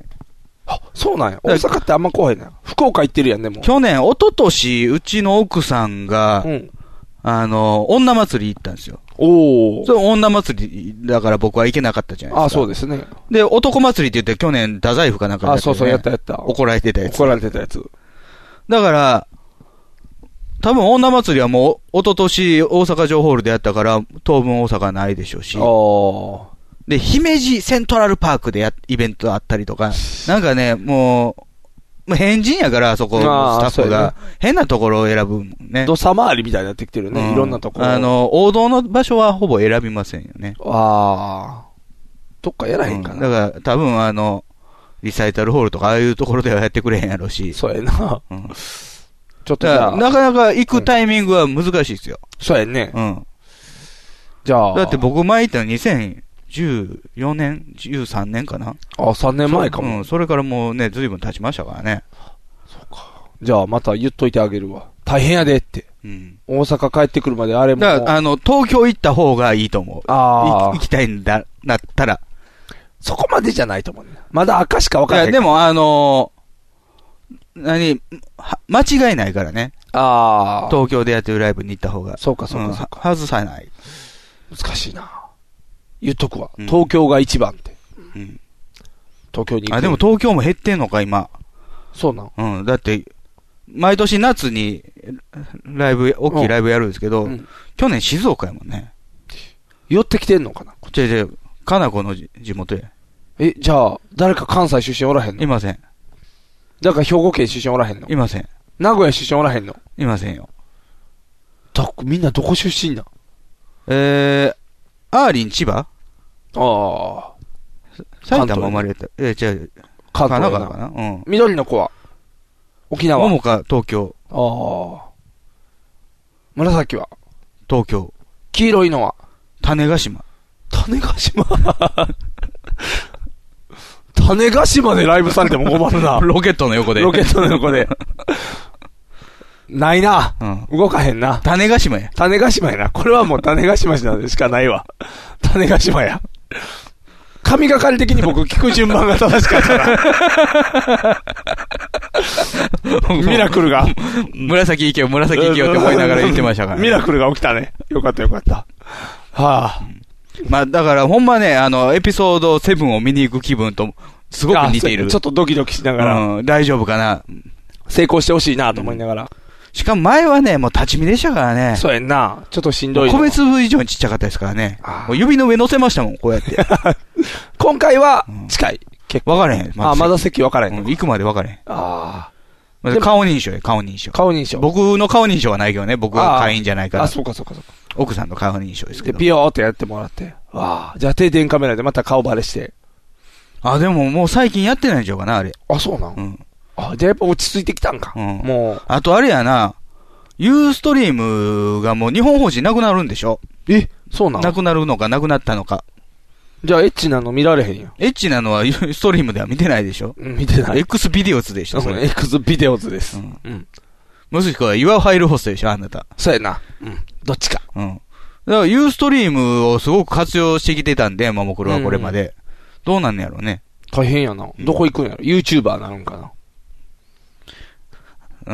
S2: そうなんや。大阪ってあんま怖いな。福岡行ってるやん、でも。
S3: 去年、一昨年、うちの奥さんが、あの、女祭り行ったんですよ。
S2: お
S3: それ女祭りだから僕は行けなかったじゃないですか。
S2: あ、そうですね。
S3: で、男祭りって言って去年、太宰府かなんかで
S2: あそうそうやったやった
S3: 怒られてたやつ。
S2: 怒られてたやつ。
S3: だから、多分女祭りはもう、一昨年大阪城ホールでやったから、当分大阪ないでしょうし。で、姫路セントラルパークでや、イベントあったりとか、なんかね、もう、もう変人やから、そこ、ス
S2: あー
S3: タッフ
S2: そうや
S3: が
S2: ね。
S3: 変なところを選ぶもんね。
S2: 土佐回りみたいになってきてるね。
S3: うん
S2: いろんなところ。
S3: あ、の、王道の場所はほぼ選びませんよね。
S2: ああ。どっかやらへんか
S3: な。だから、多分あの、リサイタルホールとか、ああいうところではやってくれへんやろし。
S2: そうやな。
S3: ん。
S2: ちょっと
S3: だ
S2: じ
S3: か
S2: ゃ
S3: ら
S2: あ。
S3: なかなか行くタイミングは難しいですよ。
S2: そうやね。
S3: うん。
S2: じゃあ。
S3: だって僕前行ったの2014年、13年かな。
S2: あ、3年前かも。
S3: うん、それからもうね、ずいぶん経ちましたからね。
S2: じゃあまた言っといてあげるわ。大変やでって。
S3: うん。
S2: 大阪帰ってくるまであれも。
S3: だから、あの、東京行った方がいいと思う。
S2: ああ
S3: い行きたいんだ、なったら。
S2: そこまでじゃないと思うね。まだ赤しか分から
S3: い
S2: へん
S3: や、でもあのー何、は間違いないからね。
S2: ああ。
S3: 東京でやってるライブに行った方が。
S2: そうか、そう
S3: うん
S2: か、そうか。
S3: は外さない。
S2: 難しいな。言っとくわ。
S3: うん
S2: 東京が一番って。
S3: うん
S2: 東京に行く
S3: あ、でも、東京も減ってんのか、今。
S2: そうなん。
S3: うん、だって、毎年夏に、ライブ、大きいライブやるんですけど、去年静岡やもんね。
S2: 寄ってきてんのかな
S3: こっちで、かなこの地地元や。
S2: え、じゃあ、誰か関西出身おらへんの
S3: いません。
S2: だから兵庫県出身おらへんの
S3: いません。
S2: 名古屋出身おらへんの
S3: いませんよ。
S2: ど、みんなどこ出身な
S3: えー、アーリン千葉
S2: ああ。
S3: 埼玉生まれた。え、違う。
S2: 関東やな
S3: 神奈川かなうん。
S2: 緑の子は沖縄。
S3: 桃か東京。
S2: ああ。紫は
S3: 東京。
S2: 黄色いのは
S3: 種子島。
S2: 種子島 種子島でライブされても困 るな。
S3: ロケットの横で。
S2: ロケットの横で。ないな。動かへんな。
S3: 種子島や。
S2: 種子島やな。これはもう種子島しかないわ。種子島や。神がかり的に僕聞く順番が正しかったな。 ミラクルが。
S3: 紫行けよ、紫行けよって思いながら言ってました から、
S2: ミラクルが起きたね。よかったよかった。はあ。
S3: まあ、だから、ほんまね、あの、エピソード7を見に行く気分と、すごく似てい
S2: あそうや
S3: る。
S2: ねちょっとドキドキしながら
S3: うん、大丈夫かな。
S2: 成功してほしいなと思いながら。
S3: しかも前はね、もう立ち見でしたからね。
S2: そうやんな。ちょっとしんどいの
S3: 個別部以上にちっちゃかったですからね。もう指の上乗せましたもん、こうやって。
S2: 今回は、近い。結
S3: 構。分からへん。
S2: あまだ席分からへん。
S3: 行くまで分からへん。
S2: あ
S3: まず顔認証や、顔認証。
S2: 顔認証。
S3: 僕の顔認証はないけどね、僕は会員じゃないから。
S2: あーあそうかそうかそうか。
S3: 奥さんの顔認証ですけ
S2: で、
S3: ど。
S2: ピヨーってやってもらって。わあ。じゃあ定点カメラでまた顔バレして。
S3: あ、でももう最近やってないんちゃうかな、あれ。
S2: あ、そうなん
S3: うん。
S2: あ、じゃあやっぱ落ち着いてきたんか。もう。
S3: あとあれやな、ユーストリームがもう日本法人なくなるんでしょ
S2: え、そうな
S3: のなくなるのか、なくなったのか。
S2: じゃあエッチなの見られへんやん。
S3: エッチなのはユーストリームでは見てないでしょ
S2: 見てない
S3: X ビデオズでしょ、それ。
S2: X ビデオズです。
S3: うん。もしくは、岩尾ハイルホストでしょ、あなた。
S2: そうやな。うん。どっちか。
S3: うん。だから、ユーストリームをすごく活用してきてたんで、マモクロはこれまで。どうなんねやろうね。
S2: 大変やな。どこ行くんやろ ?YouTuber なるんかな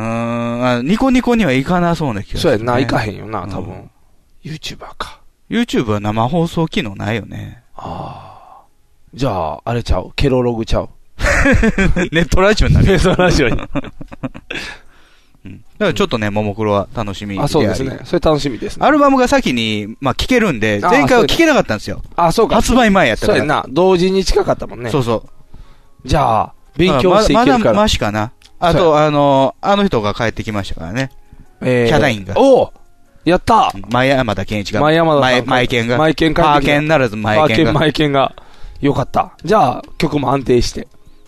S3: うーんあ、ニコニコには行かなそうな気がす
S2: そう
S3: る、ね。
S2: やな。行かへんよな、多分。
S3: YouTuber か。YouTube は生放送機能ないよね。
S2: じゃあ、あれちゃうケロログ ちゃう
S3: ネットラジオになる。
S2: ネットラジ オに。
S3: だからちょっとね、ももクロは楽しみで
S2: あ、そうですね。それ楽しみですね。
S3: アルバムが先に、まあ、聴けるんで、
S2: あー
S3: 前回は聴けなかったんですよ。
S2: あ、そうか。
S3: 発売前やったから
S2: そうやな。同時に近かったもんね。
S3: そうそう。
S2: じゃあ、勉強していける
S3: ま
S2: か
S3: だ
S2: ら。
S3: マシかな。あ
S2: そう
S3: と、あの、あの人が帰ってきましたからね。
S2: えー
S3: ヒャダインが。
S2: おうやった
S3: 前山田健一が。
S2: 前山田さ
S3: 前
S2: ん。
S3: 前健が。
S2: 前健
S3: パー健ならず前健が。
S2: 前健が。よかった。じゃあ、曲も安定して。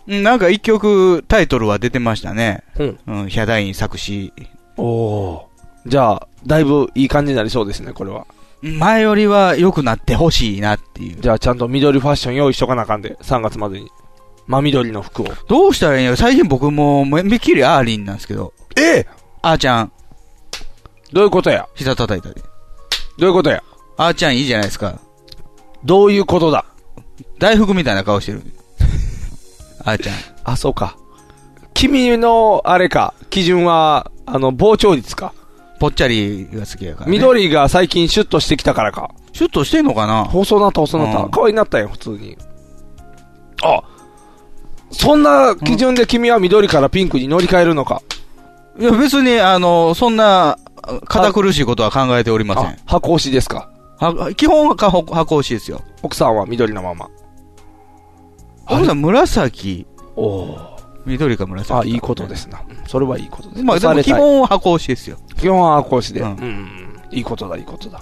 S3: うんなんか一曲タイトルは出てましたね。
S2: うん。
S3: ヒャダイン作詞。
S2: おおー。じゃあ、だいぶいい感じになりそうですね、これは。
S3: 前よりは良くなってほしいなっていう。
S2: じゃあ、ちゃんと緑ファッション用意しとかなあかんで、3月までに。真緑の服を。
S3: どうしたらいいの最近僕もうめめっきりアーリンなんですけど。
S2: え
S3: あーちゃん。
S2: どういうことや
S3: 膝叩いたり。
S2: どういうことや
S3: あーちゃんいいじゃないですか。
S2: どういうことだ
S3: 大福みたいな顔して る。あーちゃん。
S2: あ、そうか。君の、あれか、基準は、あの、膨張率か。
S3: ぽっちゃりが好きやから、ね。
S2: 緑が最近シュッとしてきたからか。
S3: シュッとしてんのかな
S2: 細なった、細なっ
S3: う
S2: た。
S3: ん
S2: 可愛いなったよ、普通に。あそんな基準で君は緑からピンクに乗り換えるのか。
S3: いや、別に、あの、そんな、あ堅苦しいことは考えておりません。
S2: 箱推しですか
S3: は基本はかほ箱推しですよ。
S2: 奥さんは緑のまま。
S3: 奥さん、紫。
S2: お
S3: 緑か紫
S2: あ、いいことですな。うんそれはいいことです。
S3: まあ、でも基
S2: 押され
S3: 本は箱推しですよ。
S2: たい、基本は箱推しで。
S3: う
S2: うんん。いいことだ、いいことだ。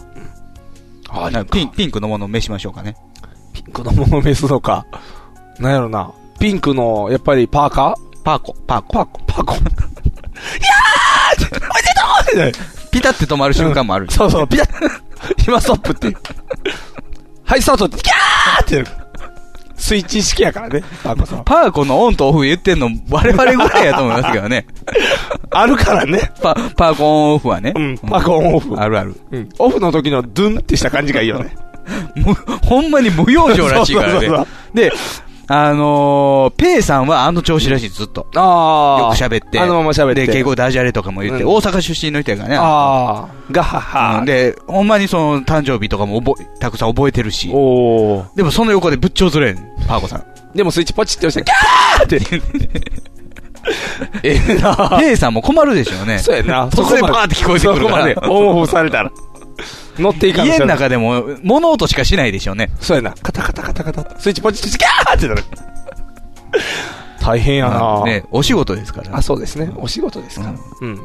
S3: あピンピンクのものを召しましょうかね。
S2: 子供を召すのか。なんやろな。ピンクの、やっぱりパーカー
S3: パーコ、パーコ。
S2: パーコ、パーコ。いや ーおめでとう
S3: ピタって止まる瞬間もある。
S2: そうそう、ピタッ。 今ストップっていう。はい、スタートって、キャーってやる。スイッチ式やからね、パーコさん。
S3: パーコのオンとオフ言ってんの我々ぐらいやと思いますけど ね。
S2: あるからね。
S3: パ、パーコンオフはね。うん、
S2: パーコンオフ
S3: あるある。
S2: うん。オフの時のドゥンってした感じがいいよね。
S3: もうほんまに無養生らしいからね
S2: そうそうそうそう。
S3: で、あのー、ペイさんはあの調子らしい、ずっと。
S2: あ
S3: よく喋って。
S2: あのまま喋って
S3: で、結構ダジャレとかも言って、
S2: うん
S3: 大阪出身の人やからね。
S2: ああ、ガハ
S3: う
S2: ハ
S3: ん。で、ほんまにその誕生日とかも覚え、たくさん覚えてるし。
S2: おー
S3: でもその横でぶっちょうずれん、パーコさん。
S2: でもスイッチポチって押して、キャーって。 ええな
S3: ペイさんも困るでしょうね。
S2: そうやな。
S3: 突然パーって聞こえてくるから。
S2: そこまでオンオフされたら。乗っていかん
S3: 家の
S2: で。
S3: 中でも物音しかしないでしょうね。
S2: そうやな。カタカタカタカタ。スイッチポチって、キャーってなる。大変やな
S3: ね、お仕事ですから。
S2: あ、そうですね。お仕事ですから。うん。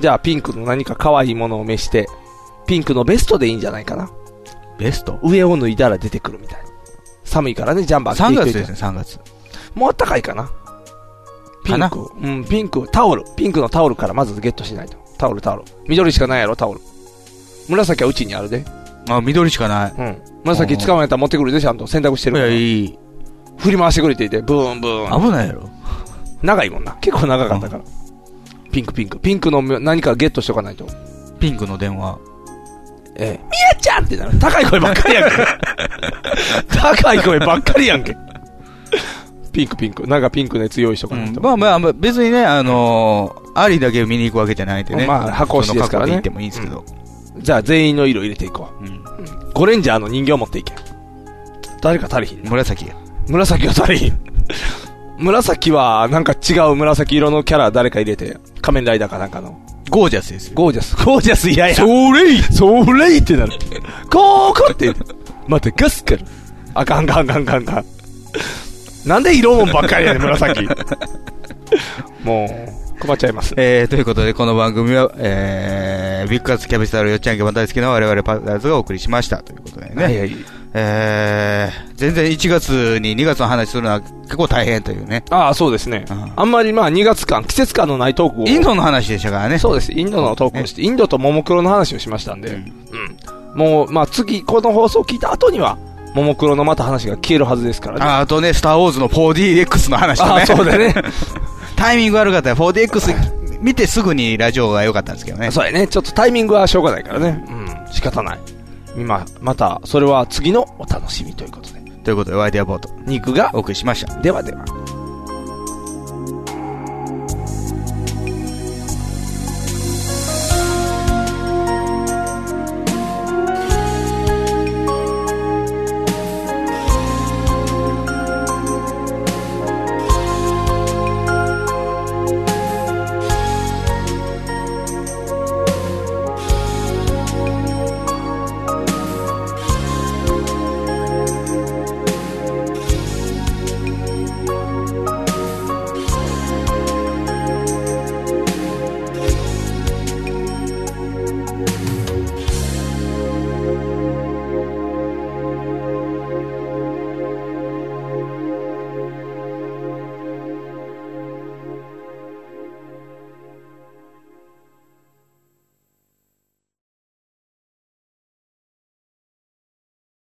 S2: じゃあ、ピンクの何か可愛いものを召して、ピンクのベストでいいんじゃないかな。
S3: ベスト
S2: 上を脱いだら出てくるみたいな。寒いからね、ジャンバー着て
S3: ?3
S2: いとい
S3: 月
S2: て
S3: ですね、3月。
S2: もうあったかいかな。ピンクを。うん、ピンクを、タオル。ピンクのタオルからまずゲットしないと。タオル、タオル。緑しかないやろ、タオル。紫はうちにあるで。
S3: あ、緑しかない。
S2: うん。紫使うんやったら持ってくるで、ちゃんと洗濯してるから。
S3: いい。
S2: 振り回してくれていて、ブーンブーン。
S3: 危ないやろ。
S2: 長いもんな。結構長かったから。ピンクピンク。ピンクの何かゲットしとかないと。
S3: ピンクの電話。
S2: ええ。みやちゃんってなる。高い声ばっかり やんけ。高い声ばっかりやんけ。ピンクピンク。なんかピンクのやつ用意しとかないと。
S3: まあまあまあ、別にね、あのー、ありだけ見に行くわけじゃないんでね。
S2: まあ箱推しですか
S3: その格好
S2: らね
S3: で行ってもいいんですけど。
S2: じゃあ全員の色入れていこう。ゴレンジャーの人形持っていけ。誰か足りひん。
S3: 紫
S2: 紫は足りひん。紫は、なんか違う紫色のキャラ誰か入れて、仮面ライダーかなんかの。
S3: ゴージャスですよ。
S2: ゴージャス。ゴージャス嫌や。
S3: それい
S2: それいってなる。こーこって。待って、ガスから。あかんかんかんかんかん。なんで色もんばっかりやねん、紫。もう、困っちゃいます。
S3: えー、ということで、この番組は、えー、ビッグカツキャベツ太郎よっちゃんけば大好きな我々パーズがお送りしました。ということでね。
S2: はいはい
S3: えー、全然1月に2月の話するのは結構大変というね。
S2: ああ、そうですね。あんまりまあ2月間、季節感のないトークを。
S3: インドの話でしたからね。
S2: そうです。インドのトークをして、インドとももクロの話をしましたんで、うんもう、まあ次、この放送を聞いた後には、ももクロのまた話が消えるはずですからね。
S3: ああとね、スター・ウォーズの 4DX の話とね。
S2: あそうだね。
S3: タイミング悪かったら 4DX 見てすぐにラジオが良かったんですけどね。
S2: そうやね。ちょっとタイミングはしょうがないからね。うん。仕方ない。今、また、それは次のお楽しみということで。
S3: ということで、ワイデアボート。
S2: 肉が
S3: お送りしました。
S2: ではでは。